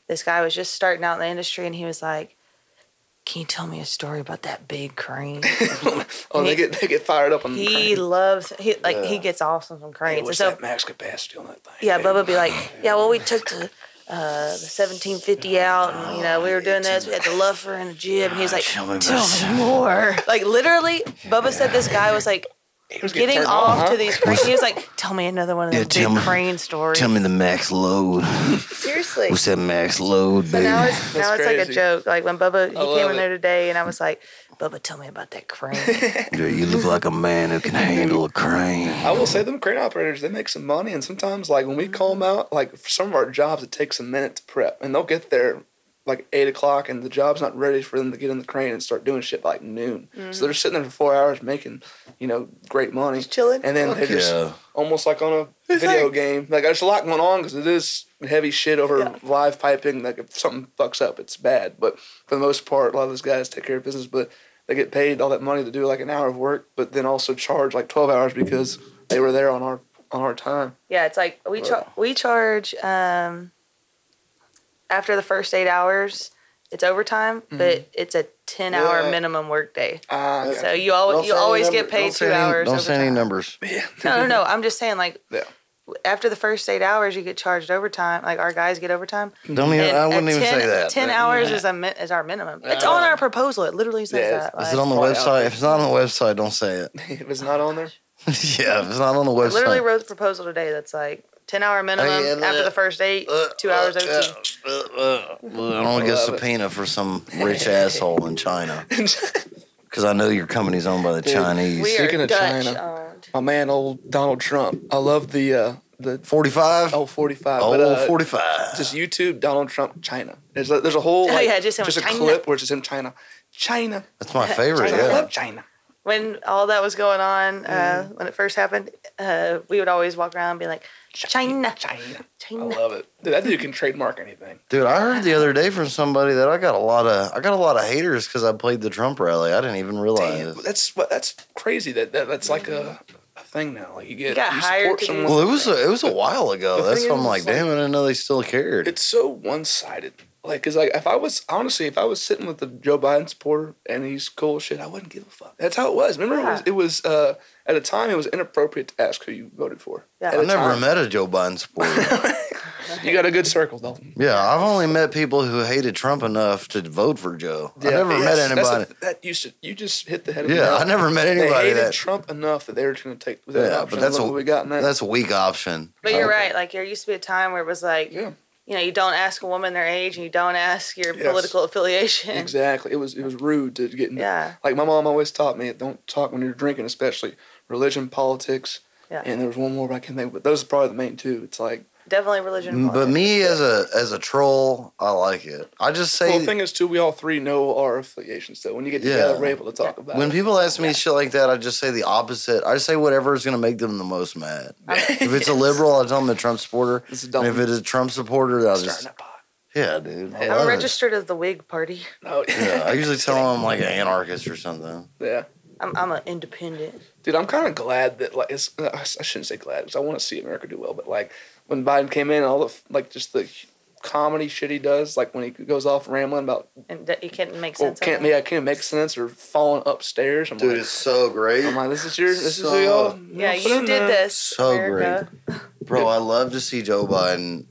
Speaker 5: this guy was just starting out in the industry and he was like, Can you tell me a story about that big crane?
Speaker 4: Oh, they get they get fired up on the
Speaker 5: he
Speaker 4: crane.
Speaker 5: loves he like he
Speaker 2: Yeah.
Speaker 5: gets off on some
Speaker 4: Hey,
Speaker 5: cranes. And
Speaker 4: what's
Speaker 5: so
Speaker 4: that max capacity on that thing?
Speaker 5: yeah,
Speaker 4: dude?
Speaker 5: Bubba would be like, yeah, well, we took the uh, the seventeen fifty out, and you know, we were doing this. We had the luffer and the jib, and he's
Speaker 4: Ah,
Speaker 5: like,
Speaker 2: Tell
Speaker 5: tell
Speaker 2: me
Speaker 5: me,
Speaker 2: about some
Speaker 5: more. Like literally, Bubba said this guy was like
Speaker 4: He was
Speaker 5: getting
Speaker 4: turned
Speaker 5: off
Speaker 4: on, huh?
Speaker 5: to these cranes. He was like, tell me another one of
Speaker 2: Yeah,
Speaker 5: those
Speaker 2: tell
Speaker 5: big
Speaker 2: me-
Speaker 5: crane stories.
Speaker 2: Tell me the max load.
Speaker 5: Seriously.
Speaker 2: What's that max load,
Speaker 5: But
Speaker 2: baby?
Speaker 5: now it's now
Speaker 4: That's
Speaker 5: it's like a
Speaker 4: crazy.
Speaker 5: joke. Like when Bubba he
Speaker 4: love
Speaker 5: came in
Speaker 4: it.
Speaker 5: there today, and I was like, Bubba, tell me about that crane.
Speaker 2: Yeah, you look like a man who can handle a crane.
Speaker 4: I will say them crane operators, they make some money, and sometimes like when we call
Speaker 5: Mm-hmm.
Speaker 4: them out, like for some of our jobs, it takes a minute to prep, and they'll get there like eight o'clock, and the job's not ready for them to get in the crane and start doing shit by, like noon.
Speaker 5: Mm.
Speaker 4: So they're sitting there for four hours making, you know, great money,
Speaker 5: chilling.
Speaker 4: and then they're just
Speaker 2: Yeah.
Speaker 4: almost like on a video game. Like there's a lot going on because it is heavy shit over live piping. Like if something fucks up, it's bad. But for the most part, a lot of those guys take care of business, but they get paid all that money to do like an hour of work, but then also charge like twelve hours because they were there on our on our time.
Speaker 5: Yeah, it's like we char- we charge um after the first eight hours, it's overtime,
Speaker 2: Mm-hmm.
Speaker 5: but it's a ten hour
Speaker 4: Yeah.
Speaker 5: minimum workday.
Speaker 4: Ah,
Speaker 5: So you always you always get paid two hours.
Speaker 2: Don't say any
Speaker 5: overtime.
Speaker 2: numbers.
Speaker 5: No,
Speaker 4: Oh.
Speaker 5: no, no. I'm just saying like
Speaker 4: Yeah.
Speaker 5: after the first eight hours, you get charged overtime. Like our guys get overtime.
Speaker 2: Don't even.
Speaker 5: And
Speaker 2: I
Speaker 5: at
Speaker 2: wouldn't even
Speaker 5: 10
Speaker 2: say that.
Speaker 5: Ten
Speaker 2: but-
Speaker 5: hours is a min- is our minimum. It's
Speaker 4: Yeah.
Speaker 5: on our proposal. It literally says
Speaker 4: Yeah,
Speaker 5: that.
Speaker 4: it's-
Speaker 2: Is
Speaker 5: like-
Speaker 2: it on the
Speaker 4: Probably out
Speaker 2: website?
Speaker 4: there.
Speaker 2: If it's not on the website, don't say it.
Speaker 4: if it's not on there,
Speaker 2: yeah, if it's not on the
Speaker 5: I literally
Speaker 2: website.
Speaker 5: wrote the proposal today. That's like ten hour minimum
Speaker 2: Hey, and,
Speaker 5: after
Speaker 2: uh,
Speaker 5: the first eight,
Speaker 2: Uh,
Speaker 5: two hours
Speaker 2: uh,
Speaker 5: OT.
Speaker 2: uh, uh, uh, I don't get
Speaker 4: Love it.
Speaker 2: subpoena for some rich asshole in China because I know your company's owned by the Chinese.
Speaker 5: We
Speaker 4: Speaking
Speaker 5: are
Speaker 4: of
Speaker 5: Dutch
Speaker 4: China.
Speaker 5: owned.
Speaker 4: my man, old Donald Trump. I love the uh, the
Speaker 2: 45?
Speaker 4: oh forty five.
Speaker 2: Oh,
Speaker 4: but, uh,
Speaker 2: 45.
Speaker 4: just YouTube Donald Trump China. There's a, there's a whole
Speaker 5: Oh,
Speaker 4: like,
Speaker 5: yeah, just
Speaker 4: just,
Speaker 5: him,
Speaker 4: a
Speaker 5: China.
Speaker 4: clip where it's just him China, China.
Speaker 2: That's my favorite.
Speaker 4: China. I
Speaker 2: Yeah.
Speaker 4: love China.
Speaker 5: when all that was going on uh,
Speaker 4: Mm.
Speaker 5: when it first happened, uh, we would always walk around and be like, China, China,
Speaker 4: China. I
Speaker 5: China.
Speaker 4: love it. Dude, that dude can trademark anything.
Speaker 2: Dude, I heard the other day from somebody that I got a lot of I got a lot of haters because I played the Trump rally. I didn't even
Speaker 4: Damn,
Speaker 2: realize.
Speaker 4: that's what that's crazy. That, that that's like a, a thing now. Like you get
Speaker 5: You got hired
Speaker 4: support
Speaker 5: to do
Speaker 4: someone.
Speaker 2: Well, it was a, it was a while ago.
Speaker 4: The
Speaker 2: That's
Speaker 4: thing
Speaker 2: why I'm
Speaker 4: is,
Speaker 2: like,
Speaker 4: it's like-
Speaker 2: damn, I didn't know they still cared.
Speaker 4: It's so one sided. Like, cause like if I was honestly, if I was sitting with the Joe Biden supporter and he's cool as shit, I wouldn't give a fuck. That's how it was. Remember,
Speaker 5: Yeah.
Speaker 4: it was, it was uh, at a time it was inappropriate to ask who you voted for.
Speaker 5: Yeah.
Speaker 4: At
Speaker 2: I
Speaker 4: a
Speaker 2: never
Speaker 4: time.
Speaker 2: met a Joe Biden supporter.
Speaker 4: You got a good circle though.
Speaker 2: Yeah, I've only met people who hated Trump enough to vote for Joe. I
Speaker 4: Yeah,
Speaker 2: never met
Speaker 4: yes, that's
Speaker 2: anybody.
Speaker 4: a- that you should, you just hit the head. Of the
Speaker 2: yeah,
Speaker 4: nail.
Speaker 2: I never met
Speaker 4: They
Speaker 2: anybody
Speaker 4: hated
Speaker 2: that.
Speaker 4: Trump enough that they were going to take. Yeah,
Speaker 2: yeah,
Speaker 4: option.
Speaker 2: but that's a
Speaker 4: Look what we got now.
Speaker 2: that's a weak option.
Speaker 5: But you're right. Like there used to be a time where it was like,
Speaker 4: Yeah.
Speaker 5: you know, you don't ask a woman their age and you don't ask your
Speaker 4: Yes.
Speaker 5: political affiliation.
Speaker 4: exactly. It was it was rude to get. Into,
Speaker 5: Yeah.
Speaker 4: Like my mom always taught me, don't talk when you're drinking, especially religion, politics,
Speaker 5: Yeah.
Speaker 4: and there was one more Mm, but I can think. But those are probably the main two. It's like
Speaker 5: Definitely religion.
Speaker 2: Uh, But
Speaker 5: politics.
Speaker 2: me as a as a troll, I like it. I just say
Speaker 4: Well, the thing is, too, we all three know our affiliations. So when you get
Speaker 2: Yeah.
Speaker 4: together, we're able to talk about
Speaker 2: when
Speaker 4: it.
Speaker 2: people ask me shit like that, I just say the opposite. I say whatever is going to make them the most mad. If it's a liberal, I tell them a Trump supporter.
Speaker 4: This is dumb.
Speaker 2: And if it is a Trump supporter, then I'll just
Speaker 4: Starting a pot.
Speaker 2: yeah, dude. I
Speaker 4: I'm
Speaker 2: love
Speaker 5: I'm
Speaker 2: it.
Speaker 5: registered as the Whig Party.
Speaker 4: No.
Speaker 2: Yeah, I usually tell them I'm like an anarchist or something.
Speaker 4: yeah.
Speaker 5: I'm I'm an independent.
Speaker 4: Dude, I'm kind of glad that like it's, uh, I shouldn't say glad because I want to see America do well, but like when Biden came in, all the f- like just the comedy shit he does, like when he goes off rambling about
Speaker 5: And that you can't make
Speaker 4: well,
Speaker 5: sense
Speaker 4: Oh, can't
Speaker 5: of it.
Speaker 4: yeah, can't make sense or falling upstairs. I'm like,
Speaker 2: so great.
Speaker 4: I'm like, this is your, this
Speaker 2: so-
Speaker 4: is your,
Speaker 5: Yeah, you did this.
Speaker 2: So
Speaker 5: America.
Speaker 2: Bro, I love to see Joe Biden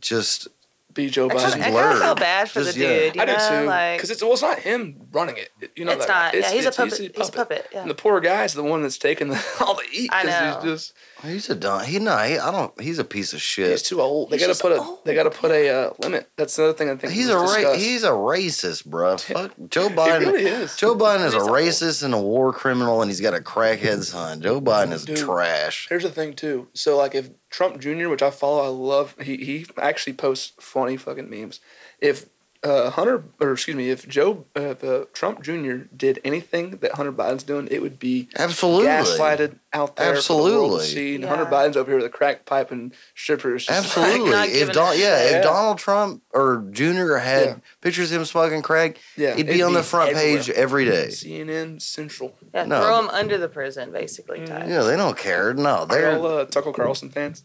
Speaker 2: just
Speaker 4: Be Joe
Speaker 5: I,
Speaker 4: Biden.
Speaker 5: kinda- I kind
Speaker 2: blurred.
Speaker 5: of feel bad for
Speaker 2: Just-
Speaker 5: the
Speaker 2: yeah.
Speaker 5: dude. You
Speaker 4: I do
Speaker 5: know?
Speaker 4: too,
Speaker 5: Like,
Speaker 4: because it's well, it's not him running it. You know,
Speaker 5: it's
Speaker 4: that,
Speaker 5: not.
Speaker 4: It's,
Speaker 5: yeah, he's a
Speaker 4: it's-
Speaker 5: puppet. He's a puppet. Yeah.
Speaker 4: And the poor guy's the one that's taking the, all the heat
Speaker 5: I
Speaker 4: because he's
Speaker 5: know.
Speaker 4: just
Speaker 2: he's a dumb he no, he, I don't he's a piece of
Speaker 4: he's
Speaker 2: shit.
Speaker 4: too old. They
Speaker 5: He's
Speaker 4: gotta
Speaker 5: just
Speaker 4: put a
Speaker 5: old.
Speaker 4: they gotta put a uh, limit. That's another thing I think
Speaker 2: He's
Speaker 4: was
Speaker 2: a ra-
Speaker 4: discussed.
Speaker 2: he's a racist, bro. Fuck Joe
Speaker 4: He
Speaker 2: Biden.
Speaker 4: really is.
Speaker 2: Joe Biden is a
Speaker 5: He's awful.
Speaker 2: racist and a war criminal, and he's got a crackhead son. Joe Biden is
Speaker 4: Dude.
Speaker 2: trash.
Speaker 4: Here's the thing too. So like if Trump Jr., which I follow, I love. He he actually posts funny fucking memes. If uh, Hunter, or excuse me, if Joe, uh, if, uh, Trump Jr. did anything that Hunter Biden's doing, it would be
Speaker 2: Absolutely.
Speaker 4: gaslighted out there for the world
Speaker 2: Absolutely.
Speaker 4: to see. And
Speaker 5: Yeah.
Speaker 4: Hunter Biden's over here with a crack pipe and strippers. Just
Speaker 2: Absolutely.
Speaker 5: Not
Speaker 2: if
Speaker 5: giving a
Speaker 2: Don- yeah,
Speaker 4: shit.
Speaker 2: if Donald Trump or Junior had
Speaker 4: Yeah.
Speaker 2: pictures of him smoking crack,
Speaker 4: Yeah,
Speaker 2: he'd be
Speaker 4: it'd
Speaker 2: on
Speaker 4: be
Speaker 2: the front page
Speaker 4: everywhere.
Speaker 2: every day.
Speaker 4: CNN Central.
Speaker 5: yeah,
Speaker 2: no.
Speaker 5: Throw him under the prison, basically.
Speaker 4: Mm,
Speaker 5: Ty.
Speaker 2: Yeah, they don't care. No,
Speaker 4: Are
Speaker 2: they're
Speaker 4: y'all uh, Tucker Carlson fans?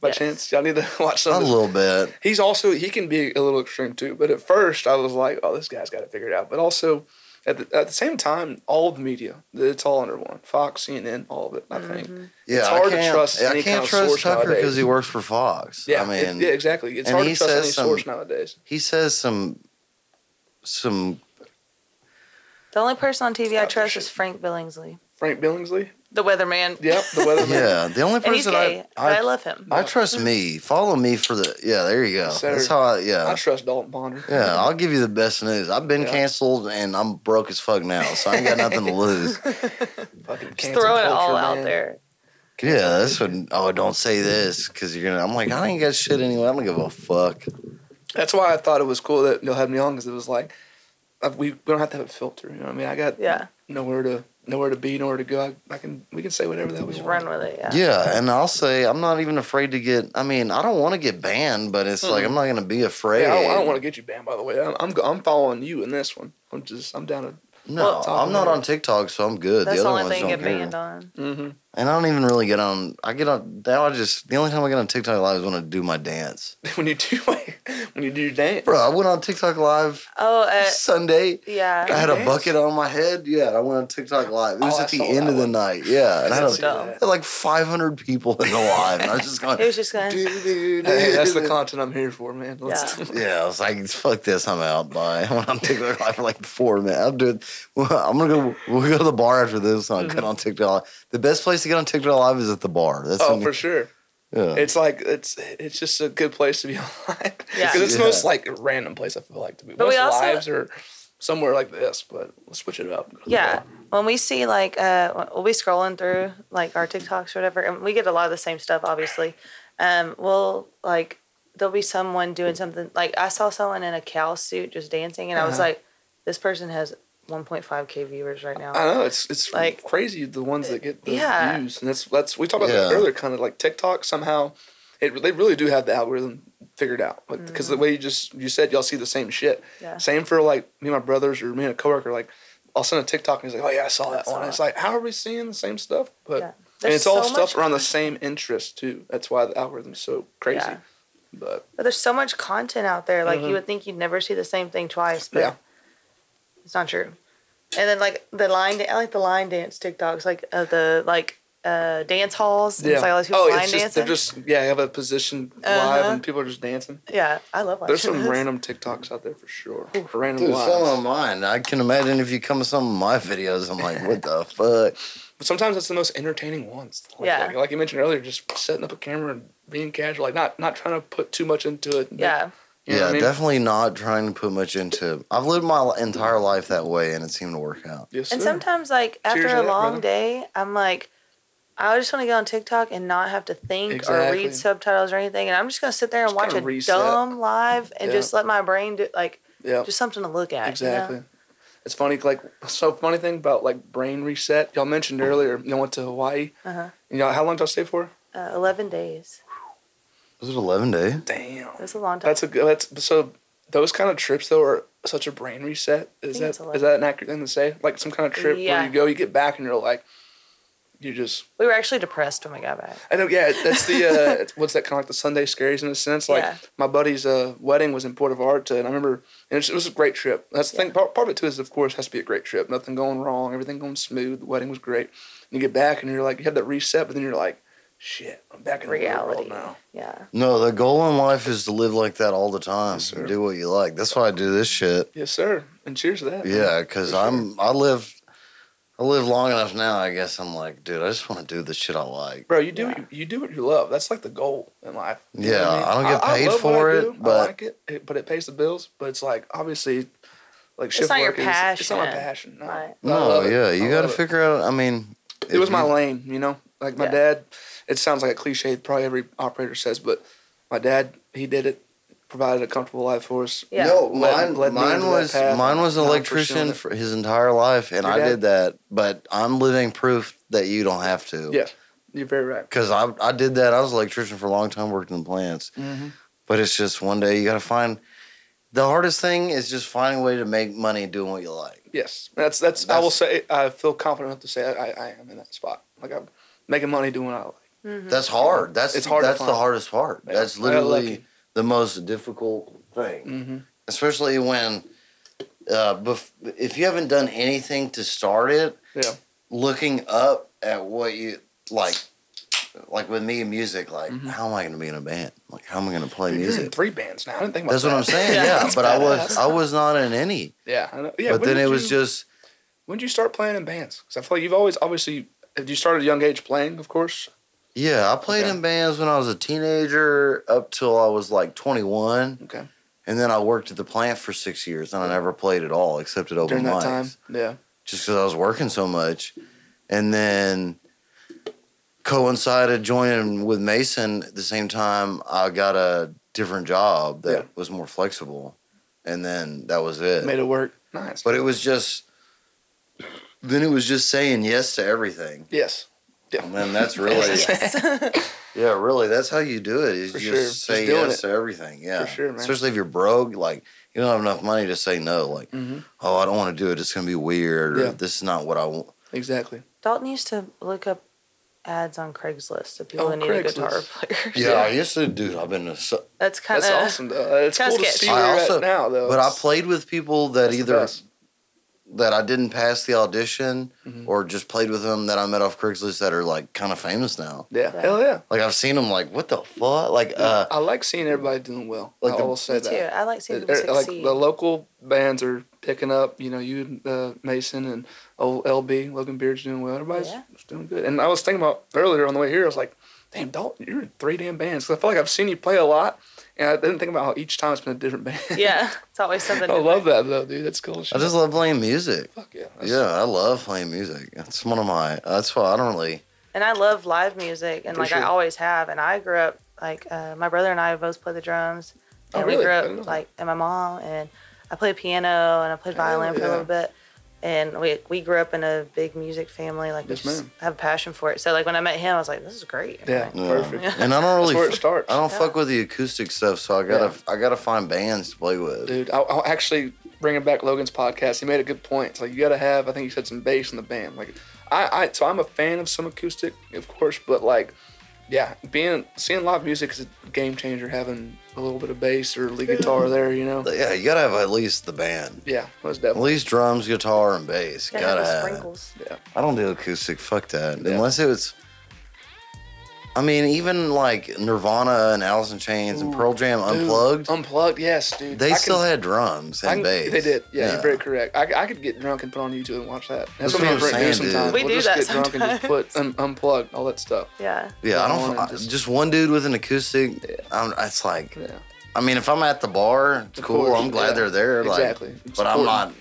Speaker 4: By
Speaker 5: Yes.
Speaker 4: chance, y'all need to watch some.
Speaker 2: a
Speaker 4: of his-
Speaker 2: little bit.
Speaker 4: he's also he can be a little extreme too. But at first, I was like, "Oh, this guy's got it figured out." But also, at the, at the same time, all the media, it's all under one Fox, CNN, all of it. I think
Speaker 5: Mm-hmm.
Speaker 2: Yeah,
Speaker 4: It's hard
Speaker 2: I
Speaker 4: to
Speaker 2: can't,
Speaker 4: trust
Speaker 2: I
Speaker 4: any
Speaker 2: can't
Speaker 4: kind of
Speaker 2: trust
Speaker 4: source
Speaker 2: Tucker
Speaker 4: nowadays.
Speaker 2: because he works for Fox.
Speaker 4: yeah,
Speaker 2: I
Speaker 4: it-
Speaker 2: mean,
Speaker 4: yeah, exactly. It's
Speaker 2: and
Speaker 4: hard
Speaker 2: he
Speaker 4: to trust any
Speaker 2: says some-
Speaker 4: source nowadays.
Speaker 2: he says some some
Speaker 5: The only person on TV I
Speaker 4: Fuck
Speaker 5: trust
Speaker 4: shit.
Speaker 5: is Frank Billingsley,
Speaker 4: Frank Billingsley,
Speaker 5: the weatherman.
Speaker 4: yep, the weatherman.
Speaker 2: yeah. The only
Speaker 5: And he's
Speaker 2: person
Speaker 5: gay,
Speaker 2: I
Speaker 5: but I
Speaker 2: I,
Speaker 5: love him.
Speaker 2: I trust me. Follow me for the yeah. There you go.
Speaker 4: Yes, sir.
Speaker 2: That's how I
Speaker 4: I
Speaker 2: yeah.
Speaker 4: trust Dalton Bonder.
Speaker 2: Yeah, I'll give you the best news. I've been
Speaker 4: Yeah.
Speaker 2: canceled and I'm broke as fuck now, so I ain't got nothing to lose.
Speaker 4: fucking
Speaker 5: Just
Speaker 4: cancel
Speaker 5: throwing it all
Speaker 4: culture,
Speaker 5: out
Speaker 4: man.
Speaker 5: there.
Speaker 2: Yeah, that's what. Oh, don't say this because you're gonna. I'm like, I ain't got shit anyway. I don't give a fuck.
Speaker 4: That's why I thought it was cool that you'll have me on because it was like, uh, we, we don't have to have a filter. You know what I mean? I got
Speaker 5: Yeah,
Speaker 4: nowhere to nowhere to be, nowhere to go. I, I can we can say whatever that we
Speaker 5: just
Speaker 4: want.
Speaker 5: run with it. Yeah.
Speaker 2: Yeah, and I'll say I'm not even afraid to get. I mean, I don't want to get banned, but it's like
Speaker 4: Mm-mm.
Speaker 2: I'm not gonna be afraid.
Speaker 4: Yeah, I don't, I don't want to get you banned. By the way, I'm, I'm go- I'm following you in this one. I'm just I'm down to.
Speaker 2: No,
Speaker 5: Well,
Speaker 2: I'm not on TikTok, so I'm good.
Speaker 5: That's
Speaker 2: the
Speaker 5: the
Speaker 2: other
Speaker 5: only thing you
Speaker 2: ones
Speaker 5: get
Speaker 2: don't care.
Speaker 5: banned on.
Speaker 4: Mm-hmm.
Speaker 2: And I don't even really get on. I get on now. I just the only time I get on TikTok live is when I do my dance.
Speaker 4: when you do when you do your dance,
Speaker 2: Bro, I went on TikTok live
Speaker 5: Oh, uh,
Speaker 2: Sunday. I
Speaker 5: yeah.
Speaker 2: had a
Speaker 4: dance?
Speaker 2: bucket on my head. Yeah, and I went on TikTok live. It was
Speaker 4: Oh, I
Speaker 2: at the
Speaker 4: saw
Speaker 2: end
Speaker 4: that
Speaker 2: of the
Speaker 4: one.
Speaker 2: night. Yeah, and I had,
Speaker 5: So
Speaker 2: a,
Speaker 5: dumb.
Speaker 2: I had like 500 people in the live, and I was just going.
Speaker 5: It was just going.
Speaker 2: "Doo, doo, doo,
Speaker 4: Hey, that's the
Speaker 2: doo."
Speaker 4: content I'm here for, man. Let's,
Speaker 2: Yeah, I was like, fuck this, I'm out. Bye. I went on TikTok live for like four minutes. I'll do it. I'm gonna go. We'll go to the bar after this. And I'll
Speaker 4: Mm-hmm.
Speaker 2: get on TikTok. Live. The best place to get on TikTok live is at the bar. That's
Speaker 4: oh,
Speaker 2: when-
Speaker 4: for sure.
Speaker 2: yeah.
Speaker 4: It's like it's it's just a good place to be online
Speaker 5: Yeah.
Speaker 4: because it's
Speaker 2: Yeah.
Speaker 4: most like a random place I feel like to be.
Speaker 5: But
Speaker 4: most
Speaker 5: we also-
Speaker 4: lives are somewhere like this, but let's switch it up.
Speaker 5: Yeah. When we see like uh we'll be scrolling through like our TikToks or whatever, and we get a lot of the same stuff, obviously. Um, we'll like there'll be someone doing something like I saw someone in a cow suit just dancing and I was
Speaker 4: Uh-huh.
Speaker 5: like, This person has one point five K viewers right now.
Speaker 4: I know it's it's
Speaker 5: Like-
Speaker 4: crazy the ones that get the
Speaker 5: Yeah.
Speaker 4: views, and that's that's we talked about
Speaker 2: Yeah.
Speaker 4: that earlier. Kind of like TikTok somehow, it they really do have the algorithm figured out because the way you just you said y'all see the same shit.
Speaker 5: Mm-hmm. Yeah.
Speaker 4: Same for like me and my brothers or me and a coworker. Like I'll send a TikTok and he's like, oh yeah, I saw that
Speaker 5: saw
Speaker 4: one.
Speaker 5: that.
Speaker 4: It's like how are we seeing the same stuff? But
Speaker 5: Yeah.
Speaker 4: and
Speaker 5: There's
Speaker 4: it's all
Speaker 5: so
Speaker 4: stuff
Speaker 5: much-
Speaker 4: around the same interest too. That's why the algorithm's so crazy.
Speaker 5: Yeah.
Speaker 4: But
Speaker 5: But there's so much content out there, like
Speaker 4: Mhm.
Speaker 5: you would think you'd never see the same thing twice, but
Speaker 4: yeah,
Speaker 5: it's not true. And then like the line I like the line dance TikToks, like uh, the like uh dance halls. and
Speaker 4: yeah.
Speaker 5: It's like all these people
Speaker 4: oh,
Speaker 5: line
Speaker 4: it's just
Speaker 5: dancing.
Speaker 4: they're just yeah, I have a position live
Speaker 5: Uh-huh.
Speaker 4: and people are just dancing.
Speaker 5: yeah, I love watching
Speaker 4: There's some
Speaker 5: those.
Speaker 4: random TikToks out there for sure. Random
Speaker 2: Dude,
Speaker 4: lives.
Speaker 2: some of mine. I can imagine if you come to some of my videos, I'm like, what the fuck?
Speaker 4: But sometimes that's the most entertaining ones. Like,
Speaker 5: Yeah.
Speaker 4: Like, like you mentioned earlier, just setting up a camera and being casual, like not not trying to put too much into it.
Speaker 5: Yeah.
Speaker 4: You know
Speaker 2: yeah,
Speaker 4: what I mean?
Speaker 2: definitely not trying to put much into. I've lived my li- entire life that way, and it seemed to work out.
Speaker 4: Yes,
Speaker 5: And
Speaker 4: sir.
Speaker 5: sometimes, like
Speaker 4: Cheers
Speaker 5: after
Speaker 4: to
Speaker 5: a
Speaker 4: that,
Speaker 5: long
Speaker 4: brother.
Speaker 5: day, I'm like, I just want to get on TikTok and not have to think or
Speaker 4: Exactly.
Speaker 5: read subtitles or anything. And I'm just going to sit there and
Speaker 4: Just
Speaker 5: watch
Speaker 4: kinda
Speaker 5: a
Speaker 4: reset.
Speaker 5: dumb live and
Speaker 4: Yeah.
Speaker 5: just let my brain do like
Speaker 4: Yeah.
Speaker 5: just something to look at. you know?
Speaker 4: Exactly. It's funny, like so funny thing about like brain reset. Y'all mentioned earlier y'all went to Hawaii.
Speaker 5: Uh-huh.
Speaker 4: You know how long did y'all stay for?
Speaker 5: Uh, 11 days.
Speaker 2: Was it 11 days?
Speaker 4: Damn.
Speaker 5: That's a long time.
Speaker 4: That's a good. That's so. Those kind of trips though are such a brain reset. Is
Speaker 5: think
Speaker 4: that
Speaker 5: it's a lot.
Speaker 4: is that an accurate thing to say? Like some kind of trip
Speaker 5: Yeah.
Speaker 4: where you go, you get back, and you're like, you just.
Speaker 5: we were actually depressed when we got back.
Speaker 4: I know. Yeah, that's the uh, it's- what's that kind of like the Sunday scaries in a sense. Like
Speaker 5: Yeah.
Speaker 4: my buddy's uh, wedding was in Puerto Vallarta, and I remember and it was a great trip. That's the thing. Part, part of it too is of course has to be a great trip. Nothing going wrong. Everything going smooth. The wedding was great. And you get back, and you're like you have that reset, but then you're like, shit, I'm back in the real world
Speaker 5: Reality.
Speaker 4: now.
Speaker 5: Yeah.
Speaker 2: No, the goal in life is to live like that all the time.
Speaker 4: Yes, sir.
Speaker 2: do what you like. That's why I do this shit.
Speaker 4: Yes, sir. And cheers to that. man.
Speaker 2: Yeah, because
Speaker 4: For sure.
Speaker 2: I'm I live I live long enough now. I guess I'm like, dude, I just want to do the shit I like.
Speaker 4: Bro, you do what
Speaker 5: Yeah.
Speaker 4: you, you do what you love. That's like the goal in life. You
Speaker 2: Yeah,
Speaker 4: what
Speaker 2: I don't get paid
Speaker 4: love what
Speaker 2: for
Speaker 4: I
Speaker 2: it,
Speaker 4: do. I
Speaker 2: but-
Speaker 4: like it, it, but it pays the bills. But it's like obviously, like
Speaker 5: It's
Speaker 4: shift
Speaker 5: not your
Speaker 4: work is- It's not my
Speaker 5: passion.
Speaker 4: passion. No,
Speaker 5: Right.
Speaker 4: But I
Speaker 2: No,
Speaker 4: love it.
Speaker 2: yeah,
Speaker 4: I
Speaker 2: you got to
Speaker 4: love it.
Speaker 2: figure out. I mean,
Speaker 4: It was
Speaker 2: if
Speaker 4: my
Speaker 2: you-
Speaker 4: lane, you know. Like my
Speaker 5: Yeah.
Speaker 4: dad, it sounds like a cliche. Probably every operator says, but my dad, he did it, provided a comfortable life for us.
Speaker 5: Yeah.
Speaker 2: No,
Speaker 4: Let-
Speaker 2: mine,
Speaker 4: let me
Speaker 2: mine
Speaker 4: into that
Speaker 2: was
Speaker 4: path.
Speaker 2: mine was an
Speaker 4: Not pursuing
Speaker 2: electrician
Speaker 4: it.
Speaker 2: for his entire life, and
Speaker 4: Your
Speaker 2: I
Speaker 4: dad?
Speaker 2: did that. But I'm living proof that you don't have to.
Speaker 4: Yeah, you're very right.
Speaker 2: Because I I did that. I was an electrician for a long time, worked in plants.
Speaker 4: Mm-hmm.
Speaker 2: But it's just one day you got to find. The hardest thing is just finding a way to make money doing what you like.
Speaker 4: Yes, that's, that's I
Speaker 2: That's-
Speaker 4: will say I feel confident enough to say I, I, I am in that spot. Like I'm making money doing what I like.
Speaker 5: Mhm.
Speaker 2: That's hard. That's
Speaker 4: It's hard to
Speaker 2: That's the
Speaker 4: find.
Speaker 2: hardest part.
Speaker 4: Mm. Yeah.
Speaker 2: That's
Speaker 4: I got
Speaker 2: literally
Speaker 4: lucky.
Speaker 2: the most difficult thing,
Speaker 4: Mm-hmm.
Speaker 2: especially when, uh, bef- if you haven't done anything to start it,
Speaker 4: Yeah.
Speaker 2: looking up at what you like, like with me and music, like
Speaker 4: Mhm.
Speaker 2: how am I going to be in a band? Like how am I going to play
Speaker 4: Dude, You're in
Speaker 2: music?
Speaker 4: three bands now. I didn't think about
Speaker 2: That's what I'm
Speaker 4: that.
Speaker 2: saying.
Speaker 5: Yeah,
Speaker 2: yeah,
Speaker 4: that's
Speaker 2: but I was
Speaker 4: badass.
Speaker 2: I was not in any.
Speaker 4: Yeah, I know. Yeah,
Speaker 2: but
Speaker 4: when
Speaker 2: then
Speaker 4: did
Speaker 2: it was
Speaker 4: you-
Speaker 2: just
Speaker 4: When did you start playing in bands? Because I feel like you've always obviously. Did you start at a young age playing? Of course.
Speaker 2: yeah. I played
Speaker 4: Okay.
Speaker 2: in bands when I was a teenager up till I was like 21.
Speaker 4: Okay.
Speaker 2: And then I worked at the plant for six years, and I never played at all except at open
Speaker 4: During
Speaker 2: mics,
Speaker 4: that time. Yeah.
Speaker 2: just because I was working so much. And then coincided joining with Mason at the same time. I got a different job that
Speaker 4: Yeah.
Speaker 2: was more flexible, and then that was it.
Speaker 4: Made it work. Nice.
Speaker 2: but it was just then it was just saying yes to everything.
Speaker 4: yes. Yeah.
Speaker 2: And then Oh, that's really yeah, really that's how you do it. Is
Speaker 4: For
Speaker 2: you
Speaker 4: sure.
Speaker 2: just
Speaker 4: Just
Speaker 2: say
Speaker 4: doing
Speaker 2: yes
Speaker 4: it.
Speaker 2: to everything. Yeah,
Speaker 4: sure, man.
Speaker 2: Especially if you're broke, like you don't have enough money to say no. Like
Speaker 4: hmm
Speaker 2: oh, I don't want to do it. It's going to be weird. Or
Speaker 4: Yeah.
Speaker 2: this is not what I want.
Speaker 4: Exactly.
Speaker 5: Dalton used to look up ads on Craigslist of people
Speaker 4: Oh,
Speaker 5: that needed
Speaker 4: Craigslist.
Speaker 5: guitar players.
Speaker 2: Yeah, I used to, dude. I've been, a, su-
Speaker 5: That's kind
Speaker 4: That's
Speaker 5: of
Speaker 4: awesome though. It's
Speaker 5: kinda
Speaker 4: cool to
Speaker 5: sketchy.
Speaker 4: see where
Speaker 2: I
Speaker 4: you're
Speaker 2: also-
Speaker 4: at now though.
Speaker 2: but I
Speaker 4: It's-
Speaker 2: played with people that
Speaker 4: that's the
Speaker 2: either
Speaker 4: best.
Speaker 2: that I didn't pass the audition
Speaker 4: Mhm.
Speaker 2: or just played with them that I met off Craigslist that are like kind of famous now.
Speaker 4: Yeah.
Speaker 5: Yeah.
Speaker 4: Hell yeah.
Speaker 2: Like I've seen them. Like what the fuck? Like uh,
Speaker 4: I like seeing everybody doing well.
Speaker 2: Like
Speaker 4: I
Speaker 2: the-
Speaker 4: will say
Speaker 5: Me too.
Speaker 4: that.
Speaker 5: I like seeing people
Speaker 4: Er, like
Speaker 5: succeed.
Speaker 4: the local bands are picking up. You know, you and uh, Mason and old LB Logan Beard's doing well. Everybody's
Speaker 5: Yeah.
Speaker 4: doing good. And I was thinking about earlier on the way here. I was like, "Damn, Dalton, you're in three damn bands." 'Cause I feel like I've seen you play a lot, and I didn't think about how each time it's been a different band.
Speaker 5: yeah, it's always something.
Speaker 4: I
Speaker 5: different.
Speaker 4: love that though, dude. That's cool. as
Speaker 2: I just
Speaker 4: shit.
Speaker 2: love playing music.
Speaker 4: Fuck yeah. That's-
Speaker 2: Yeah, I love playing music. That's one of my. That's why I don't really.
Speaker 5: And I love live music, and
Speaker 4: For
Speaker 5: like I
Speaker 4: sure.
Speaker 5: always have. And I grew up like uh, my brother and I both play the drums,
Speaker 4: Oh,
Speaker 5: and
Speaker 4: really?
Speaker 5: we grew
Speaker 4: I didn't know
Speaker 5: up
Speaker 4: that.
Speaker 5: like and my mom and I played piano and I played violin for
Speaker 4: yeah.
Speaker 5: a little bit. And we we grew up in a big music family. Like we
Speaker 4: Yes,
Speaker 5: just
Speaker 4: ma'am.
Speaker 5: have a passion for it. So like when I met him, I was like, this is great.
Speaker 4: Yeah.
Speaker 5: Like,
Speaker 2: Yeah.
Speaker 4: Perfect.
Speaker 5: Yeah.
Speaker 2: And I don't
Speaker 4: That's
Speaker 2: really.
Speaker 4: where it
Speaker 2: f-
Speaker 4: starts.
Speaker 2: I don't
Speaker 5: Yeah.
Speaker 2: fuck with the acoustic stuff, so I gotta I gotta find bands to play with.
Speaker 4: Dude, I'll, I'll actually bringing back Logan's podcast. He made a good point. It's like you got to have. I think he said some bass in the band. Like, I, I so I'm a fan of some acoustic, of course, but like, yeah, being seeing live music is a game changer. Having a little bit of bass or lead guitar there, you know.
Speaker 2: But yeah, you gotta have at least the band,
Speaker 4: Yeah, most
Speaker 2: at
Speaker 4: definitely.
Speaker 2: least drums, guitar, and bass.
Speaker 5: Gotta have
Speaker 2: gotta
Speaker 5: the
Speaker 2: have. it.
Speaker 5: sprinkles.
Speaker 2: I don't do acoustic. Fuck that.
Speaker 4: Yeah.
Speaker 2: Unless it was. I mean, even like Nirvana and Alice in Chains and
Speaker 4: Ooh,
Speaker 2: Pearl Jam
Speaker 4: Dude,
Speaker 2: unplugged,
Speaker 4: Unplugged. Yes, dude.
Speaker 2: they
Speaker 4: I
Speaker 2: still
Speaker 4: can-
Speaker 2: had drums and
Speaker 4: I can-
Speaker 2: bass.
Speaker 4: They did. Yeah, you're very correct. I, I could get drunk and put on YouTube and watch that.
Speaker 2: That's
Speaker 4: That's,
Speaker 2: what
Speaker 4: what me
Speaker 2: I'm
Speaker 4: and Brent do
Speaker 2: saying, dude.
Speaker 4: sometimes.
Speaker 5: We
Speaker 4: will
Speaker 5: do
Speaker 4: just
Speaker 5: that
Speaker 4: get drunk and just put un, unplugged all that stuff.
Speaker 5: Yeah.
Speaker 2: Yeah, I
Speaker 4: Go
Speaker 2: don't.
Speaker 4: on and
Speaker 2: I- just,
Speaker 4: just-
Speaker 2: one dude with an acoustic.
Speaker 4: Yeah.
Speaker 2: I'm, it's like,
Speaker 4: Yeah.
Speaker 2: I mean, if I'm at the bar, it's
Speaker 4: Of
Speaker 2: cool.
Speaker 4: course,
Speaker 2: I'm glad
Speaker 4: yeah.
Speaker 2: they're there. Like,
Speaker 4: Exactly.
Speaker 2: But I'm
Speaker 4: Supporting.
Speaker 2: not.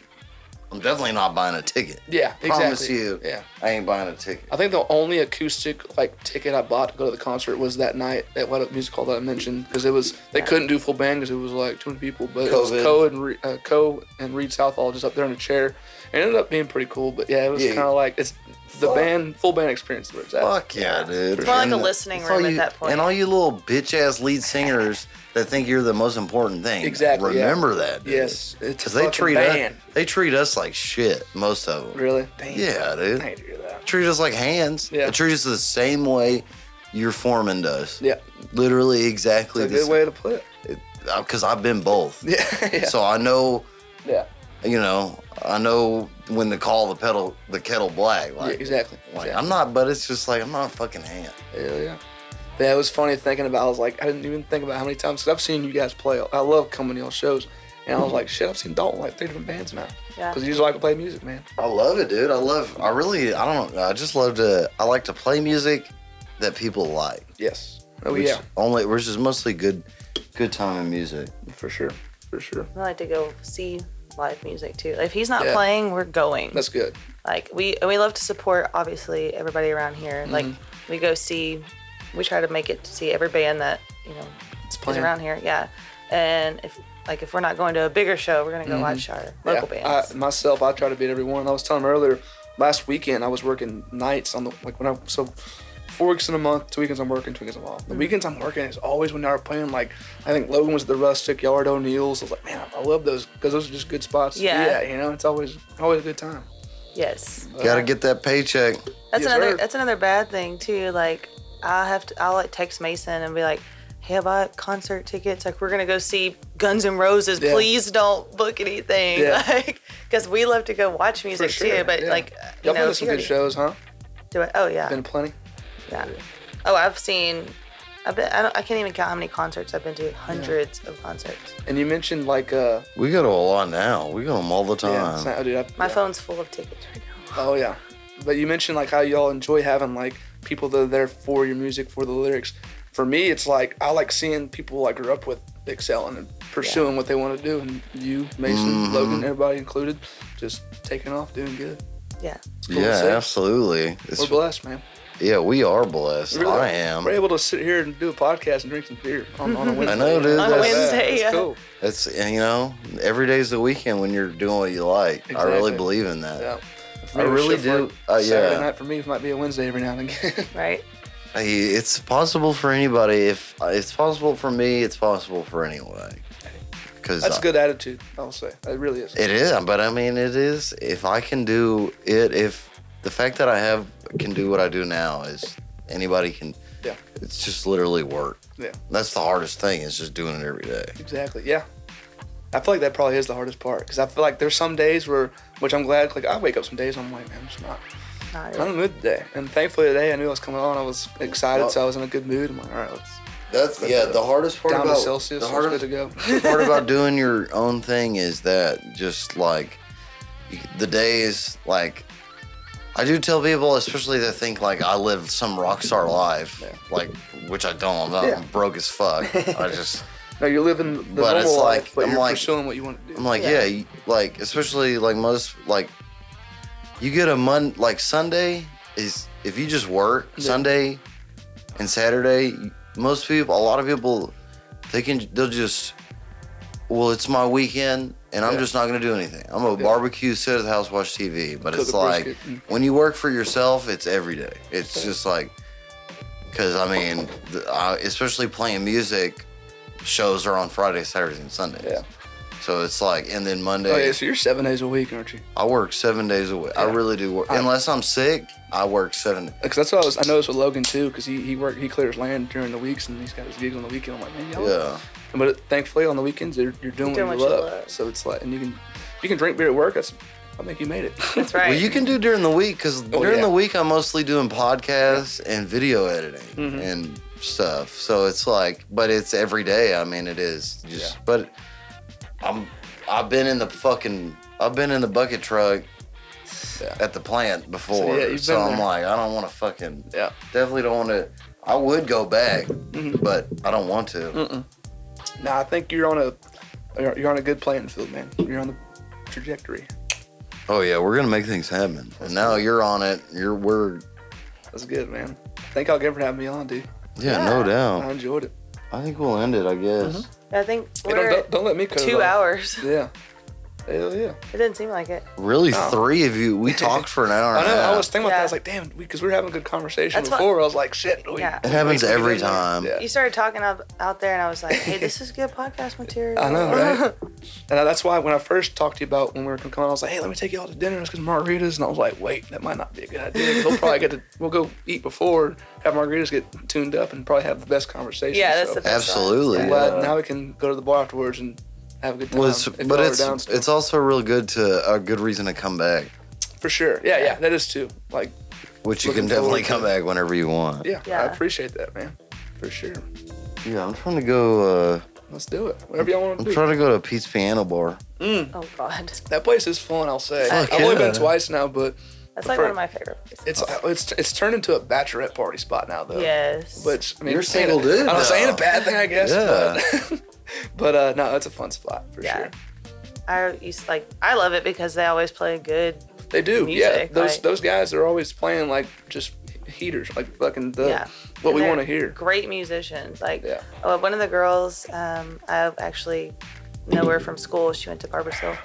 Speaker 2: I'm definitely not buying a ticket.
Speaker 4: Yeah, exactly.
Speaker 2: Promise you.
Speaker 4: Yeah.
Speaker 2: I ain't buying a ticket.
Speaker 4: I think the only acoustic like ticket I bought to go to the concert was that night at what music hall that I mentioned because it was they couldn't do full band because it was like too many people. But it
Speaker 2: COVID.
Speaker 4: was Co and Re- uh, Co and Reed Southall just up there in a chair. It ended up being pretty cool. But yeah, it was
Speaker 2: Yeah.
Speaker 4: kind of like it's the band full band experience. Where it's at.
Speaker 2: Fuck yeah, dude.
Speaker 5: It's more like
Speaker 2: And
Speaker 5: a listening
Speaker 2: it's all
Speaker 5: room at
Speaker 2: you-
Speaker 5: that point.
Speaker 2: And all you little bitch ass lead singers that think you're the most important thing.
Speaker 4: Exactly, yeah.
Speaker 2: Remember that. Dude.
Speaker 4: Yes, it's
Speaker 2: Because
Speaker 4: because
Speaker 2: they treat
Speaker 4: band.
Speaker 2: us, they treat us like shit. Most of them.
Speaker 4: Really? Damn.
Speaker 2: Yeah,
Speaker 4: I
Speaker 2: dude.
Speaker 4: hate to hear that.
Speaker 2: treat us like hands.
Speaker 4: Yeah.
Speaker 2: They treat us the same way your foreman does.
Speaker 4: Yeah,
Speaker 2: Literally exactly
Speaker 4: it's a good way to put it.
Speaker 2: Because I've been both.
Speaker 4: Yeah, yeah,
Speaker 2: So I know,
Speaker 4: yeah,
Speaker 2: you know, I know when to call the pedal the kettle black.
Speaker 4: yeah,
Speaker 2: Like,
Speaker 4: exactly.
Speaker 2: like,
Speaker 4: exactly.
Speaker 2: I'm not, but it's just like I'm not a fucking hand.
Speaker 4: Hell yeah. Yeah, it was funny thinking about. I was like, I didn't even think about how many times because I've seen you guys play. I love coming to y'all shows, and I was like, shit, I've seen Dalton like three different bands now.
Speaker 5: Yeah.
Speaker 4: Because you just like to play music, man.
Speaker 2: I love it, dude. I love. I really. I don't. know. I just love to. I like to play music that people like.
Speaker 4: Yes. Oh
Speaker 2: which
Speaker 4: yeah,
Speaker 2: Only which is mostly good. Good time in music.
Speaker 4: for sure, for sure.
Speaker 5: I like to go see live music too. If he's not
Speaker 4: Yeah.
Speaker 5: playing, we're going.
Speaker 4: That's good.
Speaker 5: like we and we love to support obviously everybody around here. Like we go see, we try to make it to see every band that you know
Speaker 4: It's
Speaker 5: is
Speaker 4: playing
Speaker 5: around here. Yeah, and if like if we're not going to a bigger show, we're gonna go watch our local
Speaker 4: yeah,
Speaker 5: bands.
Speaker 4: I, myself, I try to beat everyone. I was telling him earlier, last weekend I was working nights on the like when I so four weeks in a month, two weekends I'm working, two weekends I'm off. The
Speaker 5: Mm-hmm.
Speaker 4: weekends I'm working is always when they're playing. Like I think Logan was at the Rustic, y'all were at O'Neill's. I was like, man, I love those because those are just good spots.
Speaker 5: Yeah.
Speaker 4: yeah, you know, it's always always a good time.
Speaker 5: yes,
Speaker 2: Got to get that paycheck.
Speaker 5: that's
Speaker 4: Yes,
Speaker 5: another
Speaker 4: sir.
Speaker 5: that's another bad thing too. Like I will have to I'll like text Mason and be like. Hey, I bought concert tickets. Like, we're gonna go see Guns N' Roses.
Speaker 4: Yeah.
Speaker 5: Please don't book anything,
Speaker 4: Yeah.
Speaker 5: like, because we love to go watch music
Speaker 4: sure,
Speaker 5: too. But
Speaker 4: yeah.
Speaker 5: like, uh, you
Speaker 4: Y'all
Speaker 5: know,
Speaker 4: played
Speaker 5: if
Speaker 4: some
Speaker 5: you
Speaker 4: good
Speaker 5: already-
Speaker 4: shows, huh?
Speaker 5: Do I, oh yeah,
Speaker 4: Been to plenty.
Speaker 5: Yeah. Oh, I've seen. I've been. I, don't, I can't even count how many concerts I've been to. Hundreds of concerts.
Speaker 4: And you mentioned like uh,
Speaker 2: We go to a lot now. We go to them all the
Speaker 4: yeah,
Speaker 2: time.
Speaker 4: it's not- oh, dude, I,
Speaker 5: My
Speaker 4: yeah.
Speaker 5: phone's full of tickets right now.
Speaker 4: Oh yeah, but you mentioned like how y'all enjoy having like people that are there for your music, for the lyrics. For me, it's like I like seeing people I grew up with excelling and pursuing what they want to do, and you, Mason,
Speaker 2: Mm-hmm.
Speaker 4: Logan, everybody included, just taking off, doing good.
Speaker 5: Yeah.
Speaker 4: It's cool to
Speaker 2: yeah,
Speaker 4: see.
Speaker 2: absolutely. It's-
Speaker 4: We're blessed, man.
Speaker 2: yeah, we are blessed.
Speaker 4: Really.
Speaker 2: I am.
Speaker 4: We're able to sit here and do a podcast and drink some beer on, on a Wednesday.
Speaker 2: know, dude,
Speaker 4: That's-
Speaker 5: On a Wednesday,
Speaker 4: that's
Speaker 5: yeah.
Speaker 4: cool.
Speaker 2: It's and, you know, every day's the weekend when you're doing what you like. I really
Speaker 4: Exactly.
Speaker 2: believe in that.
Speaker 4: Yeah.
Speaker 2: I really
Speaker 4: Shift
Speaker 2: do.
Speaker 4: work
Speaker 2: Uh,
Speaker 4: Saturday
Speaker 2: yeah,
Speaker 4: night for me might be a Wednesday every now and again.
Speaker 5: Right.
Speaker 2: I- it's possible for anybody. If it's possible for me, it's possible for anyone. Because
Speaker 4: That's a good attitude, I'll say. It really is.
Speaker 2: It is, but I mean, it is. If I can do it, if the fact that I have can do what I do now is anybody can.
Speaker 4: Yeah.
Speaker 2: It's just literally work.
Speaker 4: Yeah.
Speaker 2: That's the hardest thing is just doing it every day.
Speaker 4: Exactly. Yeah. I feel like that probably is the hardest part because I feel like there's some days where, which I'm glad, like I wake up some days and I'm like, man, I'm just not,
Speaker 5: Not
Speaker 4: not in the mood today. And thankfully today I knew I was coming on. I was excited, so I was in a good mood. I'm like, all right, let's
Speaker 2: That's yeah. The hardest part
Speaker 4: down
Speaker 2: about
Speaker 4: to Celsius.
Speaker 2: the
Speaker 4: let's
Speaker 2: hardest
Speaker 4: good to go.
Speaker 2: part about doing your own thing is that just like you- the days like I do tell people, especially that think like I live some rock star life,
Speaker 4: Yeah.
Speaker 2: like which I don't. I'm
Speaker 4: Yeah.
Speaker 2: broke as fuck. I just
Speaker 4: No, you're living the
Speaker 2: But
Speaker 4: normal
Speaker 2: it's like-
Speaker 4: life, but
Speaker 2: I'm
Speaker 4: you're
Speaker 2: like-
Speaker 4: pursuing what you want to do.
Speaker 2: I'm like, yeah, you- like especially like most like you get a mon like Sunday is if you just work
Speaker 4: Yeah.
Speaker 2: Sunday and Saturday. Most people, a lot of people, they can they'll just well, it's my weekend and I'm
Speaker 4: Yeah.
Speaker 2: just not gonna do anything. I'm gonna
Speaker 4: Yeah.
Speaker 2: barbecue, sit at the house, watch TV. But
Speaker 4: Cook
Speaker 2: it's
Speaker 4: a
Speaker 2: like
Speaker 4: brisket and-
Speaker 2: when you work for yourself, it's every day. It's just like because I mean, the, I, especially playing music. Shows are on Fridays, Saturdays, and Sundays.
Speaker 4: Yeah.
Speaker 2: So it's like, and then Monday,
Speaker 4: Oh yeah, so you're seven days a week, aren't you?
Speaker 2: I work seven days a week. I
Speaker 4: Yeah.
Speaker 2: really do work.
Speaker 4: I-
Speaker 2: Unless I'm sick, I work seven.
Speaker 4: Because that's what I was. I noticed with Logan too, because he he work he clears land during the weeks and he's got his gigs on the weekend. I'm like, man, y'all
Speaker 2: Yeah.
Speaker 4: But it- thankfully, on the weekends, you're, you're doing, what you love. So it's like, and you can you can drink beer at work. That's I think you made it.
Speaker 5: That's right.
Speaker 2: Well, you can do during the week because during
Speaker 4: Oh, yeah.
Speaker 2: the week I'm mostly doing podcasts and video editing
Speaker 4: Mhm.
Speaker 2: and stuff. So it's like, but it's every day. I mean, it is just.
Speaker 4: Yeah.
Speaker 2: But I'm. I've been in the fucking. I've been in the bucket truck
Speaker 4: Yeah.
Speaker 2: at the plant before. So,
Speaker 4: yeah, you've been
Speaker 2: I'm
Speaker 4: there.
Speaker 2: like, I don't want to fucking.
Speaker 4: Yeah.
Speaker 2: Definitely don't want to. I would go back,
Speaker 4: Mhm.
Speaker 2: but I don't want to.
Speaker 4: No, I think you're on a you're, you're on a good playing field, man. You're on the trajectory.
Speaker 2: Oh yeah, we're gonna make things happen. And now you're on it. You're we're
Speaker 4: That's good, man. Thank y'all again for having me on, dude.
Speaker 2: yeah,
Speaker 5: Yeah.
Speaker 2: no
Speaker 4: I
Speaker 2: doubt.
Speaker 4: enjoyed it.
Speaker 2: I think we'll end it. I guess.
Speaker 5: I think
Speaker 4: Hey,
Speaker 5: we're
Speaker 4: don't,
Speaker 5: at
Speaker 4: don't, don't let me cut it
Speaker 5: two
Speaker 4: off.
Speaker 5: hours.
Speaker 4: Yeah. Hell yeah.
Speaker 5: It didn't seem like it.
Speaker 2: Really,
Speaker 4: Oh.
Speaker 2: three of you. We talked for an hour.
Speaker 4: I
Speaker 2: and a
Speaker 4: know.
Speaker 2: half.
Speaker 4: I was thinking about that. I was
Speaker 5: Yeah.
Speaker 4: like, damn, because we, were having a good conversation
Speaker 5: That's what-
Speaker 4: before. I was like, shit. We,
Speaker 5: Yeah. It
Speaker 4: we-
Speaker 2: happens
Speaker 4: we- we
Speaker 2: every
Speaker 4: didn't know.
Speaker 2: time.
Speaker 4: Yeah.
Speaker 5: You started talking up out there, and I was like, "Hey, this is good podcast material."
Speaker 4: I know, right? And that's why when I first talked to you about when we were coming on, I was like, hey, let me take you all to dinner. It's because margaritas. And I was like, wait, that might not be a good idea. Because we'll probably get to, we'll go eat before, have margaritas get tuned up, and probably have the best conversation.
Speaker 5: Yeah, that's
Speaker 4: so.
Speaker 5: the best.
Speaker 2: Absolutely.
Speaker 4: I'm glad now we can go to the bar afterwards and have a good time.
Speaker 2: Well, it's,
Speaker 4: if
Speaker 2: but
Speaker 4: y'all are
Speaker 2: it's
Speaker 4: down still.
Speaker 2: it's also real good to a good reason to come back,
Speaker 4: for sure. Yeah, yeah, that is too. Like,
Speaker 2: which you
Speaker 4: Looking
Speaker 2: can definitely
Speaker 4: forward to
Speaker 2: come
Speaker 4: it.
Speaker 2: back whenever you want.
Speaker 4: yeah,
Speaker 5: Yeah.
Speaker 4: I appreciate that, man. For sure.
Speaker 2: Yeah, I'm trying to go. uh
Speaker 4: Let's do it. Whatever y'all want to
Speaker 2: I'm
Speaker 4: do.
Speaker 2: trying to go to Pete's Piano Bar.
Speaker 4: Mm,
Speaker 5: Oh God,
Speaker 4: that place is fun. I'll say.
Speaker 2: Fuck
Speaker 4: I've only
Speaker 2: yeah.
Speaker 4: been twice now, but
Speaker 5: that's like
Speaker 4: For-
Speaker 5: one of my favorite places.
Speaker 4: it's uh, it's it's turned into a bachelorette party spot now, though.
Speaker 5: Yes.
Speaker 4: Which I mean,
Speaker 2: You're
Speaker 4: I'm saying
Speaker 2: single
Speaker 4: it-
Speaker 2: dude
Speaker 4: I'm not saying
Speaker 2: now.
Speaker 4: a bad thing, I guess.
Speaker 2: Yeah.
Speaker 4: But, but uh, no, it's a fun spot for
Speaker 5: Yeah.
Speaker 4: sure.
Speaker 5: I used to, like I love it because they always play good.
Speaker 4: They do. yeah.
Speaker 5: Music,
Speaker 4: Those
Speaker 5: like-
Speaker 4: those guys are always playing like just heaters, like fucking the
Speaker 5: Yeah.
Speaker 4: what
Speaker 5: and
Speaker 4: we
Speaker 5: they're
Speaker 4: want to hear.
Speaker 5: Great musicians. Like
Speaker 4: Yeah.
Speaker 5: oh, one of the girls um, I actually know her from school. She went to Barber's Hill.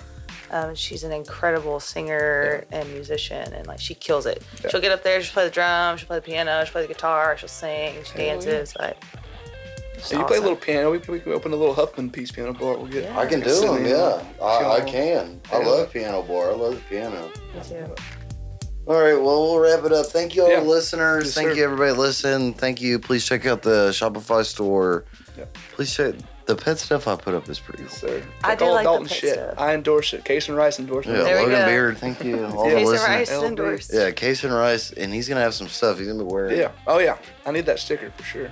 Speaker 5: Um, she's an incredible singer and musician, and like she kills it.
Speaker 4: Yeah.
Speaker 5: She'll get up there, she'll play the drums, she'll play the piano, she'll play the guitar, she'll sing, she
Speaker 4: yeah.
Speaker 5: dances. Like,
Speaker 4: So you play a little piano. We, can- we can open a little Huffman piece piano bar. We'll get.
Speaker 5: Yeah. I
Speaker 4: sit in there.
Speaker 2: I, I can. I
Speaker 4: Yeah.
Speaker 2: love Piano Bar. I love the piano.
Speaker 5: awesome. Me too.
Speaker 2: All right, well, we'll wrap it up. Thank you all,
Speaker 4: Yeah.
Speaker 2: listeners.
Speaker 4: Yes,
Speaker 2: Thank
Speaker 4: sir.
Speaker 2: you, everybody. Listen. Thank you. Please check out the Shopify store.
Speaker 4: Yeah.
Speaker 2: Please check the pet stuff I put up is pretty
Speaker 4: Yes,
Speaker 2: cool.
Speaker 4: sir.
Speaker 5: I
Speaker 4: Like
Speaker 5: do
Speaker 4: all
Speaker 5: like the
Speaker 4: Dalton
Speaker 5: pit
Speaker 4: shit.
Speaker 5: stuff.
Speaker 4: I endorse it. Case and Rice endorsement.
Speaker 2: Yeah,
Speaker 5: There we
Speaker 2: Logan
Speaker 5: go.
Speaker 2: Beard. Thank you. All the
Speaker 4: Jason
Speaker 5: Jason
Speaker 2: listeners.
Speaker 5: Rice is
Speaker 4: LB.
Speaker 5: endorsed.
Speaker 2: Yeah, Case and Rice, and he's gonna have some stuff. He's gonna be wearing.
Speaker 4: Yeah. Oh yeah. I need that sticker for sure.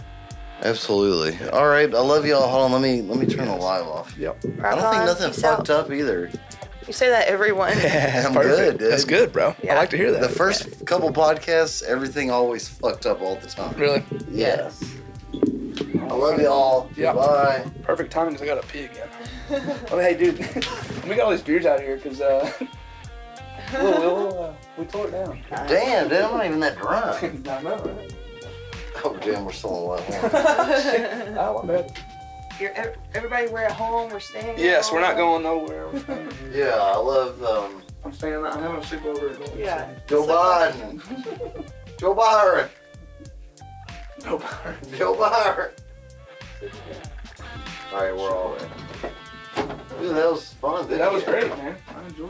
Speaker 2: absolutely. All right, I love y'all. Hold on, let me let me turn the live off.
Speaker 4: Yep.
Speaker 2: I
Speaker 5: Rock
Speaker 2: don't think
Speaker 5: on.
Speaker 2: nothing
Speaker 5: Peace
Speaker 2: fucked
Speaker 5: out.
Speaker 2: up either.
Speaker 5: You say that everyone.
Speaker 2: I'm good, dude.
Speaker 4: That's good, bro. I
Speaker 5: Yeah.
Speaker 4: like to hear that.
Speaker 2: The first couple podcasts, everything always fucked up all the time.
Speaker 4: Really.
Speaker 2: Yes. I love y'all.
Speaker 4: Yeah.
Speaker 2: Bye.
Speaker 4: Perfect timing because I gotta pee again. I mean, hey, dude, we got all these beers out here because uh, we'll, we'll, uh, we tore it down.
Speaker 2: Damn, dude, I'm not even that drunk.
Speaker 4: I know, right?
Speaker 2: Oh, damn, we're still alive.
Speaker 4: Oh, my bad.
Speaker 5: You're, ev- everybody, we're at home. We're staying. at
Speaker 4: Yes, we're not
Speaker 5: home.
Speaker 4: going nowhere. We're staying-
Speaker 2: Yeah, I love um,
Speaker 4: I'm staying. I'm having a sleepover. at Golden
Speaker 5: Yeah.
Speaker 2: Joe Biden. Joe Byron.
Speaker 4: State. No bar.
Speaker 2: Joe Byron. All right, we're all in. Dude, that was fun.
Speaker 4: That was great, man. I enjoyed it.